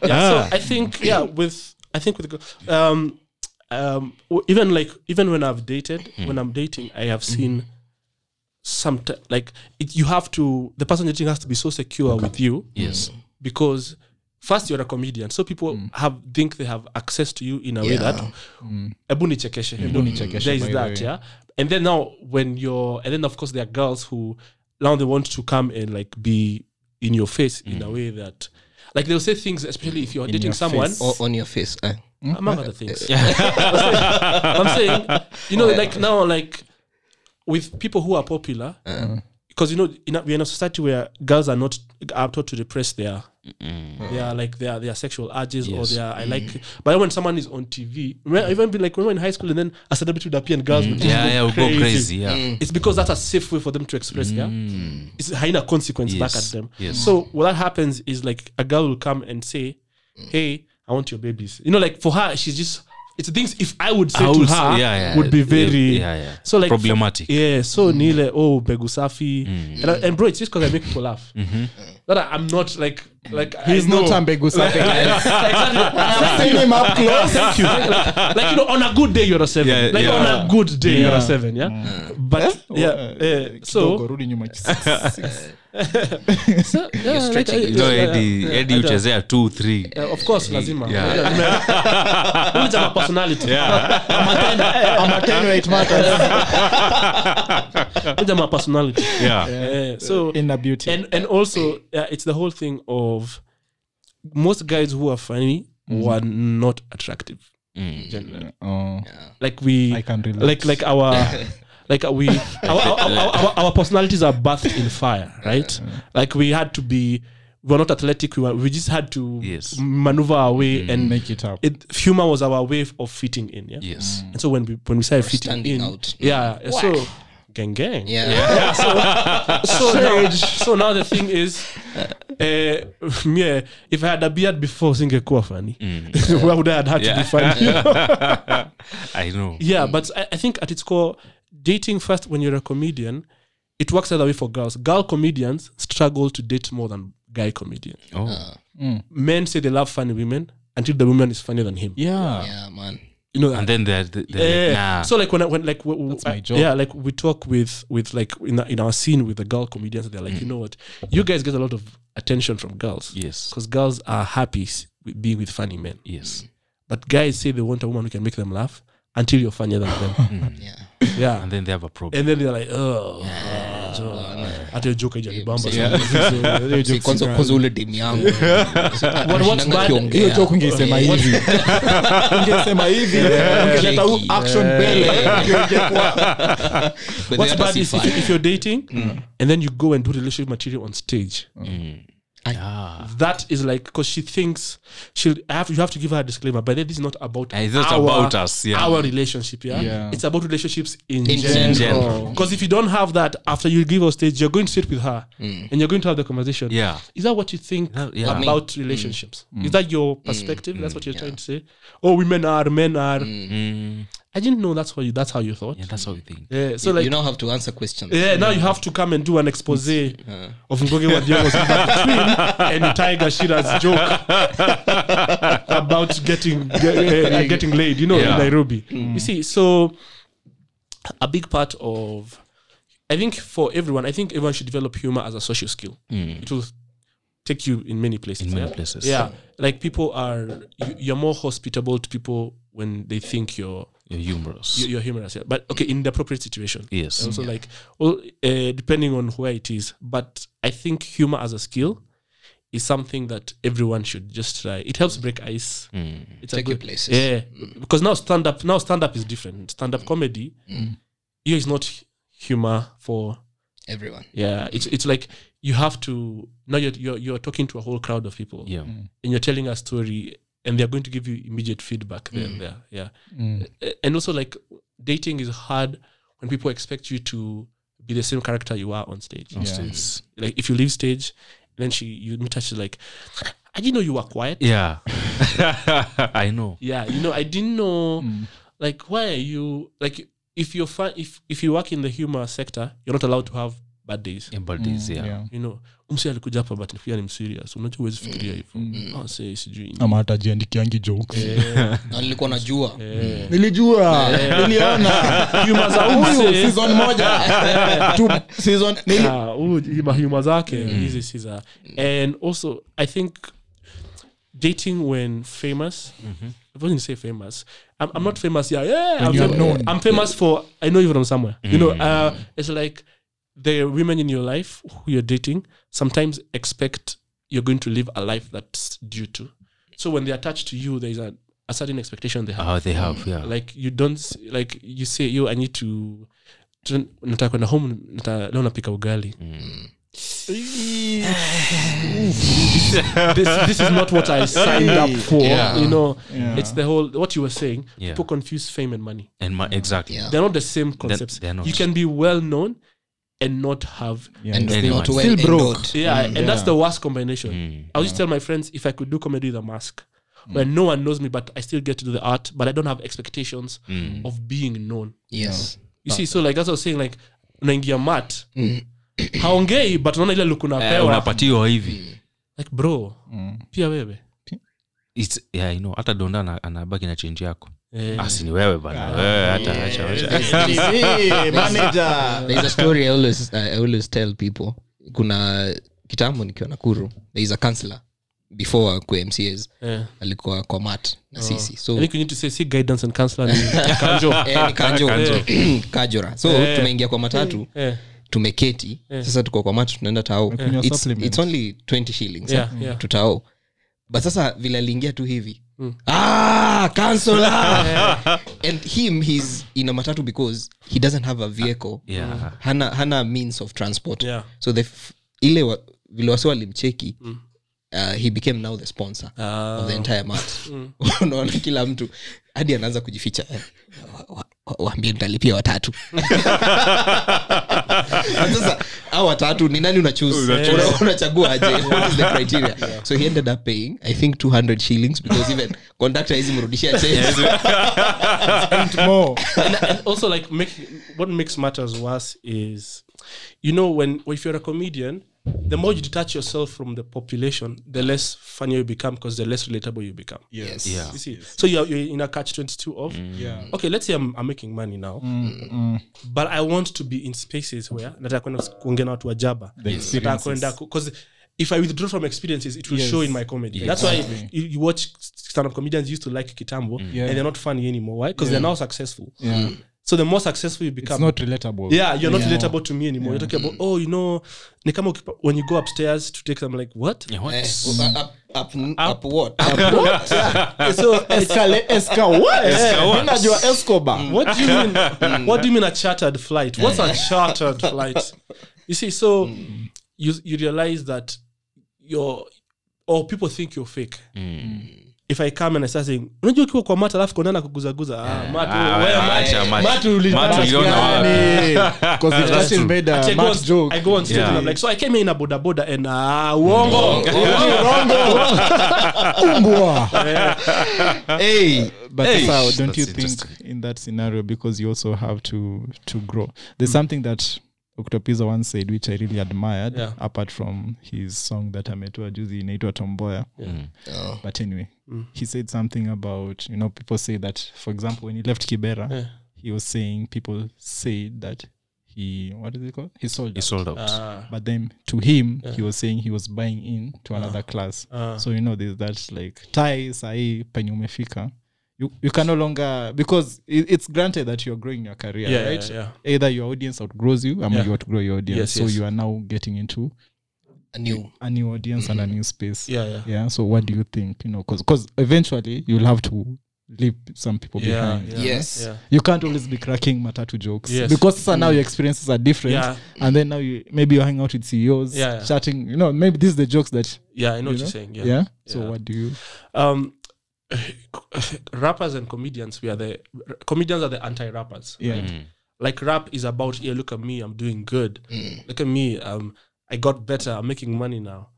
Speaker 3: yeah, so I think yeah with I think with the- um um w- even like even when I've dated when I'm dating I have seen some t- like it, you have to the person dating has to be so secure with you
Speaker 4: yes
Speaker 3: because first you're a comedian so people have think they have access to you in a way
Speaker 1: Yeah.
Speaker 3: that ebu nichekeshe you know,
Speaker 2: nichekeshe,
Speaker 3: there is
Speaker 2: by the
Speaker 3: that
Speaker 2: way.
Speaker 3: yeah and then now when you're and then of course there are girls who now they want to come and like be in your face in a way that like they'll say things especially if you're dating
Speaker 2: Mm. your
Speaker 3: someone
Speaker 2: face.
Speaker 1: or on your face eh?
Speaker 3: among other things i'm Hmm? saying you know like now like with people who are popular because you know in a, we're in a society where girls are not are taught to repress their they are like their their sexual urges or
Speaker 4: Yes.
Speaker 3: their I like but when someone is on TV when- even be like when we we're in high school and then a celebrity would appear and girls would just
Speaker 4: Mm. yeah yeah we
Speaker 3: go
Speaker 4: go
Speaker 3: crazy. Mm.
Speaker 4: crazy yeah
Speaker 3: It's because that's a safe way for them to express yeah it's hyena consequence back at
Speaker 4: Mm. Yes.
Speaker 3: them
Speaker 4: Yes.
Speaker 3: so what that happens is like a girl will come and say hey I want your babies you know like for her she's just it's things if I would say to
Speaker 4: I would say-
Speaker 3: her
Speaker 4: yeah, yeah.
Speaker 3: would be very
Speaker 4: Yeah, yeah.
Speaker 3: so like
Speaker 4: Problematic. Mm.
Speaker 3: yeah so nile oh begusafi and, I- and bro it's just because I make people laugh
Speaker 4: Mm-hmm.
Speaker 3: that I, I'm not like like
Speaker 2: he's
Speaker 3: I know.
Speaker 2: not ambegu something
Speaker 3: exactly.
Speaker 2: him up close
Speaker 3: Thank you. Like, like, you know, on a good day you're a seven.
Speaker 4: Yeah,
Speaker 3: like
Speaker 4: yeah.
Speaker 3: on
Speaker 4: Mm.
Speaker 3: a good day you're a
Speaker 2: Yeah.
Speaker 3: seven. Yeah, but yeah, eh,
Speaker 2: Oh, Kidogo,
Speaker 3: so
Speaker 2: rudi nyuma kisisi.
Speaker 3: so, yeah, like, eh, I-
Speaker 4: no
Speaker 3: yeah,
Speaker 4: edi
Speaker 3: yeah,
Speaker 4: edi
Speaker 3: I don't-
Speaker 4: uchezea 2 3
Speaker 3: yeah, eh, of course, lazima.
Speaker 4: Yeah.
Speaker 3: Yeah. Who is our personality? I'm a ten.
Speaker 2: I'm a 10 weight matters.
Speaker 3: Who is our personality?
Speaker 4: yeah
Speaker 3: Eh, so
Speaker 2: in a beauty
Speaker 3: and and also uh, it's the whole thing of most guys who are funny
Speaker 2: Mm-hmm.
Speaker 3: were not attractive.
Speaker 4: Mm.
Speaker 3: Generally.
Speaker 2: oh,
Speaker 3: like we
Speaker 2: I can relate.
Speaker 3: like like our like we our, our, our, our, our personalities are bathed in fire right like we had to be we were not athletic we, were, we just had to
Speaker 4: Yes.
Speaker 3: maneuver our way and
Speaker 2: make it up
Speaker 3: it, humor was our way of fitting in yeah
Speaker 4: yes
Speaker 3: and so when we when we started fitting
Speaker 1: standing
Speaker 3: in
Speaker 1: out.
Speaker 3: yeah so gang gang
Speaker 1: yeah,
Speaker 3: so now, so now the thing is uh, me, eh, if I had a beard before singekuwa funny where would I had had to
Speaker 4: Yeah.
Speaker 3: be funny
Speaker 4: i know
Speaker 3: Yeah, but I, I think at its core, dating first when you're a comedian, it works the other way for girls. Girl comedians struggle to date more than guy comedians.
Speaker 4: oh
Speaker 3: Men say they love funny women until the woman is funnier than him.
Speaker 2: yeah
Speaker 1: yeah man
Speaker 3: You know,
Speaker 4: and then they're they're
Speaker 3: Eh,
Speaker 4: like nah
Speaker 3: So like when I, when like w- w-
Speaker 2: my
Speaker 3: I-
Speaker 2: job.
Speaker 3: yeah like we talk with with like in, our- in our scene with the girl comedians they're like you know what you guys get a lot of attention from girls
Speaker 4: yes
Speaker 3: because girls are happy s- with being with funny men
Speaker 4: yes
Speaker 3: but guys say they want a woman who can make them laugh until you're funnier than them
Speaker 1: yeah
Speaker 3: yeah
Speaker 4: and then they have a problem
Speaker 3: and then they're like oh hata hiyo joke haijanibamba sana.
Speaker 1: Si, kwanza kwanza ule demu yangu
Speaker 3: What- what's
Speaker 1: Nanga
Speaker 3: bad-
Speaker 1: kiongea.
Speaker 2: hiyo joke ungeisema hivi ungeisema hivi
Speaker 1: Eh,
Speaker 2: ungeleta huu action mbele ingekuwa
Speaker 1: But
Speaker 3: What's
Speaker 1: the other
Speaker 3: bad is if,
Speaker 1: side.
Speaker 3: if you're dating
Speaker 4: Mm.
Speaker 3: and then you go and do relationship material on stage
Speaker 4: yeah
Speaker 3: that is like because she thinks she'll I have you have to give her a disclaimer but then this is not about
Speaker 4: It's not
Speaker 3: our,
Speaker 4: about us, yeah.
Speaker 3: our relationship yeah?
Speaker 2: Yeah.
Speaker 3: it's about relationships in,
Speaker 1: In
Speaker 3: general
Speaker 1: general.
Speaker 4: general
Speaker 3: because if you don't have that after you give her stage you're going to sit with her and you're going to have the conversation
Speaker 4: Mm. yeah
Speaker 3: is that what you think
Speaker 4: That- yeah.
Speaker 3: about relationships?
Speaker 4: Mm.
Speaker 3: Is that your perspective? That's what you're trying to say. Oh, women are, men are.
Speaker 4: Mm,
Speaker 3: I didn't know that's what you. That's how you thought.
Speaker 4: yeah
Speaker 3: Yeah.
Speaker 4: that's how we think
Speaker 3: so like.
Speaker 1: you now have to answer questions
Speaker 3: yeah, now you have to come and do an expose of Ngoge Wadiogo's between and Tiger Shira's joke about getting ge- eh, eh, getting laid, you know,
Speaker 4: Yeah. Mm.
Speaker 3: in Nairobi. You see, so a big part of I think for everyone, I think everyone should develop humor as a social skill. It will take you in many places.
Speaker 4: Mm. In many
Speaker 3: yeah?
Speaker 4: places.
Speaker 3: Yeah. Like people are you- you're more hospitable to people when they think you're
Speaker 4: you're humorous
Speaker 3: you- you're humorous. Yeah. But okay, in the appropriate situation.
Speaker 4: yes
Speaker 3: Also, like, well, uh, depending on where it is. But I think humor as a skill is something that everyone should just try. It helps break ice.
Speaker 4: Mm.
Speaker 3: It's
Speaker 1: Take you places. Mm.
Speaker 3: Yeah, because now stand up. Now stand up is different. Stand up comedy,
Speaker 1: Mm.
Speaker 3: here is not humor for.
Speaker 1: everyone
Speaker 3: Yeah, it's it's like you have to now you're you're, you're talking to a whole crowd of people
Speaker 4: yeah
Speaker 3: and you're telling a story and they're going to give you immediate feedback there and there yeah
Speaker 2: Mm.
Speaker 3: A- and also like dating is hard when people expect you to be the same character you are on stage
Speaker 4: Most it's-
Speaker 3: like if you leave stage and then she you meet her she's like i didn't know you were quiet
Speaker 4: yeah i know
Speaker 3: yeah you know i didn't know like why are you like if you're fun if if you work in the humor sector you're not allowed to have bad days
Speaker 4: Yeah, but this
Speaker 3: Mm,
Speaker 4: yeah,
Speaker 2: yeah.
Speaker 3: you know umsi alikuja hapa but nikuja ni mserious unajua huwezi fikiria hivyo Ah, say sijui nini.
Speaker 2: ama hatajiandikiangi jokes
Speaker 1: Na nilikuwa najua
Speaker 2: nilijua niliona
Speaker 3: Humor za
Speaker 2: huyu
Speaker 3: umse.
Speaker 2: season moja tu season nili
Speaker 3: Ah, huyu ni mahuma zake
Speaker 2: Mm.
Speaker 3: hizi si za and also i think dating when famous
Speaker 2: Mm-hmm.
Speaker 3: i wouldn't say famous i'm, I'm not famous yeah, yeah I'm,
Speaker 2: you're
Speaker 3: fam-
Speaker 2: known. Mm.
Speaker 3: I'm famous for i know you from somewhere you know uh, it's like the women in your life who you're dating sometimes expect you're going to live a life that's due to so when they're attached to you there's a, a certain expectation they have
Speaker 4: Oh, they have yeah
Speaker 3: like you don't s- like you say yo i need to to- nataka kwenda home nata, leo napika ugali
Speaker 4: Mm.
Speaker 3: this, this is not what i signed up for
Speaker 4: Yeah.
Speaker 3: you know
Speaker 2: Yeah.
Speaker 3: it's the whole what you were saying
Speaker 4: Yeah.
Speaker 3: people confuse fame and money
Speaker 4: and my, exactly
Speaker 1: Yeah.
Speaker 3: they're not the same concepts
Speaker 4: they're not.
Speaker 3: you can be well known and not have
Speaker 2: Yeah.
Speaker 1: and
Speaker 4: Very
Speaker 1: not
Speaker 4: much.
Speaker 1: well
Speaker 2: Still
Speaker 1: endowed.
Speaker 2: broke.
Speaker 3: yeah and that's
Speaker 2: Yeah.
Speaker 3: the worst combination
Speaker 4: Mm.
Speaker 3: i used to tell my friends if i could do comedy with a mask where no one knows me but i still get to do the art but i don't have expectations
Speaker 4: Mm.
Speaker 3: of being known
Speaker 1: yes
Speaker 3: you see so like that's what I was saying like unaingia mat haongei but unaona ile look
Speaker 4: Eh,
Speaker 3: unapewa
Speaker 4: unapatiwa hivi
Speaker 3: like bro pia wewe
Speaker 4: It's- yeah, I know hata donda ana- anabaki na chenji yako
Speaker 3: Eh,
Speaker 4: asi ni wewe bana wewe hata acha acha.
Speaker 1: Uh, there's a story I always, I always tell people kuna kitambo nikiwa nakuru there is a counselor before akue mcas
Speaker 3: eh.
Speaker 1: alikuwa kwa mat na sisi so
Speaker 3: I think we need to say see guidance and counselor ni kanjo
Speaker 1: eh, ni kanjo kajora so
Speaker 3: Eh.
Speaker 1: tumeingia kwa matatu
Speaker 3: Eh,
Speaker 1: tumeketi sasa tuko kwa matu tunaenda tao
Speaker 2: Nakunywa
Speaker 1: it's,
Speaker 2: supplements.
Speaker 1: it's only 20 shillings
Speaker 3: Yeah,
Speaker 1: eh,
Speaker 3: yeah. Hmm.
Speaker 1: to tao but sasa vile aliingia tu hivi ah counselor and him he's in a matatu because he doesn't have a vehicle
Speaker 4: yeah
Speaker 1: hana, hana means of transport
Speaker 3: Yeah.
Speaker 1: so the f- ile wa, vile wasi walimcheki uh, he became now the sponsor of the entire mat unaona kila mtu hadi anaanza kujificha eh, wa- wa- waambie nitalipia watatu sasa au watatu ni nani unachoose Una- unachagua aje what is the criteria so he ended up paying i think 200 shillings because even conductor hizi mrudishia change
Speaker 2: more
Speaker 3: and, and also like make, what makes matters worse is you know when if you're a comedian the more you detach yourself from the population the less funnier you become because the less relatable you become
Speaker 1: Ah, yes
Speaker 4: yeah
Speaker 3: you see so you're, you're in a catch 22 of
Speaker 2: yeah Mm,
Speaker 3: okay let's say i'm, I'm making money now but i want to be in spaces where nataka kwenda kuongea na watu wa jaba nataka kwenda because if i withdraw from experiences it will
Speaker 2: Yes.
Speaker 3: show in my comedy that's why you, you watch stand-up comedians used to like kitambo
Speaker 2: Yeah.
Speaker 3: and they're not funny anymore why because they're now successful
Speaker 2: yeah
Speaker 3: so the more successful you
Speaker 2: it's
Speaker 3: become
Speaker 2: not relatable
Speaker 3: yeah you're not relatable to me anymore you're talking about oh you know ni kama ukipa- when you go upstairs to take them like what
Speaker 4: Yeah, what?
Speaker 1: Eh, up, up, up, what?
Speaker 3: so
Speaker 2: Escale- esca- what?
Speaker 4: Esca- what?
Speaker 2: Unajua Escobar.
Speaker 3: what do you mean what do you mean a chartered flight what's a chartered flight you see so you you realize that you're or people think you're fake if i come and i start saying unajua ukiwa kwa mata alafu konana kuguzaguza ah, mata
Speaker 4: Ah,
Speaker 3: wewe
Speaker 4: ah,
Speaker 3: mata
Speaker 4: acha, acha.
Speaker 2: Matu ulitaka
Speaker 4: Matu uliona wapi?
Speaker 2: gani? 'Cause you just made a
Speaker 3: I go,
Speaker 2: Matt
Speaker 3: on,
Speaker 2: joke.
Speaker 3: I go on stage
Speaker 4: Yeah.
Speaker 3: and I'm like, so I came in a boda boda and ah, wongo.
Speaker 2: Hey, but
Speaker 4: Hey.
Speaker 2: Sasa, don't you
Speaker 4: That's
Speaker 2: think in that scenario because you also have to to grow there's
Speaker 4: Hmm.
Speaker 2: something that Octopiza once said which I really admired
Speaker 3: Yeah.
Speaker 2: apart from his song that ametoa juzi inaitwa Tomboya
Speaker 4: Hmm.
Speaker 2: but anyway
Speaker 3: Hmm.
Speaker 2: he said something about you know people say that for example when he left Kibera
Speaker 3: Yeah.
Speaker 2: he was saying people said that he what is it called he sold
Speaker 4: he
Speaker 2: out.
Speaker 4: sold out
Speaker 3: Ah,
Speaker 2: but then to him he was saying he was buying in to another class
Speaker 3: Ah.
Speaker 2: so you know there's that like tie sahi penye umefika you, you can no longer because it, it's granted that you're growing your career
Speaker 3: Yeah,
Speaker 2: right
Speaker 3: yeah,
Speaker 2: either your audience outgrows you and
Speaker 3: Yeah.
Speaker 2: you outgrow your audience
Speaker 3: Yes,
Speaker 2: so
Speaker 3: yes.
Speaker 2: you are now getting into
Speaker 1: A new
Speaker 2: a new audience and a new space
Speaker 3: yeah, yeah.
Speaker 2: yeah so what do you think you know because eventually you'll have to leave some people
Speaker 3: Yeah,
Speaker 2: behind
Speaker 3: yeah,
Speaker 1: Yes.
Speaker 3: yeah.
Speaker 2: you can't always be cracking matatu jokes
Speaker 3: Yes. Mm.
Speaker 2: because sasa now your experiences are different
Speaker 3: Yeah.
Speaker 2: and then now you maybe you hang out with CEOs
Speaker 3: Yeah, yeah.
Speaker 2: chatting you know maybe this is the jokes that
Speaker 3: Yeah, I know
Speaker 2: you
Speaker 3: what
Speaker 2: know?
Speaker 3: you're saying.
Speaker 2: yeah.
Speaker 3: Yeah.
Speaker 2: so
Speaker 3: Yeah.
Speaker 2: what do you
Speaker 3: Um, rappers and comedians, we are the comedians are the anti-rappers.
Speaker 2: yeah
Speaker 4: Mm.
Speaker 3: Like rap is about yeah, look at me, I'm doing good. Look at me, um, I got better. I'm making money now.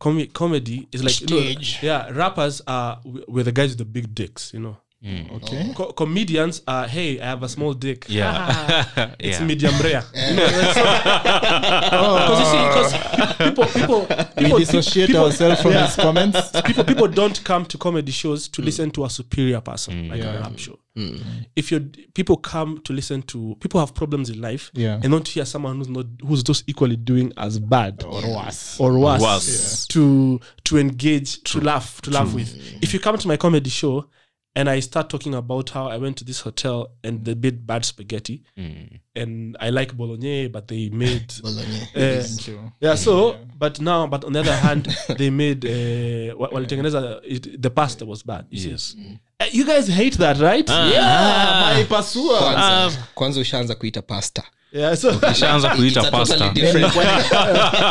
Speaker 3: com- comedy is like stage. yeah, rappers are we- we're the guys with the big dicks, you know.
Speaker 4: Oh.
Speaker 2: Okay.
Speaker 3: Co- comedians are hey, I have a small dick.
Speaker 4: yeah
Speaker 3: It's
Speaker 4: yeah
Speaker 3: medium rare. You know, like, so- 'cause you see, 'cause people, people,
Speaker 2: We
Speaker 3: people,
Speaker 2: dissociate
Speaker 3: people-
Speaker 2: ourselves from his comments.
Speaker 3: people people don't come to comedy shows to listen to a superior person
Speaker 2: Mm.
Speaker 3: like a rap show. If you people come to listen to people have problems in life
Speaker 2: Yeah.
Speaker 3: and not hear someone who's not who's just equally doing as bad or
Speaker 2: Worse.
Speaker 3: or worse,
Speaker 4: Worse.
Speaker 3: to to engage to laugh to laugh with. If you come to my comedy show and I start talking about how I went to this hotel and they made bad spaghetti and I like bolognese but they made eh, yeah so but now but on the other hand they made uh, walitengeneza it- the pasta was bad you see.
Speaker 4: yes
Speaker 3: Eh, you guys hate that right
Speaker 4: Ah.
Speaker 3: Ah.
Speaker 1: kwanza, kwanza ushaanza kuita pasta
Speaker 3: yeah so
Speaker 4: shaanza
Speaker 1: It's
Speaker 4: kuita
Speaker 1: a totally
Speaker 4: pasta
Speaker 1: different-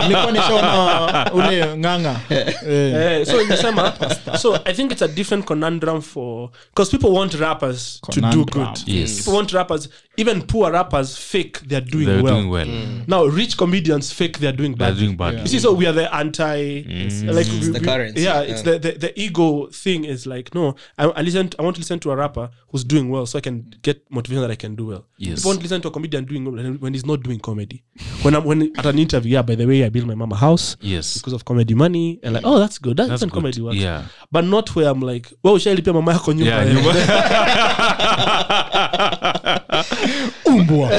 Speaker 2: nilikuwa nishaona ule ng'anga Eh,
Speaker 3: Eh, so nimesema so i think it's a different conundrum for because people want rappers to do
Speaker 2: Conundrum.
Speaker 3: good
Speaker 4: Yes.
Speaker 3: people want rappers even poor rappers fake they're doing
Speaker 4: they're
Speaker 3: well Mm.
Speaker 4: doing well
Speaker 3: now rich comedians fake they're doing
Speaker 4: they're
Speaker 3: bad
Speaker 4: doing bad
Speaker 3: you see so we are the anti
Speaker 4: Mm-hmm.
Speaker 3: like we-
Speaker 1: the
Speaker 3: we-
Speaker 1: currency,
Speaker 3: yeah it's
Speaker 1: yeah.
Speaker 3: the, the the ego thing is like no I, I listen I want to listen to a rapper who's doing well so I can get motivation that I can do well
Speaker 4: Yes.
Speaker 3: I want to listen to a comedian doing well when he's not doing comedy when I'm when at an interview yeah by the way I built my mama house
Speaker 4: yes
Speaker 3: because of comedy money and like oh that's good that's,
Speaker 4: That's
Speaker 3: when
Speaker 4: good.
Speaker 3: comedy works
Speaker 4: Yeah.
Speaker 3: but not where i'm like well ushailipia mama yako nyumba
Speaker 4: yeah
Speaker 3: eh?
Speaker 4: you
Speaker 2: umbwa.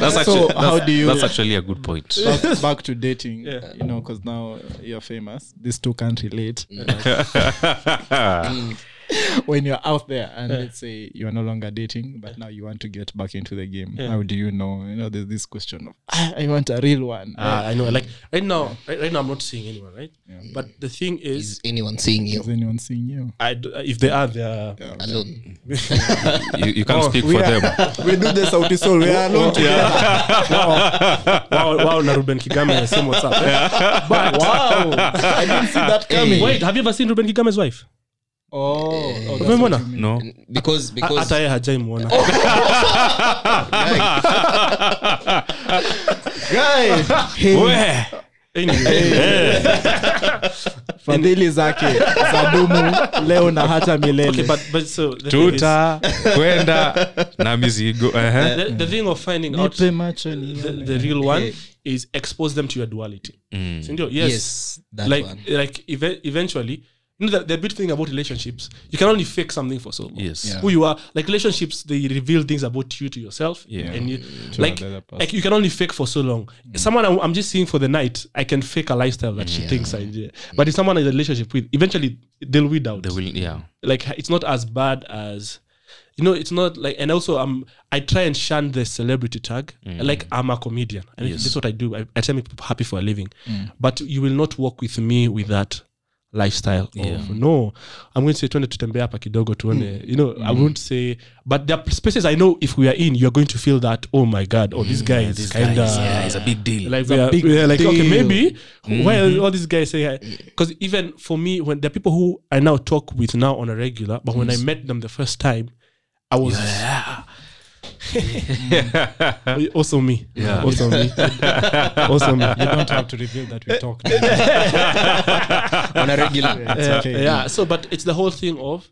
Speaker 4: that's
Speaker 2: So,
Speaker 4: actually
Speaker 2: how
Speaker 4: that's,
Speaker 2: do you-
Speaker 4: that's actually a good point
Speaker 2: back, back to dating you know because now you're famous these two can't relate
Speaker 4: Mm.
Speaker 2: when you're out there and let's say you're no longer dating but now you want to get back into the game how do you know you know there's this question of ah, i want a real one
Speaker 3: Ah, i know like right now right, right now i'm not seeing anyone right but the thing is
Speaker 1: is anyone seeing
Speaker 2: is
Speaker 1: you
Speaker 2: anyone seeing you
Speaker 3: I d- if they are they are
Speaker 1: alone
Speaker 4: you, you
Speaker 3: Oh,
Speaker 4: can't speak for them
Speaker 2: we do the sauti soul we are alone
Speaker 3: wow, wow, na Ruben Kigame has seen what's up. But
Speaker 2: wow i didn't see that coming
Speaker 3: wait, have you ever seen Ruben Kigame's wife?
Speaker 2: oh, oh that's
Speaker 3: Umemwona?
Speaker 2: what you mean.
Speaker 4: no
Speaker 1: because because
Speaker 3: Hata yeye hajaimwona.
Speaker 1: Oh.
Speaker 2: guy
Speaker 4: Weh.
Speaker 3: Anyway,
Speaker 2: fadhili zake za dumu leo na hata milele
Speaker 3: okay, but but so the thing, is,
Speaker 4: tuta kwenda na mizigo ehe.
Speaker 3: the, the thing of finding out
Speaker 2: nipe
Speaker 3: the,
Speaker 2: macho nione.
Speaker 3: the real one is expose them to your duality.
Speaker 4: Mm.
Speaker 3: Si ndio? Yes.
Speaker 1: yes that
Speaker 3: like
Speaker 1: one
Speaker 3: like eve- eventually you know the, the big thing about relationships you can only fake something for so long
Speaker 4: Yes. Yeah.
Speaker 3: who you are like relationships they reveal things about you to yourself
Speaker 4: Yeah.
Speaker 3: and you like,
Speaker 2: another person.
Speaker 3: like you can only fake for so long
Speaker 4: Mm.
Speaker 3: someone I'm, I'm just seeing for the night i can fake a lifestyle that she thinks i enjoy but if someone is in a relationship with eventually they'll weed out
Speaker 4: They will- yeah
Speaker 3: like it's not as bad as you know it's not like and also um i try and shun the celebrity tag
Speaker 4: Mm.
Speaker 3: like i'm a comedian and this is what i do i, I try to make people happy for a living
Speaker 4: Mm.
Speaker 3: but you will not work with me with that lifestyle of no i'm going to say tuende tutembea hapa kidogo tuone
Speaker 4: Hmm.
Speaker 3: you know i won't say but there are spaces i know if we are in you're going to feel that oh my god oh
Speaker 4: Hmm,
Speaker 3: this guy is kind of
Speaker 4: yeah it's a big Hmm. deal
Speaker 3: like we are,
Speaker 2: big
Speaker 3: we are like okay
Speaker 2: deal.
Speaker 3: maybe why are all these guys say because even for me when the people who I now talk with now on a regular but when I met them the first time I was also me
Speaker 4: Yeah.
Speaker 3: also me also me
Speaker 8: You don't have to reveal that we talked.
Speaker 1: on a regular
Speaker 2: It's
Speaker 3: Yeah,
Speaker 2: okay.
Speaker 3: yeah so but it's the whole thing of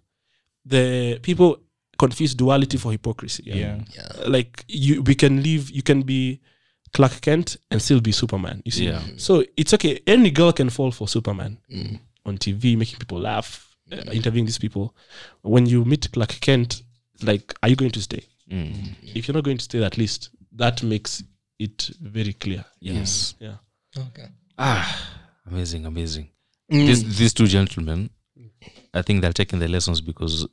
Speaker 3: the people confuse duality for hypocrisy
Speaker 2: Yeah.
Speaker 3: like you we can live you can be Clark Kent and still be Superman. You see?
Speaker 4: Yeah.
Speaker 3: So it's okay. Any girl can fall for Superman on TV, making people laugh, uh, interviewing these people. When you meet Clark Kent, like, are you going to stay?
Speaker 4: Mm,
Speaker 3: If you're not going to stay, at least that makes it very clear.
Speaker 4: yes Ah,
Speaker 3: Yeah.
Speaker 1: okay.
Speaker 4: amazing amazing This, these two gentlemen i think they're taking the lessons because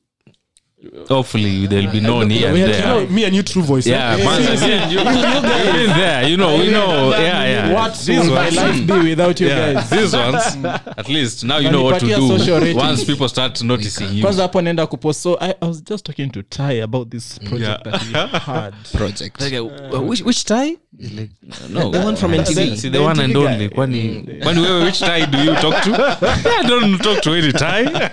Speaker 4: hopefully there'll be no here and
Speaker 3: We had-
Speaker 4: there
Speaker 3: you know, me and you, True Voice.
Speaker 4: yeah,
Speaker 3: eh?
Speaker 4: man, again, you, have been there. You know, we know. Yeah, yeah.
Speaker 2: what
Speaker 4: These
Speaker 2: would my
Speaker 4: ones-
Speaker 2: life be without you
Speaker 4: Yeah,
Speaker 2: guys
Speaker 4: these ones, at least now you know what to
Speaker 2: Wanipatia social
Speaker 4: do.
Speaker 2: ratings.
Speaker 4: Once people start noticing you,
Speaker 2: kwanza hapo naenda kupost so I, i was just talking to ty about this project
Speaker 4: Yeah.
Speaker 2: that we had
Speaker 1: project
Speaker 4: Like, uh, which which tie? Like, no, the one from
Speaker 1: NTV.
Speaker 4: See, the, one
Speaker 2: NTV
Speaker 4: and
Speaker 2: guy.
Speaker 4: only. Kwani, kwani wewe which tie do you talk to? I don't talk to any tie.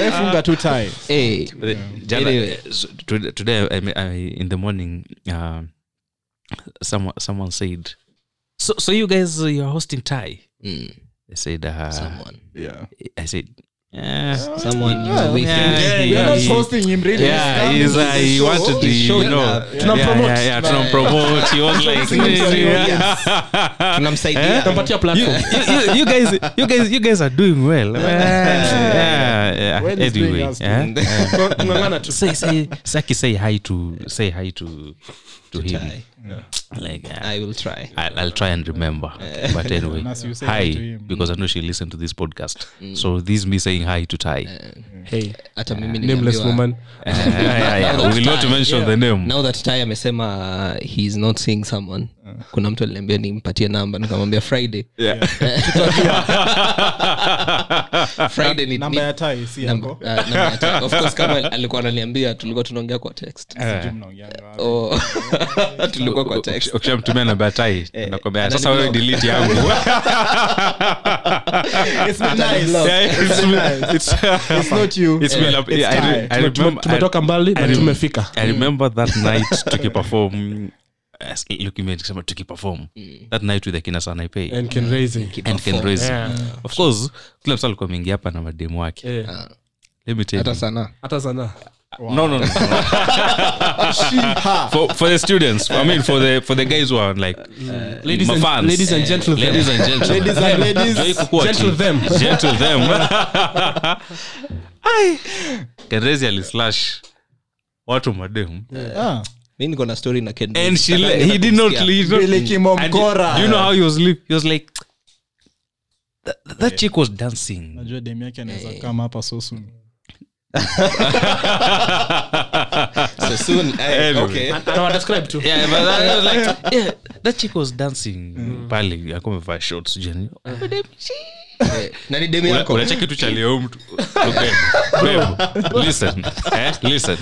Speaker 2: wefunga tu ty
Speaker 1: hey
Speaker 4: But Jana,
Speaker 1: Anyway.
Speaker 4: uh, so today, today I, ma- I, in the morning, uh, someone someone said, so so you guys uh, you're hosting Thai.
Speaker 1: Mm,
Speaker 4: I said uh,
Speaker 1: someone.
Speaker 2: Yeah.
Speaker 4: I said yeah,
Speaker 1: Someone who's with
Speaker 4: yeah,
Speaker 1: you.
Speaker 2: We
Speaker 4: yeah,
Speaker 2: are
Speaker 4: yeah,
Speaker 2: not
Speaker 4: he-
Speaker 2: hosting him really.
Speaker 4: yeah,
Speaker 2: coming
Speaker 4: he's,
Speaker 2: to
Speaker 4: uh,
Speaker 2: the
Speaker 4: he
Speaker 2: show.
Speaker 4: wanted to,
Speaker 1: He's
Speaker 4: you
Speaker 1: showing
Speaker 4: know,
Speaker 1: up.
Speaker 4: yeah, yeah, yeah, tunampromote. He was like, yeah.
Speaker 1: Tunamsaidia.
Speaker 3: Tunapatia platform.
Speaker 4: you, you- you guys, you guys, you guys are doing well. yeah, yeah.
Speaker 2: Well, he's doing
Speaker 4: Anyway,
Speaker 2: us good.
Speaker 4: yeah.
Speaker 3: Tuna- tunang'ang'ana tu.
Speaker 4: say say Saki say hi to say hi to to him.
Speaker 1: Try.
Speaker 4: Like uh,
Speaker 1: I will try.
Speaker 4: I'll, I'll try and remember. But anyway,
Speaker 2: Unless you say hi
Speaker 4: hi
Speaker 2: to him. Mm.
Speaker 4: because I know she listened to this podcast. So this is me saying hi to Tai.
Speaker 3: Hey,
Speaker 1: Hata mimi
Speaker 3: nameless
Speaker 1: niliambiwa-
Speaker 3: woman.
Speaker 4: yeah, yeah, yeah.
Speaker 1: Now that
Speaker 4: We'll not
Speaker 1: Tai-
Speaker 4: mention
Speaker 1: yeah.
Speaker 4: the name.
Speaker 1: now that tai amesema uh, he's not seeing someone kuna mtu aliniambia nimpatie namba nikamwambia friday friday ni,
Speaker 2: Namba
Speaker 1: ni-
Speaker 2: ya tai si
Speaker 1: namba-
Speaker 2: yako.
Speaker 1: uh, namba ya Tai. Of course, kama alikuwa ananiambia tulikuwa tunaongea kwa text
Speaker 4: Ah.
Speaker 2: Sijui mnaongeanga wapi.
Speaker 1: Oh, tulikuwa kwa text
Speaker 4: ukishamtumia namba ya tai nakwambia sasa wewe
Speaker 1: block."
Speaker 4: delete yangu
Speaker 2: It's not nice.
Speaker 4: Yeah, it's- it's-
Speaker 2: It's not you.
Speaker 4: it's been a-
Speaker 2: It's
Speaker 4: I
Speaker 2: time.
Speaker 4: re- I remember-
Speaker 3: tumetoka mbali na
Speaker 4: I-
Speaker 3: tumefika
Speaker 4: I remember that night tukiperform as- looking at kusema tukiperform that night with akina sanaipei
Speaker 3: and can raising
Speaker 4: and ken Rose.
Speaker 3: Yeah.
Speaker 4: of course kila msa alikuwa mengi hapa na mademu wake
Speaker 3: Eh,
Speaker 4: let me tell
Speaker 1: hata
Speaker 4: you
Speaker 1: sana
Speaker 3: hata sana
Speaker 4: no no no for, for the students i mean for the for the guys who are like
Speaker 3: ladies
Speaker 4: my
Speaker 3: and,
Speaker 4: fans
Speaker 3: ladies and gentle
Speaker 4: ladies and gentlemen
Speaker 2: Ladies and ladies.
Speaker 4: Joy Kukuwa
Speaker 3: Gentle
Speaker 4: chief.
Speaker 3: them.
Speaker 4: gentle them Ai. kenrezi alislash watu mademu
Speaker 2: Ah.
Speaker 1: mi niko na story na Ken
Speaker 4: and
Speaker 1: Rose.
Speaker 4: she le-
Speaker 1: Nataka
Speaker 4: he did not
Speaker 1: kusikia.
Speaker 4: he did not-
Speaker 2: Billy
Speaker 4: and you-
Speaker 2: Kimomkora.
Speaker 4: do you know how he was li- he was like that, that chick was dancing
Speaker 2: najua demu yake anaweza kama hapa so soon.
Speaker 1: So soon, eh,
Speaker 4: Anyway.
Speaker 1: okay.
Speaker 3: anawadescribe tu
Speaker 4: yeah but that, I was like yeah that chick was dancing pale alikuwa amevaa shorts jeni
Speaker 1: Eh, na ni demu yako
Speaker 4: unacha kitu cha leo mtu Babe, babe, listen eh, listen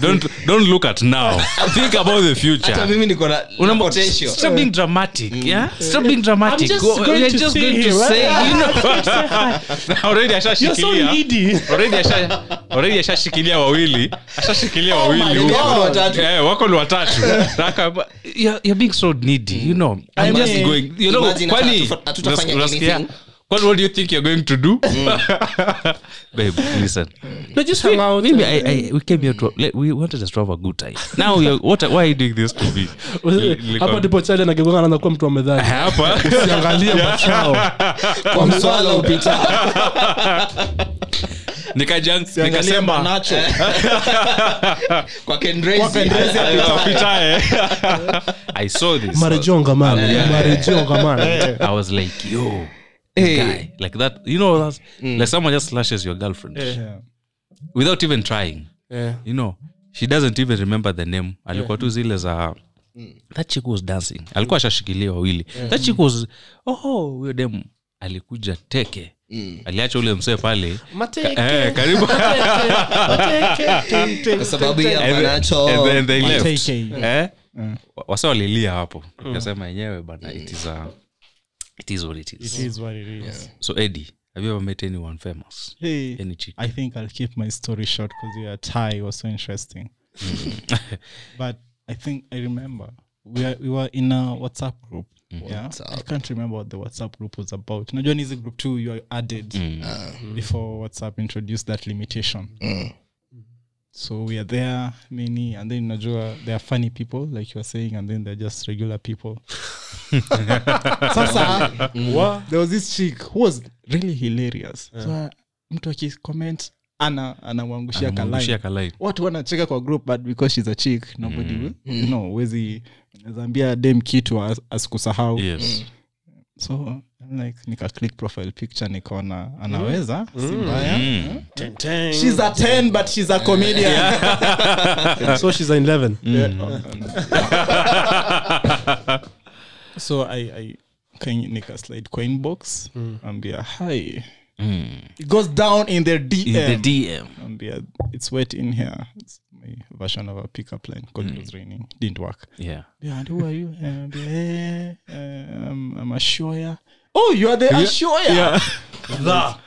Speaker 4: don't don't look at now think about the
Speaker 1: hata
Speaker 4: future
Speaker 1: mimi niko na na
Speaker 4: Unambo-
Speaker 1: potential
Speaker 4: Stop being dramatic, yeah? Stop being dramatic.
Speaker 3: just
Speaker 4: Go-
Speaker 3: going
Speaker 4: we're
Speaker 3: to
Speaker 4: Eh. Mm. just
Speaker 3: see
Speaker 4: going to
Speaker 3: him,
Speaker 4: say, you know. Already ashashikilia. Already asha- already ashashikilia wawili ashashikilia wawili huko.
Speaker 1: Oh Wako ni watatu.
Speaker 4: Eh, wako ni watatu Naka- you're, you're being so needy you know i'm
Speaker 1: Imagine-
Speaker 4: just going you know
Speaker 1: imagine
Speaker 4: kwani
Speaker 1: hatu- hatutafanya
Speaker 4: unasikia?
Speaker 1: anything.
Speaker 4: kwani what do you think you're going to do babe listen
Speaker 3: no just hang out
Speaker 4: Maybe I, I, we came here to like, we wanted us to have a good time. Now you're, what? Why are you doing this to me?
Speaker 3: hapa ndipo chali anageuka anakuwa mtu amedhani
Speaker 4: hapa
Speaker 3: siangalie machao
Speaker 1: kwa mswala upita
Speaker 4: nikaja nikasema
Speaker 1: nacho kwa Ken Rose.
Speaker 4: apitae I saw this.
Speaker 3: marejonga man marejonga man
Speaker 4: I was like, yo, hey. Mm. guy, like that. You know, that's, like someone just slashes your girlfriend
Speaker 2: Yeah.
Speaker 4: without even trying. You know, she doesn't even remember the name. Alikuwa tu zile za that chick was dancing. Alikuwa ashashikilia wawili. That chick was oh, huyo dem alikuja teke. Aliacha ule msee pale. Eh, karibu
Speaker 1: kwa sababu ya
Speaker 4: And then-
Speaker 1: manacho
Speaker 4: and then they left.
Speaker 2: Mateke.
Speaker 4: Eh? wasa walilia hapo nikasema yenyewe bana it is a, it is what it is.
Speaker 8: It is what it is.
Speaker 4: so eddie have you ever met anyone famous
Speaker 2: Hey,
Speaker 4: any chick
Speaker 2: I think I'll keep my story short because your tie was so interesting. but I think I remember we, are, we were in a WhatsApp group. Yeah, I can't remember what the WhatsApp group was about. No, John is a group two. You are added before WhatsApp introduced that limitation. So we are there, many, and then Najua, they are funny people, like you were saying, and then they're just regular people. Sasa, there was this chick who was really hilarious. So, uh, mtu akicomment ana anamwangushia
Speaker 4: Mwangushia
Speaker 2: kalai
Speaker 4: kalai.
Speaker 2: watu wanacheka kwa group but because she's a chick nobody will, you know wezi zaambia dem kitu as- asikusahau
Speaker 4: yes
Speaker 2: so I'm like nika click profile picture nikaona anaweza si mbaya she's a 10 but she's a comedian
Speaker 3: so she's an 11
Speaker 2: Mm. so i i kan- nika slide kwa inbox ambia hi it goes down in their dm
Speaker 4: in the dm
Speaker 2: ambia it's wet in here it's my version of a pickup line because it was raining didn't work
Speaker 4: yeah
Speaker 2: yeah and eh, who are you and ambia, hey, um, i'm a shoya oh you are the ashoya Ah.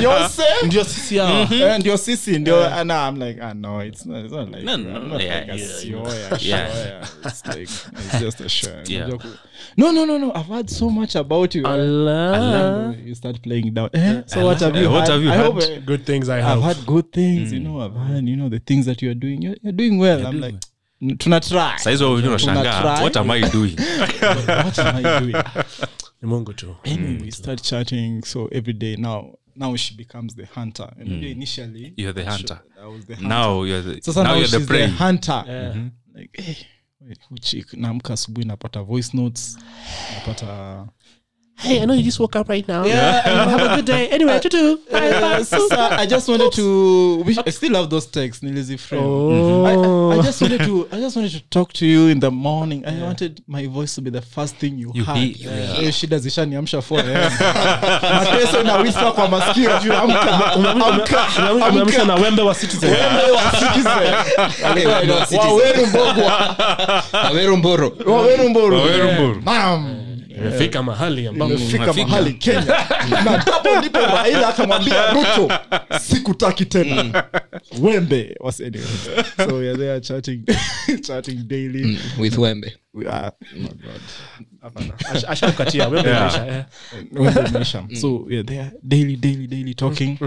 Speaker 2: Yose?
Speaker 3: ndio sisi hawa.
Speaker 4: Mm-hmm.
Speaker 2: Eh, ndio sisi ndio ah, nah, I'm like, ah, no, it's not- it's not like
Speaker 4: No,
Speaker 2: that.
Speaker 4: no,
Speaker 2: I'm not
Speaker 4: yeah,
Speaker 2: like a
Speaker 4: yeah,
Speaker 2: sioya,
Speaker 4: yeah.
Speaker 2: shoya. It's like, it's just a show.
Speaker 4: Yeah. Uh,
Speaker 2: Unajua ku- no no no no i've heard so much about you
Speaker 3: Allah.
Speaker 2: you start playing down eh? so what have you
Speaker 4: uh, What
Speaker 2: heard?
Speaker 4: have you
Speaker 2: I hope,
Speaker 4: heard? Mm.
Speaker 2: eh,
Speaker 8: Good things I
Speaker 2: I've
Speaker 8: have.
Speaker 2: had good things, you know. I've had, you know, the things that you are doing. You're, you're doing well. I'm like, "N- tuna try.
Speaker 4: saizi wawili unashangaa
Speaker 2: try.
Speaker 4: what am i doing
Speaker 2: what am I doing?
Speaker 4: Mm.
Speaker 3: Ni Mungu tu.
Speaker 2: Anyway, we start chatting. So every day now, now she becomes the hunter. And you know, initially,
Speaker 4: Mm. you're the hunter Mm.
Speaker 2: I was the hunter.
Speaker 4: now you're the,
Speaker 2: Sasa
Speaker 4: now
Speaker 2: now
Speaker 4: you're the
Speaker 2: she's the
Speaker 4: prey
Speaker 2: hunter. Like, hey, wait, who chick? Naamka asubuhi napata voice notes, napata
Speaker 3: Hey, I know you just woke up right now.
Speaker 2: Yeah.
Speaker 3: Have a good day. Anyway, tutu.
Speaker 2: Uh, sasa i just wanted to which i still love those texts niliziframe
Speaker 3: Oh.
Speaker 2: I, I, I just wanted to i just wanted to talk to you in the morning i wanted my voice to be the first thing you,
Speaker 4: You
Speaker 2: heard
Speaker 4: hear-
Speaker 2: Hiyo shida zishaniamsha 4 mateso inawisa kwa masikio juu amka amka
Speaker 3: Umeamsha na wembe wa Citizen.
Speaker 2: Wewe wasikize.
Speaker 1: Wewe ndio Citizen.
Speaker 2: waweru mbogwa
Speaker 1: Waweru Mboro.
Speaker 2: waweru mboru
Speaker 4: Waweru Mburu.
Speaker 2: bam
Speaker 3: Imefika mahali ambapo
Speaker 2: imefika
Speaker 4: Unafika.
Speaker 2: mahali kenya na ndipo ndipo raila akamwambia ruto sikutaki tena wembe was anyway. so we are there chatting chatting daily
Speaker 1: Mm, with wembe
Speaker 2: we are oh my god
Speaker 3: ash- ashakukatia wembe
Speaker 4: Yeah.
Speaker 3: maisha, eh.
Speaker 2: Wembe imeisha. so we are there daily daily daily talking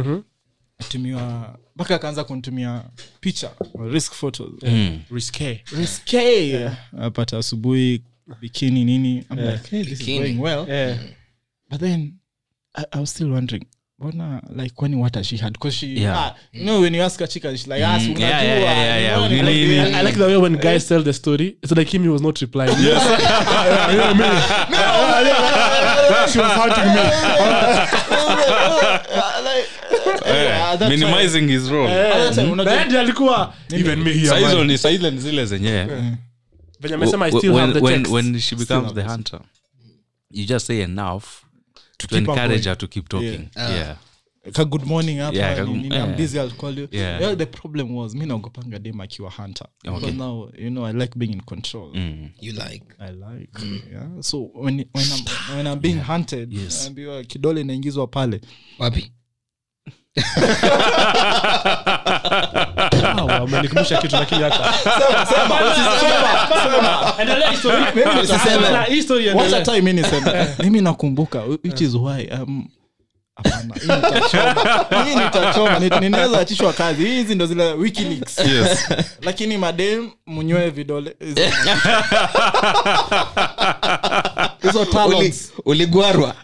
Speaker 2: tumiwa mpaka akaanza kunitumia picha risk photos
Speaker 4: Mm.
Speaker 3: Risque.
Speaker 2: risky apata asubuhi bikini nini I'm like, hey, this
Speaker 1: Bikini.
Speaker 2: is going well
Speaker 3: Eh.
Speaker 2: but then I, I was still wondering bona like kwani what has she had because she
Speaker 4: Yeah.
Speaker 2: ah, you know when you ask a chick and she's like ah, si
Speaker 4: Mm, yeah, yeah,
Speaker 2: unajua,
Speaker 4: yeah, yeah,
Speaker 2: you
Speaker 4: yeah,
Speaker 2: know,
Speaker 4: we
Speaker 2: and I'm like,
Speaker 4: really-
Speaker 2: yeah,
Speaker 3: I like the way when guys tell the story, it's like him, he was not replying.
Speaker 2: she was hunting me
Speaker 4: Yeah,
Speaker 2: that
Speaker 4: minimizing his role
Speaker 2: Other time, unajua-
Speaker 3: Baadaye alikuwa even me here.
Speaker 4: saizo ni saizo ni zile zenyewe
Speaker 3: Venye amesema, I
Speaker 4: Wh-
Speaker 3: still
Speaker 4: when,
Speaker 3: have the
Speaker 4: when,
Speaker 3: text.
Speaker 4: when she becomes
Speaker 2: have
Speaker 4: the
Speaker 2: the
Speaker 4: hunter you just say enough to,
Speaker 2: keep on
Speaker 4: encourage
Speaker 2: going. Ah.
Speaker 4: her to keep talking yeah,
Speaker 2: ka good morning hapa
Speaker 4: Yeah, ka-
Speaker 2: nini,
Speaker 4: yeah.
Speaker 2: I'm busy I'll call you
Speaker 4: Yeah.
Speaker 2: well, the problem was mi naogopanga dem akiwa hunter
Speaker 4: Okay.
Speaker 2: because
Speaker 4: Mm.
Speaker 2: now you know I like being in control
Speaker 1: you like
Speaker 2: I like yeah. so when, when, I'm, when I'm being hunted
Speaker 4: Yes.
Speaker 2: naambiwa kidole inaingizwa pale
Speaker 1: wapi
Speaker 3: Wow, umenikumbusha kitu lakini hata. Endelea historia.
Speaker 2: Mimi
Speaker 1: Usiseme.
Speaker 3: Na hii story
Speaker 2: Wacha
Speaker 3: endelea.
Speaker 2: time mimi niseme.
Speaker 4: Eh.
Speaker 2: mimi nakumbuka which is why um, hapana, hii nitachoma. Hii nitachoma Ni- ninaweza achishwa kazi hizi ndo zile wikileaks
Speaker 4: Yes.
Speaker 2: lakini madem mnyoe vidole
Speaker 4: Eh,
Speaker 2: hizo
Speaker 1: Uli-
Speaker 2: talents
Speaker 1: uligwarwa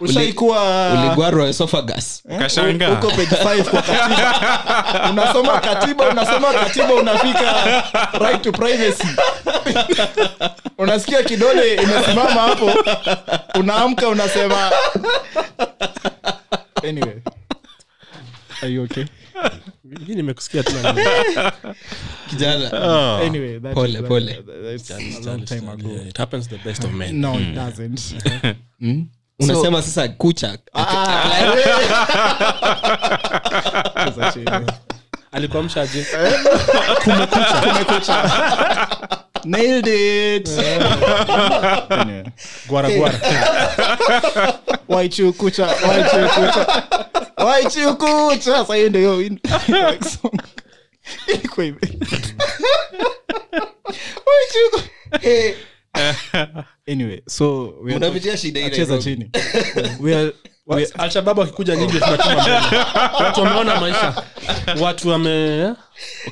Speaker 2: ushaikuwa
Speaker 1: uligwarwa esophagus
Speaker 4: Ukashangaa.
Speaker 2: Eh? uko page 5 kwa katiba unasoma katiba unasoma katiba unafika right to privacy unasikia kidole imesimama hapo unaamka unasema anyway are you okay
Speaker 3: Mimi nimekusikia tu na-
Speaker 1: kijana
Speaker 2: anyway that
Speaker 1: Ah. Pole,
Speaker 2: is-
Speaker 1: pole.
Speaker 2: that's a long time ago
Speaker 3: Yeah, it happens to the best of men.
Speaker 2: no it doesn't
Speaker 1: unasema sasa kucha
Speaker 2: Ah, it's actually-
Speaker 3: Alikuamsha aje?
Speaker 2: nailed it Anyway.
Speaker 3: Gwara, gwara.
Speaker 2: waichukucha waichukucha waichukucha sasa hiyo ndio hiyo in- like song. ilikuwa hivi waichuku Hey. anyway so we are-
Speaker 1: unapitia shida ile
Speaker 2: acheza
Speaker 1: bro.
Speaker 2: chini we are we are-
Speaker 3: Alshabab wakikuja nyingi tunatuma mbele. Watu wameona maisha. Watu wame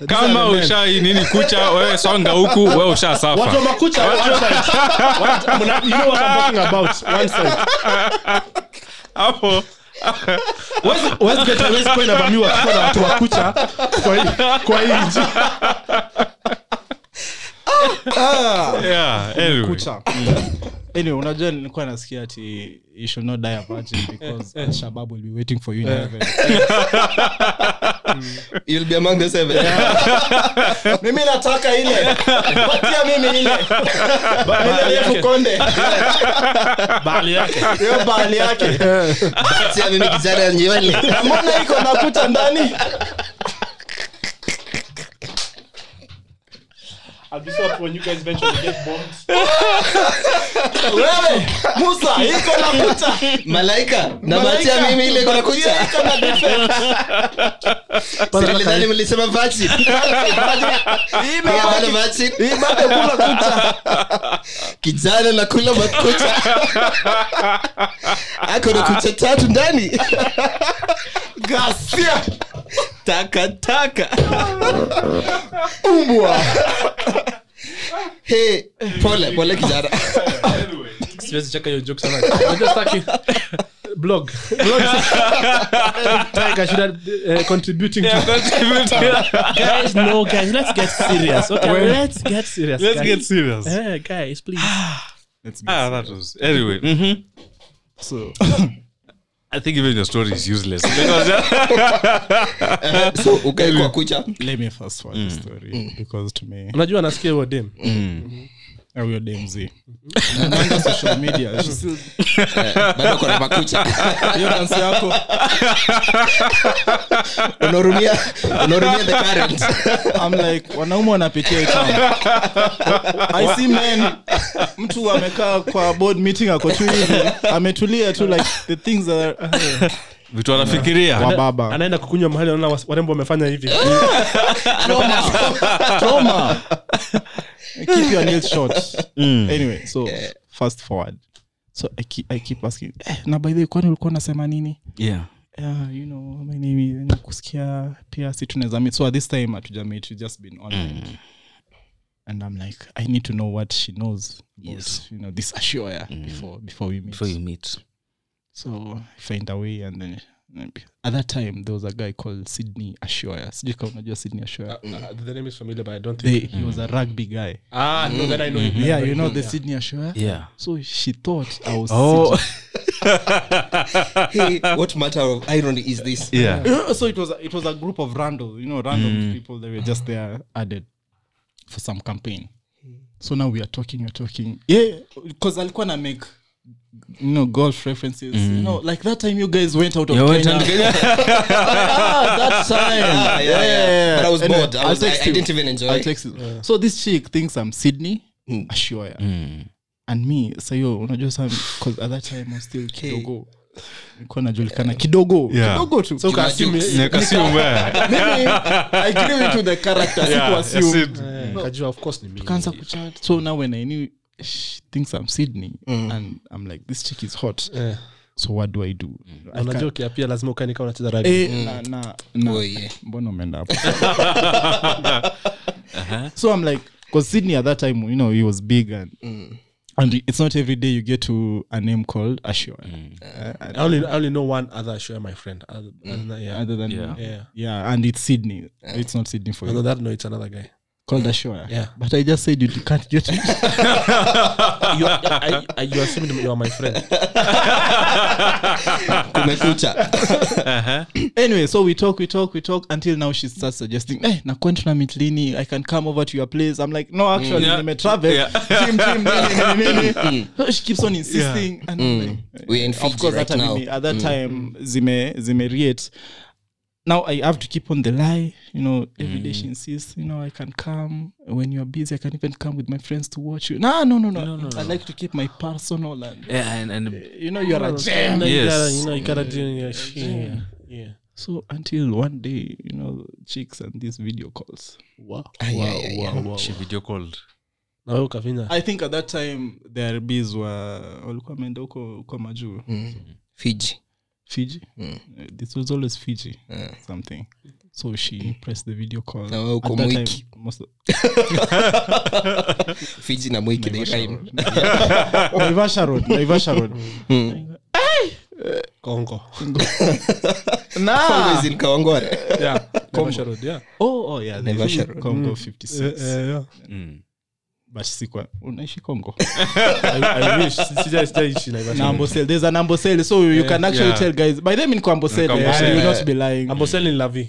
Speaker 4: kama ushai nini kucha wewe songa huku wewe
Speaker 3: watu wa
Speaker 4: ushasafa
Speaker 3: makucha one side. Watu- mna- you know what I'm talking about one side
Speaker 4: hapo
Speaker 3: Huwezi- huwezi get away kuwa inavamiwa kuwa na watu wa kucha kwa hii- kwa hii nchi.
Speaker 4: yeah anyway
Speaker 2: kucha anyway unajua nilikuwa nasikia ati you should not die a virgin because alshabab will be waiting for you in heaven
Speaker 1: You'll be among the seven.
Speaker 2: mimi nataka ile patia mimi ile ile refu konde
Speaker 3: Bahali yake.
Speaker 2: hiyo bahali yake
Speaker 1: Si ya mimi kijana ya nywele.
Speaker 2: mbona iko nakuta ndani wewe musa iko na kucha
Speaker 1: malaika na
Speaker 2: Malaika,
Speaker 1: batia mimi ile kuna
Speaker 2: batia
Speaker 1: kucha
Speaker 2: iko na defect.
Speaker 1: silidhani mlisema vaccine.
Speaker 2: Hii
Speaker 1: Ni
Speaker 2: imebaki-
Speaker 1: habari vaccine.
Speaker 2: hii bado kula kucha
Speaker 1: kijana nakula makucha ako na kucha tatu ndani
Speaker 2: gasia
Speaker 1: takataka umbwa Hey, pole pole kijana
Speaker 3: siwezi cheka hiyo joke sana Unajua sitaki- blog Blog sasa. Tiger should have, eh, contributing to-
Speaker 9: guys, no, guys, let's get serious. Okay, let's get serious.
Speaker 8: Let's
Speaker 9: guys.
Speaker 8: get serious.
Speaker 9: Eh, guys, please.
Speaker 8: Ah, that was anyway.
Speaker 2: so
Speaker 8: I think even your story is useless.
Speaker 1: so ukaekwa kucha
Speaker 2: let me first for the story because to me
Speaker 3: unajua nasikia wadem
Speaker 2: uh, we're DMZ. Nanga social media she's still
Speaker 1: bado kona makucha
Speaker 2: hiyo dansi yako
Speaker 1: unahurumia unahurumia the parent
Speaker 2: I'm like wanaume wanapitia itam i see men mtu amekaa kwa board meeting ako tu hivi ametulia tu like the things that are,
Speaker 8: Vitu wanafikiria.
Speaker 2: wababa
Speaker 3: anaenda kukunywa mahali anaona was- warembo wamefanya hivi
Speaker 2: trauma keep your nails short anyway so fast forward so i keep, I keep asking eh, na by the way kwani ulikuwa unasema nini
Speaker 4: yeah
Speaker 2: yeah, you know my name is kusikia pia si tunaweza meet so at this time hatuja meet we just been online
Speaker 4: Mm.
Speaker 2: and i'm like i need to know what she knows about,
Speaker 4: Yes. Mm.
Speaker 2: you know this ashoya before before we meet
Speaker 4: before you meet
Speaker 2: so I find a way and then at that time there was a guy called sydney ashoya sijui kama unajua sydney ashoya
Speaker 3: Uh, the name is familiar but i don't
Speaker 2: they,
Speaker 3: think
Speaker 2: he was a rugby guy
Speaker 3: ah no then i know him.
Speaker 2: yeah you know the sydney ashoya
Speaker 4: yeah
Speaker 2: so she thought i was
Speaker 8: Oh.
Speaker 2: Sydney.
Speaker 1: hey, what matter of irony is this
Speaker 8: Yeah.
Speaker 2: so it was a, it was a group of random you know random
Speaker 1: Mm.
Speaker 2: people that were just there added for some campaign so now we are talking we're talking yeah because alikuwa na make you know golf references
Speaker 1: Mm.
Speaker 2: you know like that time you guys went out of
Speaker 4: You
Speaker 2: Kenya.
Speaker 4: went out of
Speaker 2: ah, that time
Speaker 1: yeah, yeah, yeah. But I was bored. I
Speaker 2: I'll
Speaker 1: was- I-
Speaker 2: text
Speaker 1: I
Speaker 2: you.
Speaker 1: didn't even enjoy.
Speaker 2: I'll text you. so this chick thinks i'm sydney
Speaker 1: Mm.
Speaker 2: Ashoya.
Speaker 4: mm.
Speaker 2: and me sayo unajua sa cause at that time I'm still kidogo nilikuwa najulikana kidogo
Speaker 8: Yeah.
Speaker 2: kidogo tu
Speaker 3: so
Speaker 1: Jokes.
Speaker 3: kasimi
Speaker 2: Mimi, I grew into the character, sikuassume.
Speaker 3: kajua of course ni mimi
Speaker 2: Tukaanza kuchat. so now when i knew she thinks i'm sydney
Speaker 3: Mm.
Speaker 2: and i'm like this chick is hot
Speaker 3: Eh.
Speaker 2: so what do i do
Speaker 3: Mm.
Speaker 2: I can't-
Speaker 3: unajua kia pia lazima ukae nikaa unacheza rugby
Speaker 2: Eh, na- na- na-
Speaker 1: Oh, yeah.
Speaker 2: mbona umeenda hapo so i'm like because sydney at that time you know he was big and
Speaker 3: Mm.
Speaker 2: and it's not every day you get to a name called Uh, ashua
Speaker 3: I only, I only know one other Ashoya, my friend. Other, other- yeah.
Speaker 2: other than
Speaker 4: Yeah.
Speaker 3: yeah.
Speaker 2: yeah and it's sydney it's not sydney for
Speaker 3: No, no,
Speaker 2: you
Speaker 3: that no, it's another guy.
Speaker 2: called ashua
Speaker 3: Yeah.
Speaker 2: but i just said you can't get it
Speaker 3: You, I, I, you assumed you are my friend.
Speaker 1: kumekucha
Speaker 2: anyway so we talk we talk we talk until now she starts suggesting eh na kwani tuna meet lini i can come over to your place i'm like no actually
Speaker 8: Yeah.
Speaker 2: nimetravel
Speaker 8: Yeah.
Speaker 2: Gym, gym, nini, nini, nini. So she keeps on insisting and I'm like,
Speaker 1: We are Mm. in
Speaker 2: of
Speaker 1: Fiji
Speaker 2: course
Speaker 1: right
Speaker 2: hata
Speaker 1: now. Mm.
Speaker 2: mimi at that time zime zime reate now i have to keep on the lie you know every
Speaker 1: Mm.
Speaker 2: day she insists you know i can come when you're busy i can even come with my friends to watch you no no no no, i like to keep my personal and
Speaker 4: yeah and, and
Speaker 2: you know you're a gem
Speaker 3: No, you
Speaker 4: Yes.
Speaker 3: gotta, you know, you gotta do your shit. Yeah.
Speaker 2: So until one day, you know, chicks and these video calls.
Speaker 3: Wow.
Speaker 1: yeah, yeah, yeah.
Speaker 4: she video called
Speaker 3: Na wewe ukafinya.
Speaker 2: I think at that time the RBs were walikuwa wameenda huko huko majuu
Speaker 1: Mm. fiji
Speaker 2: Fiji.
Speaker 1: Mm.
Speaker 2: Uh, This was always Fiji something. So she pressed the video call.
Speaker 1: Eh. Na wewe uko
Speaker 2: At that
Speaker 1: mwiki.
Speaker 2: time, most of-
Speaker 1: fiji na mwiki they rhyme
Speaker 2: Oh, Naivasha Road, Naivasha Road.
Speaker 3: Kongo.
Speaker 1: always in kawangware
Speaker 3: Yeah. Kongo Road, yeah.
Speaker 2: Oh, oh yeah, there's
Speaker 1: Naivasha Road.
Speaker 2: Congo 56.
Speaker 4: mm.
Speaker 2: But sikwa unaishi Congo.
Speaker 3: I, I wish. Sija- sijaishi Naivasha.
Speaker 2: Na Amboseli, there's an Amboseli so you can actually
Speaker 8: Yeah.
Speaker 2: tell guys by them in Amboseli,
Speaker 8: Niko
Speaker 2: yeah, you will
Speaker 8: Amboseli.
Speaker 2: not be lying.
Speaker 3: Amboseli ni Lavi.
Speaker 2: Eh.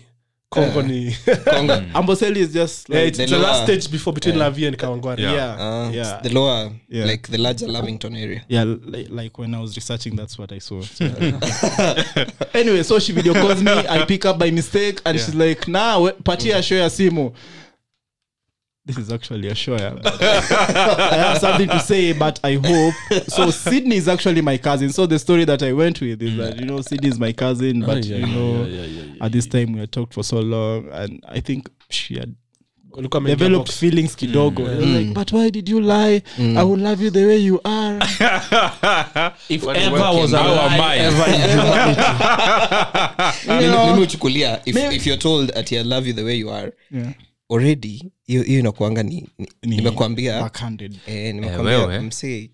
Speaker 3: Kongo ni-
Speaker 1: kongo
Speaker 2: Amboseli is just
Speaker 3: Yeah,
Speaker 2: like
Speaker 3: it's
Speaker 1: the
Speaker 3: the last
Speaker 1: lower-
Speaker 3: stage before between Lavi and Kawangware.
Speaker 8: Yeah.
Speaker 2: yeah.
Speaker 1: Uh,
Speaker 2: Ah. yeah.
Speaker 1: the lower
Speaker 2: Yeah.
Speaker 1: like the larger lavington area
Speaker 2: yeah like, like when i was researching that's what i saw So- anyway so she video calls me i pick up by mistake and she's like nah we- patia show ya simu Mm. this is actually a show yeah, but I have something to say, but I hope. So Sydney is actually my cousin. So the story that I went with is that you know Sydney is my cousin, but
Speaker 3: yeah,
Speaker 2: you
Speaker 3: yeah,
Speaker 2: know
Speaker 3: yeah, yeah, yeah,
Speaker 2: at this time we had talked for so long, and I think she had
Speaker 3: Walikuwa wameingia
Speaker 2: developed
Speaker 3: box. Mm.
Speaker 2: feelings kidogo. I was Like, but why did you lie? I would love you the way you are.
Speaker 9: if ever was a lie, ever
Speaker 1: Mimi- mimi huchukulia if, if you're told at i love you the way you are
Speaker 2: Yeah.
Speaker 1: already hiyo hiyo inakuanga ni, ni,
Speaker 2: Ni-
Speaker 1: nimekwambia
Speaker 2: Backhanded.
Speaker 1: eh, nimekwambia
Speaker 4: wewe.
Speaker 1: msee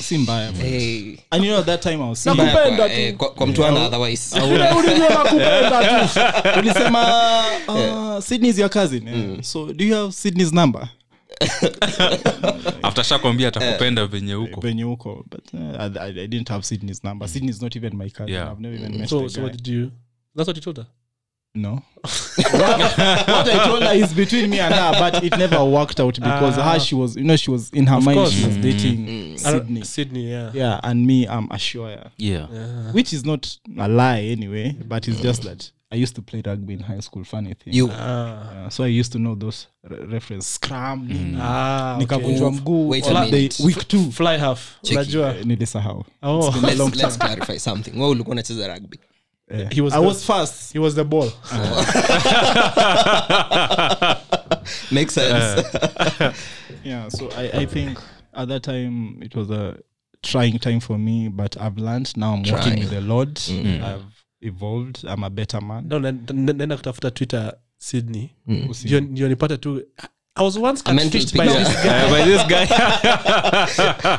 Speaker 2: Si mbaya. man.
Speaker 1: eh,
Speaker 2: And you know at that time I was
Speaker 1: si mbaya
Speaker 2: single.
Speaker 1: kwa- eh, kwa- kwa mtu ana otherwise
Speaker 2: Ule ulijua nakupenda tu. ulisema uh, sydney is your cousin eh? so do you have sydney's number
Speaker 8: after shakwambia atakupenda venye huko
Speaker 2: venye huko but uh, I, I I didn't have sydney's number sydney is not even my cousin
Speaker 8: Yeah.
Speaker 2: i've never even met
Speaker 3: Mm. So,
Speaker 2: the
Speaker 3: so
Speaker 2: guy.
Speaker 3: what did you? That's what you told her.
Speaker 2: no what, what i told her is between me and her but it never worked out because
Speaker 3: Ah.
Speaker 2: her she was you know she was in her mind she was dating
Speaker 3: I don't-
Speaker 2: sydney
Speaker 3: Mm. Sydney, Ah. yeah.
Speaker 2: yeah and me i'm ashoya
Speaker 4: yeah
Speaker 2: which is not a lie anyway but it's just that i used to play rugby in high school funny thing
Speaker 1: you
Speaker 3: Ah,
Speaker 2: Uh, so i used to know those re- reference scram nini.
Speaker 3: ah, okay.
Speaker 2: nikavunjwa mguu
Speaker 1: Wait a
Speaker 2: on that day,
Speaker 1: minute.
Speaker 2: week two
Speaker 3: Fly half.
Speaker 1: Cheeky.
Speaker 3: Unajua.
Speaker 2: Eh, nilisahau
Speaker 3: Oh.
Speaker 2: been a long
Speaker 1: let's, let's clarify something wewe ulikuwa unacheza rugby
Speaker 2: Eh,
Speaker 3: He was
Speaker 2: I
Speaker 3: the-
Speaker 2: was fast
Speaker 3: He was the ball.
Speaker 2: Uh,
Speaker 1: makes
Speaker 2: Eh.
Speaker 1: sense
Speaker 2: yeah so I, I think at that time it was a trying time for me but i've learned now i'm working with the lord i've evolved i'm a better man
Speaker 3: No, na- na- naenda kutafuta twitter sydney
Speaker 2: Usi-
Speaker 3: ndio ndio nipata tu I was once
Speaker 1: A mental
Speaker 3: catfished by
Speaker 1: picture.
Speaker 3: this guy.
Speaker 8: Eh, by this guy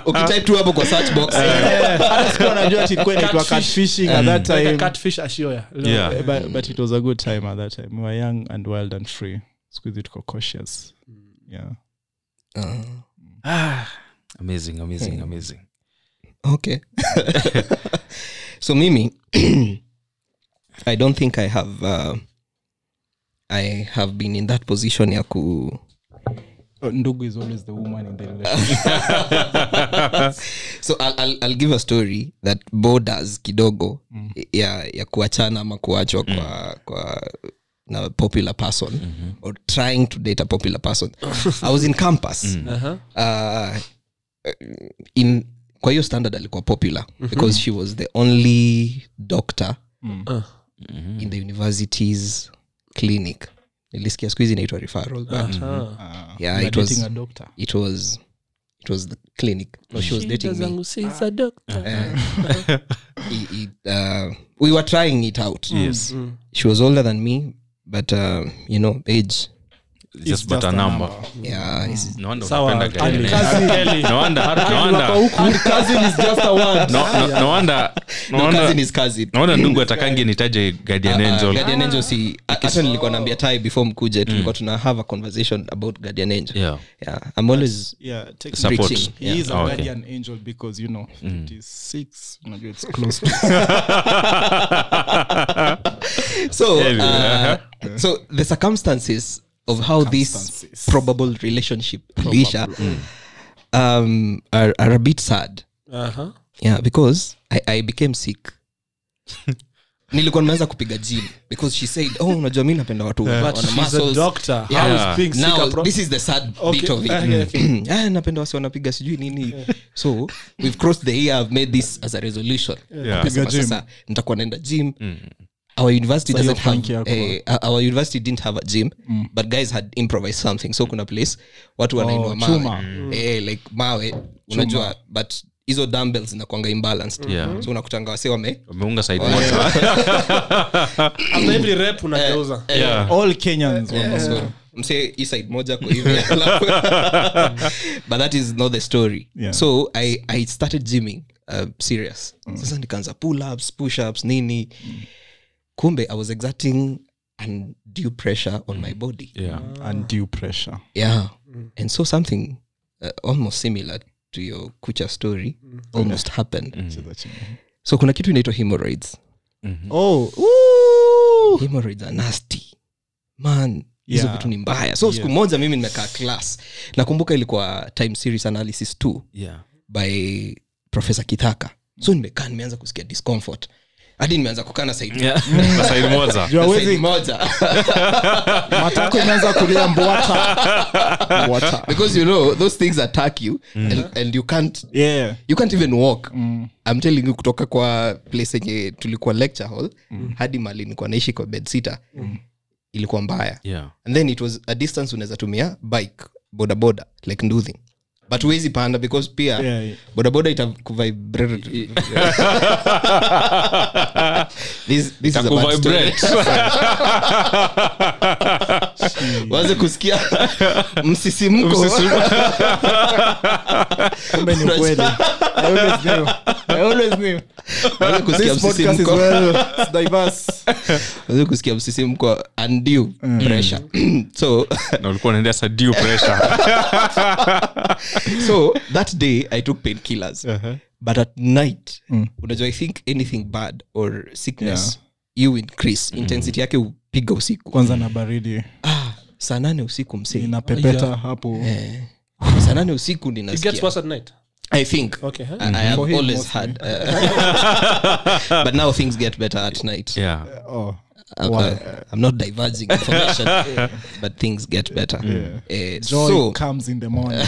Speaker 1: ukitype tu hapo kwa search box
Speaker 2: Eh, hata sikuwa najua ati ilikuwa inaitwa catfishing at that
Speaker 3: Like a
Speaker 2: time
Speaker 3: catfish Ashioya.
Speaker 8: Yeah.
Speaker 2: Eh, but, but it was a good time at that time we were young and wild and free squeeze tuko cautious
Speaker 3: Mm.
Speaker 2: yeah
Speaker 4: amazing amazing
Speaker 1: Hmm.
Speaker 4: amazing
Speaker 1: okay so mimi i don't think i have uh, i have been in that position ya ku
Speaker 2: Oh, ndugu is always the woman in the relationship
Speaker 1: so I'll, I'll, i'll give a story that borders kidogo ya, ya kuachana ama kuachwa kwa, kwa na popular person or trying to date a popular person i was in campus
Speaker 3: Uh-huh.
Speaker 1: uh, in kwa hiyo standard alikuwa popular because she was the only doctor
Speaker 3: Uh.
Speaker 1: in the university's clinic nilisikia siku hizi inaitwa referral but
Speaker 3: Ah.
Speaker 1: yeah,
Speaker 2: You
Speaker 1: it
Speaker 2: are
Speaker 1: was,
Speaker 2: dating a doctor
Speaker 1: it was it was the clinic no she was dating me it, it, uh, we were trying it out. Yes, she was older than me, but uh, you know, age.
Speaker 8: just but a number
Speaker 1: Yeah, it's-
Speaker 8: no wonder
Speaker 3: Sawa,
Speaker 8: unapenda guy
Speaker 3: Andy.
Speaker 8: like- no wonder no wonder
Speaker 2: And cousin is just a word
Speaker 8: no- no- no wonder no
Speaker 1: no,
Speaker 8: wonder-
Speaker 1: cousin is cousin.
Speaker 8: no wonder ndugu atakangi nitaje guardian
Speaker 1: Uh,
Speaker 8: angel
Speaker 1: guardian angel si hata nilikuwa naambia tai before mkuje tulikuwa tuna have a conversation about guardian angel
Speaker 4: yeah
Speaker 1: yeah i'm always
Speaker 2: yeah take
Speaker 8: Support.
Speaker 1: preaching
Speaker 2: he
Speaker 1: yeah. Mm.
Speaker 2: is a
Speaker 4: Oh, okay.
Speaker 2: guardian angel because you know 56 unajua it's close to
Speaker 1: so
Speaker 8: Anyway,
Speaker 1: uh, so the circumstances of how this
Speaker 2: Circumstances.
Speaker 1: probable relationship ilisha um are, are a bit sad
Speaker 3: Uh-huh.
Speaker 1: yeah because i, I became sick nilikuwa nimeanza kupiga gym because she said oh unajua mi napenda watu
Speaker 3: But
Speaker 1: wana
Speaker 3: she's a
Speaker 1: muscles."
Speaker 3: doctor. How
Speaker 1: Yeah.
Speaker 3: is being sick a
Speaker 1: now
Speaker 3: pro-
Speaker 1: this is the sad bit
Speaker 3: Okay.
Speaker 1: of it
Speaker 3: Ah, yeah,
Speaker 1: Ah, napenda wasi wanapiga sijui nini so we've crossed the year i've made this as a resolution
Speaker 8: Yeah.
Speaker 1: Nikasema,
Speaker 2: Piga gym.
Speaker 1: sasa nitakuwa naenda gym our university
Speaker 2: hiyo
Speaker 1: doesn't
Speaker 2: flank
Speaker 1: have
Speaker 2: yako.
Speaker 1: eh, uh, our university didn't have a gym
Speaker 3: Mm.
Speaker 1: but guys had improvised something so kuna place watu
Speaker 3: Oh,
Speaker 1: wanainua
Speaker 2: chuma.
Speaker 1: mawe eh, like mawe unajua but hizo dumbbells zinakuanga imbalanced
Speaker 4: Yeah.
Speaker 1: so unakutanga wase wame
Speaker 4: wameunga
Speaker 1: Oh,
Speaker 4: side moja
Speaker 3: After every rep
Speaker 1: Eh,
Speaker 3: unageuza.
Speaker 8: Yeah.
Speaker 2: all kenyans
Speaker 1: Yeah,
Speaker 2: yeah.
Speaker 1: so, mse hii side moja kwa hivi alafu- but that is not the story
Speaker 2: Yeah.
Speaker 1: so i, I started gymming uh, serious sasa nikaanza pull-ups push-ups nini kumbe i was exerting undue pressure on my body yeah,
Speaker 2: undue pressure
Speaker 1: and so something uh, almost similar to your kucha story almost happened so kuna kitu inaitwa hemorrhoids
Speaker 2: oh
Speaker 1: hemorrhoids are nasty man hizo
Speaker 2: Yeah.
Speaker 1: vitu ni mbaya so siku moja mimi nimekaa class nakumbuka ilikuwa time series analysis 2
Speaker 4: yeah
Speaker 1: by professor kithaka so nimekaa nimeanza kusikia discomfort hadi nimeanza kukana saidi
Speaker 8: Yeah. Na side moja.
Speaker 2: Juu hawezi-
Speaker 1: Saidi moja
Speaker 2: matako imeanza kulia mbwata Mbwata.
Speaker 1: because you know those things attack you
Speaker 2: Mm-hmm.
Speaker 1: and, and you can't
Speaker 2: Yeah.
Speaker 1: you can't even walk
Speaker 2: Mm.
Speaker 1: i'm telling you kutoka kwa place yenye tulikuwa lecture hall
Speaker 2: Mm.
Speaker 1: hadi mali nilikuwa naishi kwa bedsita ilikuwa mbaya
Speaker 4: Yeah.
Speaker 1: and then it was a distance unaweza tumia bike bodaboda like nduthi but huwezi panda because pia
Speaker 2: Yeah, yeah.
Speaker 1: bodaboda itakuvibrate this, this is a bad story. waze kusikia msisimko
Speaker 2: Kumbe ni kweli. I always knew. I always knew.
Speaker 1: waze kusikia
Speaker 2: This podcast is
Speaker 1: msisimko
Speaker 2: well, it's diverse.
Speaker 1: waze kusikia msisimko undue
Speaker 2: Mm.
Speaker 1: pressure so
Speaker 8: Na ulikuwa unaendea sa due pressure.
Speaker 1: so that day i took pain killers
Speaker 3: Uh-huh.
Speaker 1: but at night
Speaker 2: Mm.
Speaker 1: unajua i think anything bad or sickness you increase
Speaker 3: Mm-hmm.
Speaker 1: intensity yake upiga usiku
Speaker 2: kwanza na baridi
Speaker 1: saa nane usiku msee
Speaker 2: inapepeta hapo
Speaker 1: saa nane usiku
Speaker 3: It gets
Speaker 1: ninasikia
Speaker 3: worse at night.
Speaker 1: i think
Speaker 3: Okay. huh?
Speaker 1: I, I have
Speaker 2: For him,
Speaker 1: always
Speaker 2: mostly.
Speaker 1: had uh, but now things get better at night
Speaker 8: Yeah.
Speaker 2: oh.
Speaker 1: Uh, uh, i'm not diverging information but things get better Eh,
Speaker 2: joy
Speaker 1: so
Speaker 2: comes in the morning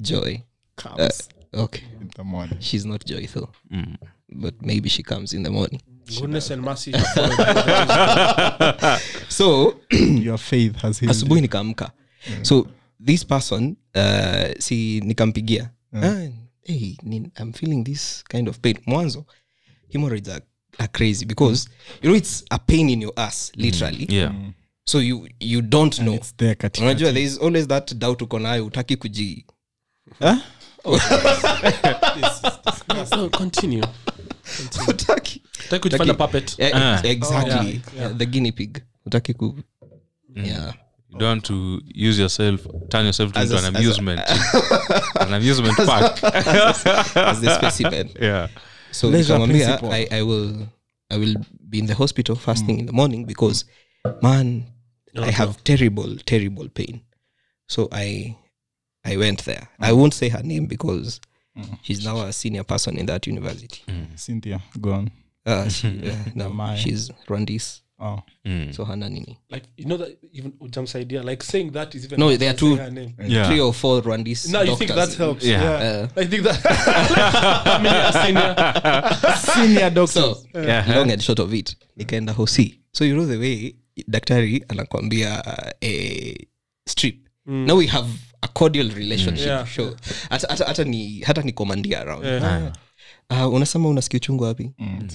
Speaker 1: joy
Speaker 2: comes
Speaker 1: okay
Speaker 2: in the morning
Speaker 1: she's not joy though
Speaker 3: Mm.
Speaker 1: but maybe she comes in the morning
Speaker 3: Goodness and mercy.
Speaker 1: so
Speaker 2: your faith has healed
Speaker 1: asubuhi nikaamka so this person uh, si nikampigia ah, hey, ni, i'm feeling this kind of pain mwanzo hemorrhoids are, are crazy because you know it's a pain in your ass literally
Speaker 8: Yeah.
Speaker 1: so you you don't know
Speaker 2: it's there katika
Speaker 1: unajua there is always that doubt uko nayo utaki kuji
Speaker 3: no, continue.
Speaker 1: utaki
Speaker 3: Take you to find a
Speaker 1: Taki-
Speaker 3: puppet.
Speaker 1: Eh,
Speaker 8: Ah.
Speaker 1: exactly
Speaker 3: Oh, yeah.
Speaker 1: Yeah, the guinea pig utaki ku yeah
Speaker 8: You don't want to use yourself, turn yourself
Speaker 1: As
Speaker 8: into
Speaker 1: a-
Speaker 8: an
Speaker 1: as a-
Speaker 8: amusement. an amusement park.
Speaker 1: as the specimen
Speaker 8: Yeah.
Speaker 1: so
Speaker 2: Leisure
Speaker 1: nikamwambia
Speaker 2: principle.
Speaker 1: I, I, will, I will be in the hospital first thing in the morning because man Eh, i have terrible terrible pain so i i went there i won't say her name because
Speaker 2: Mm-hmm.
Speaker 1: she's now a senior person in that university
Speaker 2: Mm. cynthia go on
Speaker 1: uh, she, uh, no,
Speaker 2: My.
Speaker 1: she's rwandese
Speaker 2: oh
Speaker 1: so hana nini
Speaker 3: Like you know that even Ujam's idea, like saying that is even
Speaker 1: No, there are
Speaker 3: saying
Speaker 1: two-
Speaker 3: her name.
Speaker 8: Yeah.
Speaker 1: three or four rwandese
Speaker 3: No, you think that
Speaker 1: doctors.
Speaker 3: helps?
Speaker 8: Yeah.
Speaker 1: Uh,
Speaker 3: I think that. I mean, yeah, senior.
Speaker 2: senior doctor
Speaker 1: so long and short of it nikaenda hosi so you know the way daktari anakwambia eh, strip now we have a cordial relationship
Speaker 3: Mm. Yeah.
Speaker 1: sure hata, hata, hata ni hata ni komandia around
Speaker 3: Yeah.
Speaker 1: Ah, unasema unasikia uchungu wapi Mm,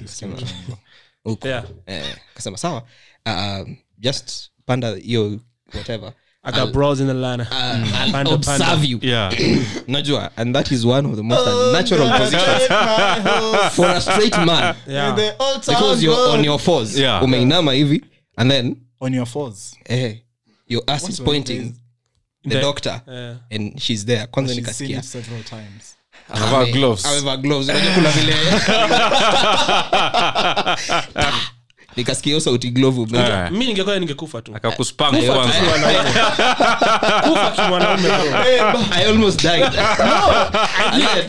Speaker 1: huko
Speaker 3: Yeah.
Speaker 1: eh, kasema sawa um, just panda hiyo whatever
Speaker 3: I got bros in the line.
Speaker 1: Uh, I'll
Speaker 3: Panda,
Speaker 1: observe
Speaker 3: panda.
Speaker 1: you
Speaker 8: Yeah.
Speaker 1: najua and that is one of the most
Speaker 3: Oh,
Speaker 1: unnatural positions for a straight man
Speaker 3: Yeah.
Speaker 1: because you're on your fours
Speaker 8: Yeah.
Speaker 1: umeinama hivi and then
Speaker 2: on your fours
Speaker 1: eh, your ass is pointing the,
Speaker 3: The-
Speaker 1: doctor
Speaker 3: Yeah.
Speaker 1: and she's there kwanza
Speaker 2: she's seen
Speaker 1: nikasikia
Speaker 2: it several times
Speaker 8: Amevaa gloves.
Speaker 1: Amevaa gloves. Unajua kuna vile nikasikia hiyo sauti glove ume-
Speaker 8: Yeah.
Speaker 3: Mi ningekuwa ningekufa tu.
Speaker 8: Akakuspang kwanza.
Speaker 3: Kufa kimwanaume bro.
Speaker 1: Eh, I almost died.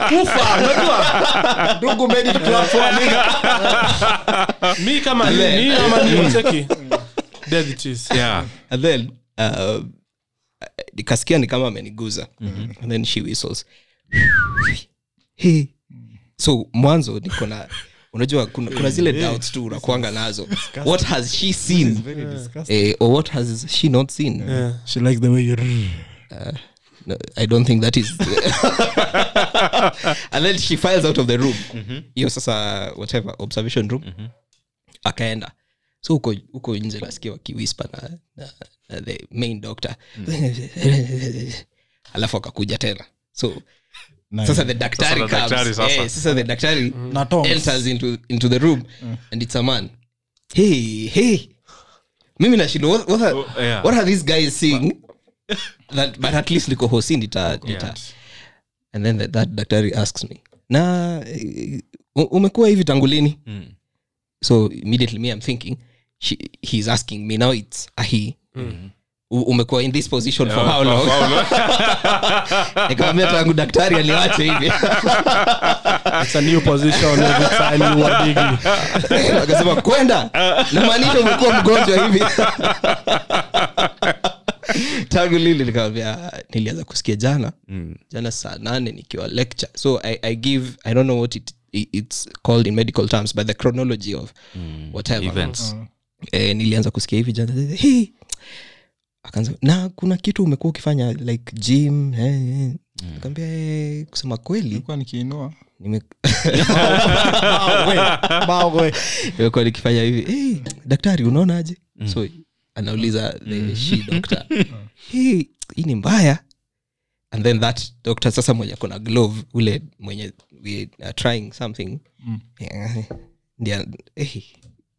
Speaker 3: Kufa, unajua? Mi kama ni-
Speaker 1: Ale.
Speaker 3: ni ama ni
Speaker 1: Mm.
Speaker 3: unacheki? Dead it is.
Speaker 8: Yeah.
Speaker 1: And then uh, nikasikia ni kama ameniguza and then she whistles Hey. so mwanzo niko na unajua kuna, kuna zile doubts tu unakuanga nazo what has she seen
Speaker 2: very disgusting
Speaker 1: eh, or what has she not seen
Speaker 2: she likes the way you
Speaker 1: no, i don't think that is and then she files out of the room hiyo sasa whatever observation room akaenda so huko huko nje nasikia wakiwispa na, na, na the main doctor alafu akakuja tena so sasa the daktari
Speaker 8: Sasa
Speaker 1: comes.
Speaker 8: daktari sasa.
Speaker 1: Eh, sasa the Mm. daktari
Speaker 2: na tongs
Speaker 1: enters into, into the room and it's a man hey hey mimi nashindo what, what, are,
Speaker 8: Oh, yeah.
Speaker 1: what are these guys seeing that, but at least niko hosi nita, nita. and then the, that daktari asks me na eh, u- umekuwa hivi tangu lini so immediately me i'm thinking she, he's asking me now it's a he U- umekuwa in this position Mm. for how long nikamwambia tangu daktari aliwache hivi
Speaker 3: it's a new position every time you are digging.
Speaker 1: akasema kwenda namaanisha umekuwa mgonjwa hivi tangu lili nikawambia nilianza kusikia jana mm. jana saa nane nikiwa lecture so i, I give i don't know what it, i- it's called in medical terms but the chronology of mm. whatever
Speaker 4: events
Speaker 1: eh, nilianza kusikia hivi jana hey! akaanza na kuna kitu umekuwa ukifanya like gym eh, eh. akaambia eh, kusema kweli
Speaker 2: nilikuwa nikiinua
Speaker 1: nime- nimekuwa nikifanya hivi hey, daktari unaonaje mm. so anauliza the mm. she doctor hii hii ni mbaya and then that doctor sasa mwenye kona glove ule mwenye we are trying something mm. yeah, hey,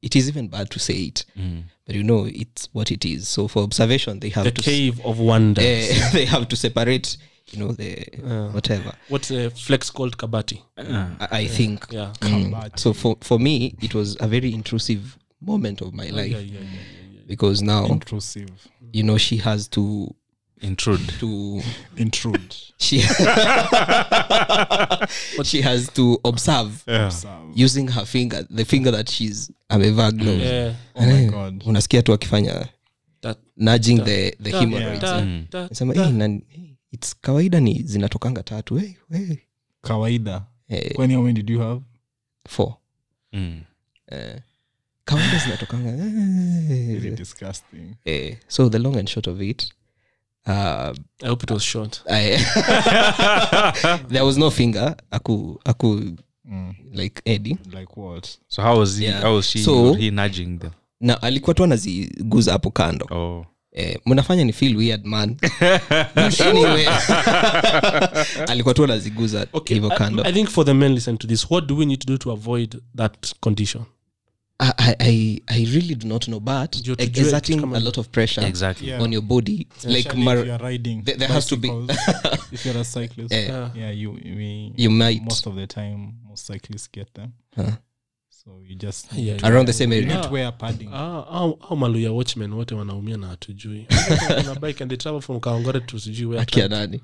Speaker 1: it is even bad to say it mm. but you know it's what it is so for observation they have
Speaker 3: The
Speaker 1: to
Speaker 3: cave of wonder.
Speaker 1: eh, they have to separate you know the whatever
Speaker 3: What uh, flex called kabati?
Speaker 1: I, I think
Speaker 3: Yeah.
Speaker 1: Mm. so for for me it was a very intrusive moment of my life
Speaker 3: Oh, yeah,
Speaker 1: because now
Speaker 2: intrusive
Speaker 1: you know she has to
Speaker 4: intrude
Speaker 1: to
Speaker 2: intrude
Speaker 1: she she has to observe using her finger the finger that she's amevaa gloves
Speaker 3: Yeah.
Speaker 2: oh
Speaker 1: Eh.
Speaker 2: my god
Speaker 1: unasikia tu akifanya
Speaker 3: That-
Speaker 1: nudging the the
Speaker 3: Da,
Speaker 1: hemorrhoids
Speaker 3: da, da,
Speaker 1: Nasema,
Speaker 3: da.
Speaker 1: "Eh, na- eh, it's kawaida ni zinatokanga tatu eh, eh,
Speaker 2: kawaida
Speaker 1: eh,
Speaker 2: kwani how many did you have
Speaker 1: four
Speaker 4: Mm.
Speaker 1: eh, kawaida zinatokanga eh,
Speaker 2: really disgusting
Speaker 1: Eh, so the long and short of it uh,
Speaker 3: I hope it was short.
Speaker 1: I there was no finger aku aku like edi
Speaker 2: like what
Speaker 4: so how was he
Speaker 1: Yeah.
Speaker 4: how was she
Speaker 1: So-
Speaker 4: or he nudging them
Speaker 1: na alikuwa tu anaziguza hapo kando
Speaker 4: oh
Speaker 1: eh, mnafanya ni feel weird man But anyway alikuwa tu anaziguza
Speaker 3: Okay,
Speaker 1: hivyo
Speaker 3: I,
Speaker 1: kando
Speaker 3: I think for the men listening to this, what do we need to do to avoid that condition?
Speaker 1: I, I, I, I really do not know but
Speaker 3: Ndio tujue kitu
Speaker 1: exerting
Speaker 3: kama
Speaker 1: a
Speaker 3: hiyo.
Speaker 1: lot of pressure
Speaker 4: exactly
Speaker 2: Yeah.
Speaker 1: on your body like
Speaker 2: Especially if
Speaker 1: mar-
Speaker 2: you are riding
Speaker 1: there- there has to be-
Speaker 2: bicycles, if you're a cyclist
Speaker 1: Eh.
Speaker 2: yeah, you we,
Speaker 1: you might
Speaker 2: most of the time most cyclists get them
Speaker 1: Huh.
Speaker 2: so you just
Speaker 3: Yeah, yeah.
Speaker 1: around the same
Speaker 2: you
Speaker 1: area
Speaker 2: need to wear padding
Speaker 3: Ah, au- au maluya watchmen wote wanaumia na hatujui Wana bike and they travel from kaongore to sijui where.
Speaker 1: akia nani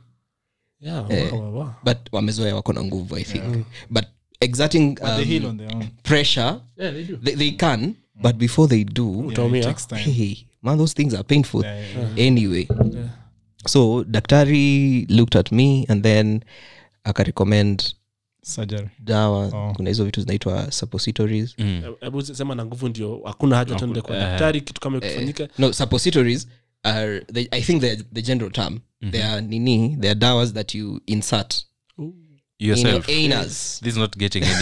Speaker 3: Yeah,
Speaker 1: Eh.
Speaker 3: wow, wow, wow.
Speaker 1: but wamezoea wako na nguvu i think but exerting
Speaker 2: but they heal
Speaker 1: um,
Speaker 2: on their own
Speaker 1: pressure
Speaker 3: Yeah, they do.
Speaker 1: they, they can but before they do
Speaker 2: yeah, it
Speaker 3: utaumia.
Speaker 2: takes time
Speaker 1: hey, man those things are painful
Speaker 2: Yeah, yeah, yeah.
Speaker 1: anyway so daktari looked at me and then akarecommend
Speaker 2: surgery
Speaker 1: dawa
Speaker 2: Oh. Mm.
Speaker 1: kuna hizo vitu zinaitwa suppositories
Speaker 3: Eh, hebu sema na nguvu ndio hakuna haja tuende kwa
Speaker 1: Eh.
Speaker 3: daktari kitu kama kufanyika
Speaker 1: no suppositories are they, i think they're the general term
Speaker 2: Mm-hmm.
Speaker 1: they are nini they are dawas that you insert in your
Speaker 4: yourself
Speaker 1: anus
Speaker 4: this is not getting any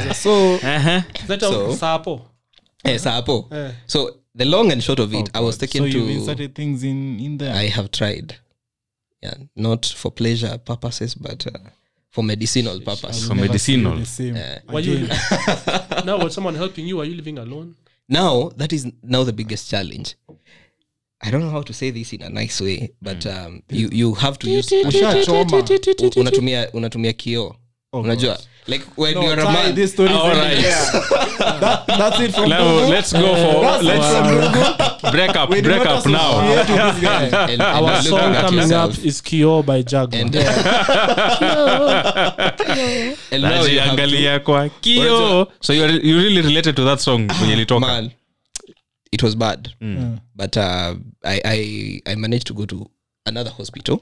Speaker 1: Eh. So- eh, sa hapo so the long and short of it i was taken
Speaker 2: Oh, so
Speaker 1: to
Speaker 2: you've inserted things in in there
Speaker 1: I have tried. Yeah, not for pleasure purposes, but uh, for medicinal purpose.
Speaker 4: for
Speaker 2: Never
Speaker 4: medicinal
Speaker 2: feel the same.
Speaker 1: Eh.
Speaker 3: Were you- now was someone helping you are you living alone
Speaker 1: Now that is now the biggest challenge. I don't know how to say this in a nice way, but
Speaker 3: Mm.
Speaker 1: um, you you have to use
Speaker 2: Ushachoma.
Speaker 1: U- unatumia unatumia kioo. Unajua? Like when
Speaker 2: No,
Speaker 1: you're a
Speaker 2: tie
Speaker 1: man.
Speaker 2: this story
Speaker 4: all
Speaker 2: to-
Speaker 4: right
Speaker 2: That- that's it from
Speaker 8: Level,
Speaker 2: Google.
Speaker 8: let's go for
Speaker 2: That's
Speaker 8: let's
Speaker 2: it from Google.
Speaker 8: break up
Speaker 2: We do
Speaker 8: break
Speaker 2: not
Speaker 8: up now
Speaker 2: associate with this guy.
Speaker 1: and, and
Speaker 3: our
Speaker 1: looking
Speaker 3: song
Speaker 1: at
Speaker 3: coming
Speaker 1: yourself
Speaker 3: up is Kio by Jaguar
Speaker 1: And, uh, and now you have to-
Speaker 8: najiangalia kwa kio so you, are, you really related to that song kwenye ilitoka
Speaker 1: man it was bad but uh, I, I i managed to go to another hospital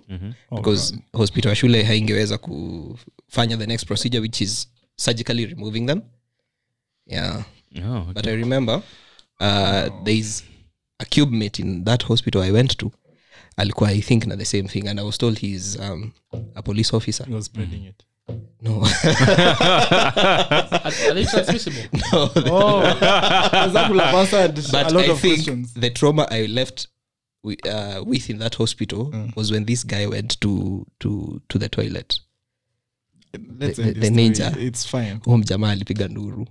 Speaker 1: because hospital ya shule haingeweza kufanya the next procedure which is surgically removing them yeah
Speaker 4: oh, okay.
Speaker 1: but i remember uh, there is a cube mate in that hospital i went to alikuwa i think na the same thing and i was told he's um, a police officer
Speaker 2: He was spreading it.
Speaker 1: no
Speaker 3: are they transmissible
Speaker 2: Because that will have answered
Speaker 1: but
Speaker 2: Oh. a lot
Speaker 1: I
Speaker 2: of
Speaker 1: think
Speaker 2: questions.
Speaker 1: the trauma I left wi- uh, with in that hospital
Speaker 3: Mm.
Speaker 1: was when this guy went to to to the toilet.
Speaker 2: Let's
Speaker 1: the- the
Speaker 2: end this story.
Speaker 1: ninja.
Speaker 2: It's fine.
Speaker 1: Huyo mjamaa alipiga nduru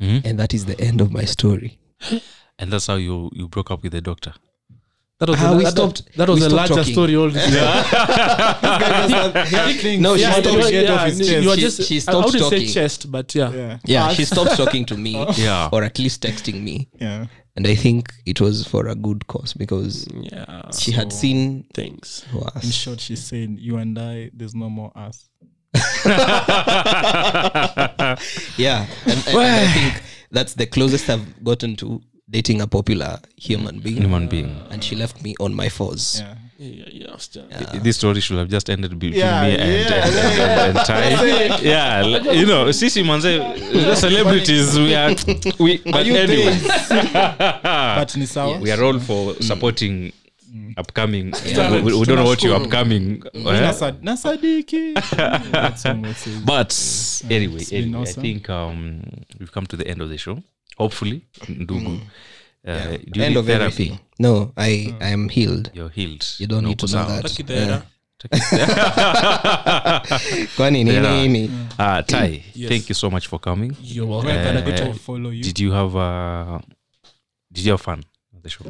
Speaker 1: and that is the end of my story.
Speaker 4: and that's how you you broke up with the doctor
Speaker 3: That was
Speaker 1: Ah,
Speaker 3: the,
Speaker 1: we
Speaker 3: that,
Speaker 1: stopped-
Speaker 3: That was
Speaker 1: we
Speaker 3: the
Speaker 1: stopped
Speaker 3: larger
Speaker 1: talking.
Speaker 3: story. All
Speaker 1: no, she
Speaker 3: yeah,
Speaker 1: stopped.
Speaker 3: you-
Speaker 2: get off
Speaker 3: yeah,
Speaker 2: his
Speaker 3: you
Speaker 2: chest.
Speaker 3: are
Speaker 1: She-
Speaker 3: just.
Speaker 1: she
Speaker 3: I
Speaker 1: stopped
Speaker 3: wouldn't say
Speaker 1: talking.
Speaker 3: chest, but yeah.
Speaker 2: yeah
Speaker 1: yeah, she stopped talking to me,
Speaker 4: Yeah.
Speaker 1: or at least texting me,
Speaker 2: yeah
Speaker 1: and I think it was for a good cause because
Speaker 3: Yeah.
Speaker 1: she had seen
Speaker 3: things.
Speaker 2: in
Speaker 1: worse.
Speaker 2: short she said you and i there's no more us
Speaker 1: Yeah, and, and- and I think that's the closest I've gotten to dating a popular human being.
Speaker 4: Human being.
Speaker 1: and she left me on my fours.
Speaker 2: yeah
Speaker 3: Yeah, yeah, yeah.
Speaker 4: this story should have just ended between
Speaker 2: Yeah,
Speaker 4: me and,
Speaker 2: yeah,
Speaker 4: and, and, and, and Ty. yeah, l- you know, sisi manze, the celebrities we are, we, but anyway,
Speaker 2: but ni sawa
Speaker 4: we are all for supporting upcoming.
Speaker 2: Talent.
Speaker 4: We, we don't know what you're upcoming. eh?
Speaker 2: Nasa- nasadiki That's what we say.
Speaker 4: But anyway,
Speaker 2: it's been
Speaker 4: anyway
Speaker 2: awesome.
Speaker 4: I think um, we've come to the end of the show. Hopefully, Ndugu, uh, do you
Speaker 1: Mm. End
Speaker 4: need
Speaker 1: of
Speaker 4: therapy?
Speaker 1: everything. No, I
Speaker 2: Hmm.
Speaker 1: I am healed.
Speaker 4: You're healed.
Speaker 1: You don't
Speaker 4: No
Speaker 1: need to know
Speaker 4: kusahau.
Speaker 1: that.
Speaker 3: Lucky there.
Speaker 1: Yeah. Kwani
Speaker 4: There are.
Speaker 1: nini nini?
Speaker 2: Hmm.
Speaker 4: Ah, Ty,
Speaker 3: Yes.
Speaker 4: thank you so much for coming.
Speaker 3: You're
Speaker 2: Where
Speaker 3: welcome.
Speaker 2: can I go
Speaker 4: Eh,
Speaker 2: to follow you?
Speaker 4: Did you have uh, did you have fun? on The show.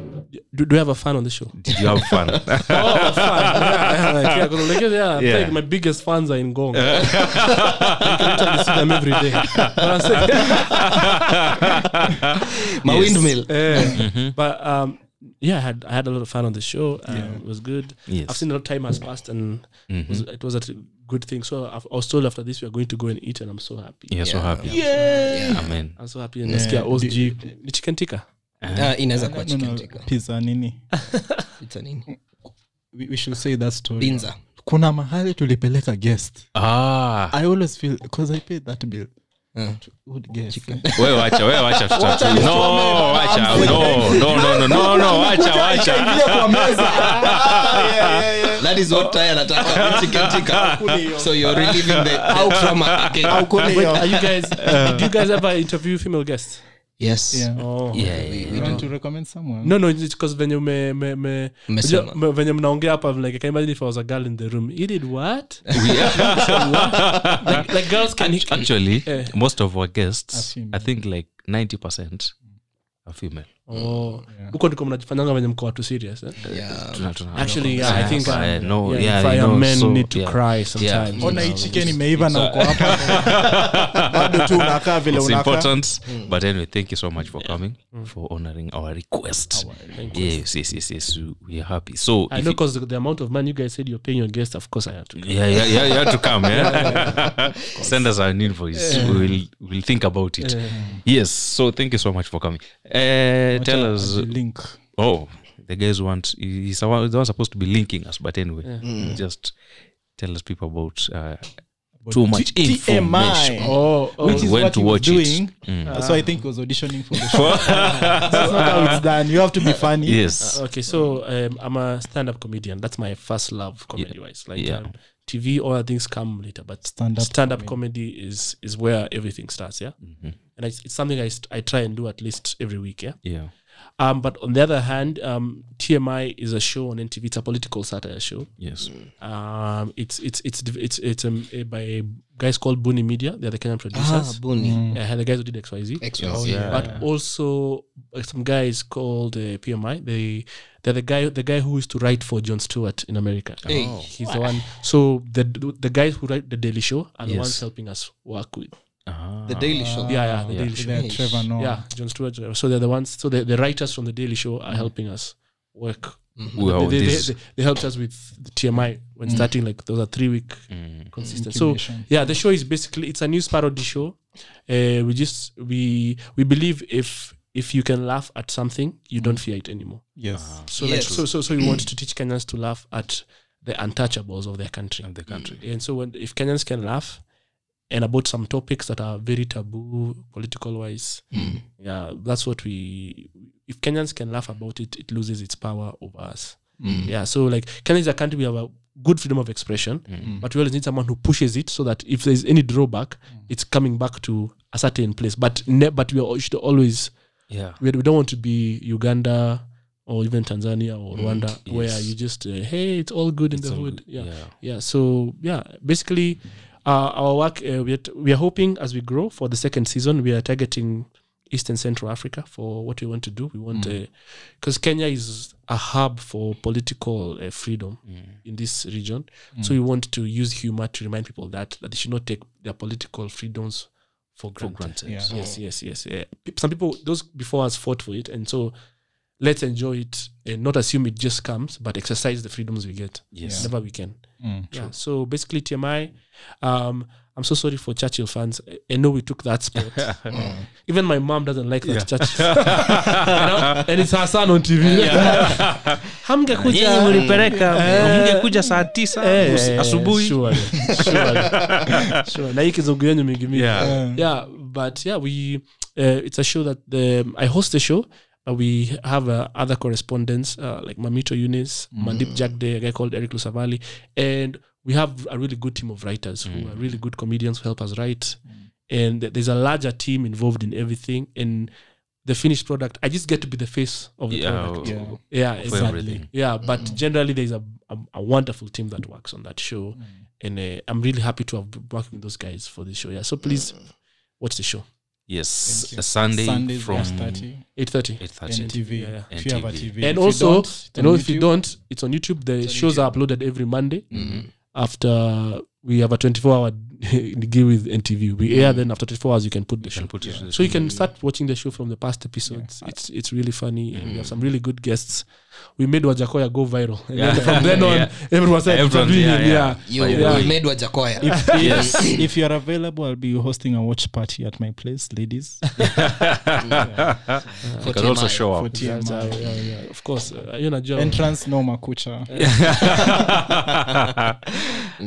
Speaker 3: Do, do you have a fan on the show?
Speaker 4: Did you have fun?
Speaker 3: oh, fan. Yeah, yeah, yeah, 'cause like, yeah,
Speaker 4: Yeah.
Speaker 3: yeah. Like my biggest fans are in Gong. I can literally see them every day. But, I said,
Speaker 1: My
Speaker 2: Eh.
Speaker 1: windmill.
Speaker 3: but um, yeah, I had I had a lot of fun on the show. Um, It was good.
Speaker 4: Yes. Mm-hmm.
Speaker 3: I've seen a lot of time has passed, and it was, it was a t- good thing. So I've, I was told after this we are going to go and eat, and I'm so happy.
Speaker 4: You're so happy.
Speaker 3: Yeah.
Speaker 4: Amen.
Speaker 3: I'm so happy. And yeah. OSG, the chicken tikka.
Speaker 1: Ah, inaweza kuwa
Speaker 2: No, no,
Speaker 1: chicken tikka.
Speaker 2: pizza nini
Speaker 1: It's a nini?
Speaker 2: we, we should say that story
Speaker 1: Binza.
Speaker 2: kuna mahali tulipeleka guest
Speaker 4: Ah.
Speaker 2: i always feel because i paid that bill Good guess.
Speaker 4: wewe wacha wewe wacha tutatu- no wacha no no no no no no wacha wacha
Speaker 1: That is what
Speaker 2: Oh.
Speaker 1: Ty anataka. Chicken tikka. So you're reliving the the trauma again.
Speaker 3: Wait, are you guys? do you guys ever interview female guests?
Speaker 1: Yes.
Speaker 2: Yeah.
Speaker 3: Oh.
Speaker 4: yeah, yeah.
Speaker 2: You want to recommend someone?
Speaker 3: No, no, it's because venye me, me, me,
Speaker 1: Mmesema.
Speaker 3: Unajua, me- venye mnaongea hapa I'm like I can imagine if I was a girl in the room. He did what? like, like girls can
Speaker 4: Act- actually
Speaker 3: Eh.
Speaker 4: most of our guests
Speaker 2: female.
Speaker 4: i think like 90% are female
Speaker 3: Oh. Huko ndiko mnajifanyanga venye mko watu serious. Eh?
Speaker 1: Yeah.
Speaker 4: Tuna- tuna-
Speaker 3: Actually, yeah, I think
Speaker 4: I
Speaker 3: um,
Speaker 4: know,
Speaker 3: yeah,
Speaker 4: yeah,
Speaker 3: if I
Speaker 4: you know,
Speaker 3: am men
Speaker 4: so,
Speaker 3: need to
Speaker 4: yeah. Oh,
Speaker 3: cry sometimes. you
Speaker 2: ona
Speaker 3: know.
Speaker 2: hii chicken imeiva na uko hapa bado tu unakaa vile
Speaker 4: it's
Speaker 2: unakaa
Speaker 4: important but anyway thank you so much for coming for honoring our request yes yes yes yes we are happy so
Speaker 3: I
Speaker 4: if
Speaker 3: know
Speaker 4: you-
Speaker 3: because the amount of money you guys said you're paying your guests, of course I have to.
Speaker 4: yeah, yeah, yeah, you have to come. Yeah? Send us an invoice. We'll we'll think about it. Yes. So thank you so much for coming. Uh, tell us.
Speaker 2: link
Speaker 4: Oh, the guys want. He's the one the one supposed to be linking us, but anyway,
Speaker 8: Mm.
Speaker 4: just tell us people about uh, too much
Speaker 2: T-
Speaker 4: information.
Speaker 2: TMI.
Speaker 3: Oh, oh.
Speaker 2: which is
Speaker 4: When
Speaker 2: what
Speaker 4: to
Speaker 2: he was
Speaker 4: watch it. Mm.
Speaker 2: doing. Uh, so I think he was auditioning for the show. That's not how it's done. You have to be funny.
Speaker 4: Yes.
Speaker 3: Okay, so um, I'm a stand-up comedian. That's my first love, comedy-wise. Like
Speaker 4: Yeah.
Speaker 3: um, TV, all other things come later, but
Speaker 2: Stand-up
Speaker 3: stand-up, comedy. is is where everything starts. Yeah,
Speaker 4: Mm-hmm.
Speaker 3: and it's, it's something I, st- I try and do at least every week. Yeah.
Speaker 4: Yeah.
Speaker 3: Um, but on the other hand, um, TMI is a show on NTV. It's a political satire show.
Speaker 4: Yes.
Speaker 8: Mm.
Speaker 3: Um, it's it's it's div- it's it's um, eh, by guys called Buni Media. They're the Kenyan
Speaker 1: Ah,
Speaker 3: producers.
Speaker 2: Hmm.
Speaker 1: Buni.
Speaker 3: yeah, the guys who did XYZ
Speaker 2: Oh,
Speaker 1: Exos.
Speaker 3: but also uh, some guys called uh, PMI. They they're the guy the guy who used to write for John Stewart in America.
Speaker 1: Hey.
Speaker 2: Oh,
Speaker 3: He's the one. So the the guys who write the Daily Show are the
Speaker 4: Yes.
Speaker 3: ones helping us work with.
Speaker 4: Ah.
Speaker 1: The Daily Show.
Speaker 3: Yeah, yeah, the Daily Show.
Speaker 2: They're Trevor Noah.
Speaker 3: Yeah, John Stewart. So they're the ones. So the, the writers from the Daily Show are helping us work.
Speaker 4: Well,
Speaker 3: they, they,
Speaker 4: Oh, this-
Speaker 3: they, they helped us with the TMI when starting like those are three week
Speaker 4: Mm.
Speaker 3: consistent. So
Speaker 2: Incubation.
Speaker 3: yeah, the show is basically it's a news parody show. Uh, we just we we believe if if you can laugh at something, you don't fear it anymore.
Speaker 2: Yes.
Speaker 3: So like
Speaker 1: Yes.
Speaker 3: so so so you want to teach Kenyans to laugh at the untouchables of their country.
Speaker 4: Of the country.
Speaker 3: And so when if Kenyans can laugh and about some topics that are very taboo political wise, yeah, that's what we if Kenyans can laugh about it, it loses its power over us. Yeah. So like Kenya is a country we have a good freedom of expression, but we always need someone who pushes it so that if there's any drawback, it's coming back to a certain place. But ne- but we, are, we should always
Speaker 8: Mm.
Speaker 4: Yeah.
Speaker 3: we, we don't want to be Uganda or even Tanzania or Rwanda where you just uh, hey it's all good in the
Speaker 4: all
Speaker 3: hood
Speaker 4: good,
Speaker 3: yeah.
Speaker 4: yeah.
Speaker 3: Mm, yeah so yeah basically uh, our work uh, we, are t- we are hoping as we grow for the second season we are targeting East and Central Africa for what we want to do. We want because Kenya is a hub for political uh, freedom in this region. So we want to use humor to remind people that that they should not take their political freedoms for granted.
Speaker 4: granted.
Speaker 2: Yeah.
Speaker 3: Yes, yes, yes. yeah. Pe- Some people those before us fought for it, and so let's enjoy it and not assume it just comes, but exercise the freedoms we get.
Speaker 4: Yes.
Speaker 3: whenever we can.
Speaker 2: Mm.
Speaker 3: Yeah. So basically, TMI. Um, I'm so sorry for Churchill fans. I- I know we took that spot. Even my mom doesn't like that Churchill. you know? And it's her son on TV. Hamgekuja.
Speaker 8: nyinyi mlipeleka mngekuja saa
Speaker 3: Eh,
Speaker 8: tisa
Speaker 3: eh, eh,
Speaker 8: asubuhi
Speaker 3: surely, surely, surely. na hii kizungu yenu mingi mingi.
Speaker 8: Yeah.
Speaker 3: yeah but yeah we uh, it's a show that the i host the show but we have uh, other correspondents uh, like mamito Yunis, mandip jagde a guy called eric lusavali and we have a really good team of writers who are really good comedians who help us write and th- there's a larger team involved in everything and the finished product i just get to be the face of the
Speaker 4: Yeah.
Speaker 3: product
Speaker 2: Yeah.
Speaker 3: yeah exactly
Speaker 4: everything.
Speaker 3: yeah but generally there's a, a, a wonderful team that works on that show and uh, i'm really happy to have been working with those guys for this show yeah so please watch the show
Speaker 4: Yes.
Speaker 2: Thank you.
Speaker 4: A Sunday
Speaker 2: Sundays
Speaker 4: from
Speaker 2: 8:30,
Speaker 3: 8.30
Speaker 4: eight thirty.
Speaker 2: NTV.
Speaker 3: yeah, yeah.
Speaker 2: If you have a
Speaker 4: NTV.
Speaker 2: TV.
Speaker 3: and
Speaker 2: If you
Speaker 3: also
Speaker 2: don't,
Speaker 3: you know if you don't it's on youtube the
Speaker 2: on
Speaker 3: shows are uploaded every monday
Speaker 4: Mm-hmm.
Speaker 3: after we have a 24 hour deal with ntv we air then after 24 hours you can put the
Speaker 4: You
Speaker 3: show
Speaker 4: can put it to the
Speaker 3: so you
Speaker 4: screen.
Speaker 3: can start watching the show from the past episodes it's it's really funny and we
Speaker 4: Mm.
Speaker 3: have some really good guests we made wajakoya go viral and
Speaker 4: Yeah.
Speaker 3: then from then on
Speaker 4: Yeah.
Speaker 3: everyone said
Speaker 4: Everyone,
Speaker 3: "Really,
Speaker 4: yeah, yeah.
Speaker 1: You
Speaker 4: By the
Speaker 1: you
Speaker 4: way.
Speaker 1: made wa Jakoya.
Speaker 4: Yes.
Speaker 2: if you are available, I'll be hosting a watch party at my place, ladies.
Speaker 1: For
Speaker 4: You can also
Speaker 1: TMI.
Speaker 4: show
Speaker 2: For
Speaker 4: up.
Speaker 2: TMI.
Speaker 3: Yeah, yeah, yeah. of course uh, you know Joe.
Speaker 2: Entrance no makucha.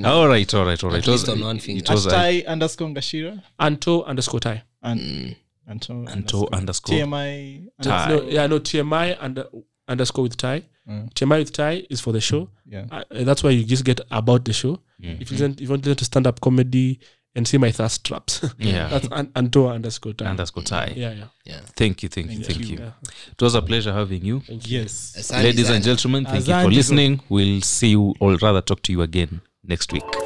Speaker 4: all right, all right, all right.
Speaker 1: At
Speaker 4: It was,
Speaker 1: least on one finger.
Speaker 4: it was a,
Speaker 2: Ty underscore Ngashira
Speaker 3: anto underscore tie
Speaker 2: and Anto,
Speaker 4: Anto underscore
Speaker 2: TMI.
Speaker 4: Ty.
Speaker 3: no, yeah no tmi under, underscore with tie
Speaker 2: Mm.
Speaker 3: tmi with tie is for the show
Speaker 2: Yeah.
Speaker 3: Uh, that's why you just get about the show. If you listen, if you want to listen to stand up comedy and see my thirst traps,
Speaker 4: Yeah.
Speaker 3: that's an, Antoa underscore time.
Speaker 4: underscore tie.
Speaker 3: yeah, yeah.
Speaker 4: Thank you, thank you, thank you.
Speaker 3: Yeah.
Speaker 4: It was a pleasure having you.
Speaker 2: Yes.
Speaker 1: Asante
Speaker 4: Ladies
Speaker 1: sana.
Speaker 4: and gentlemen, thank you for
Speaker 2: Asante.
Speaker 4: listening. We'll see you, or rather, talk to you again next week.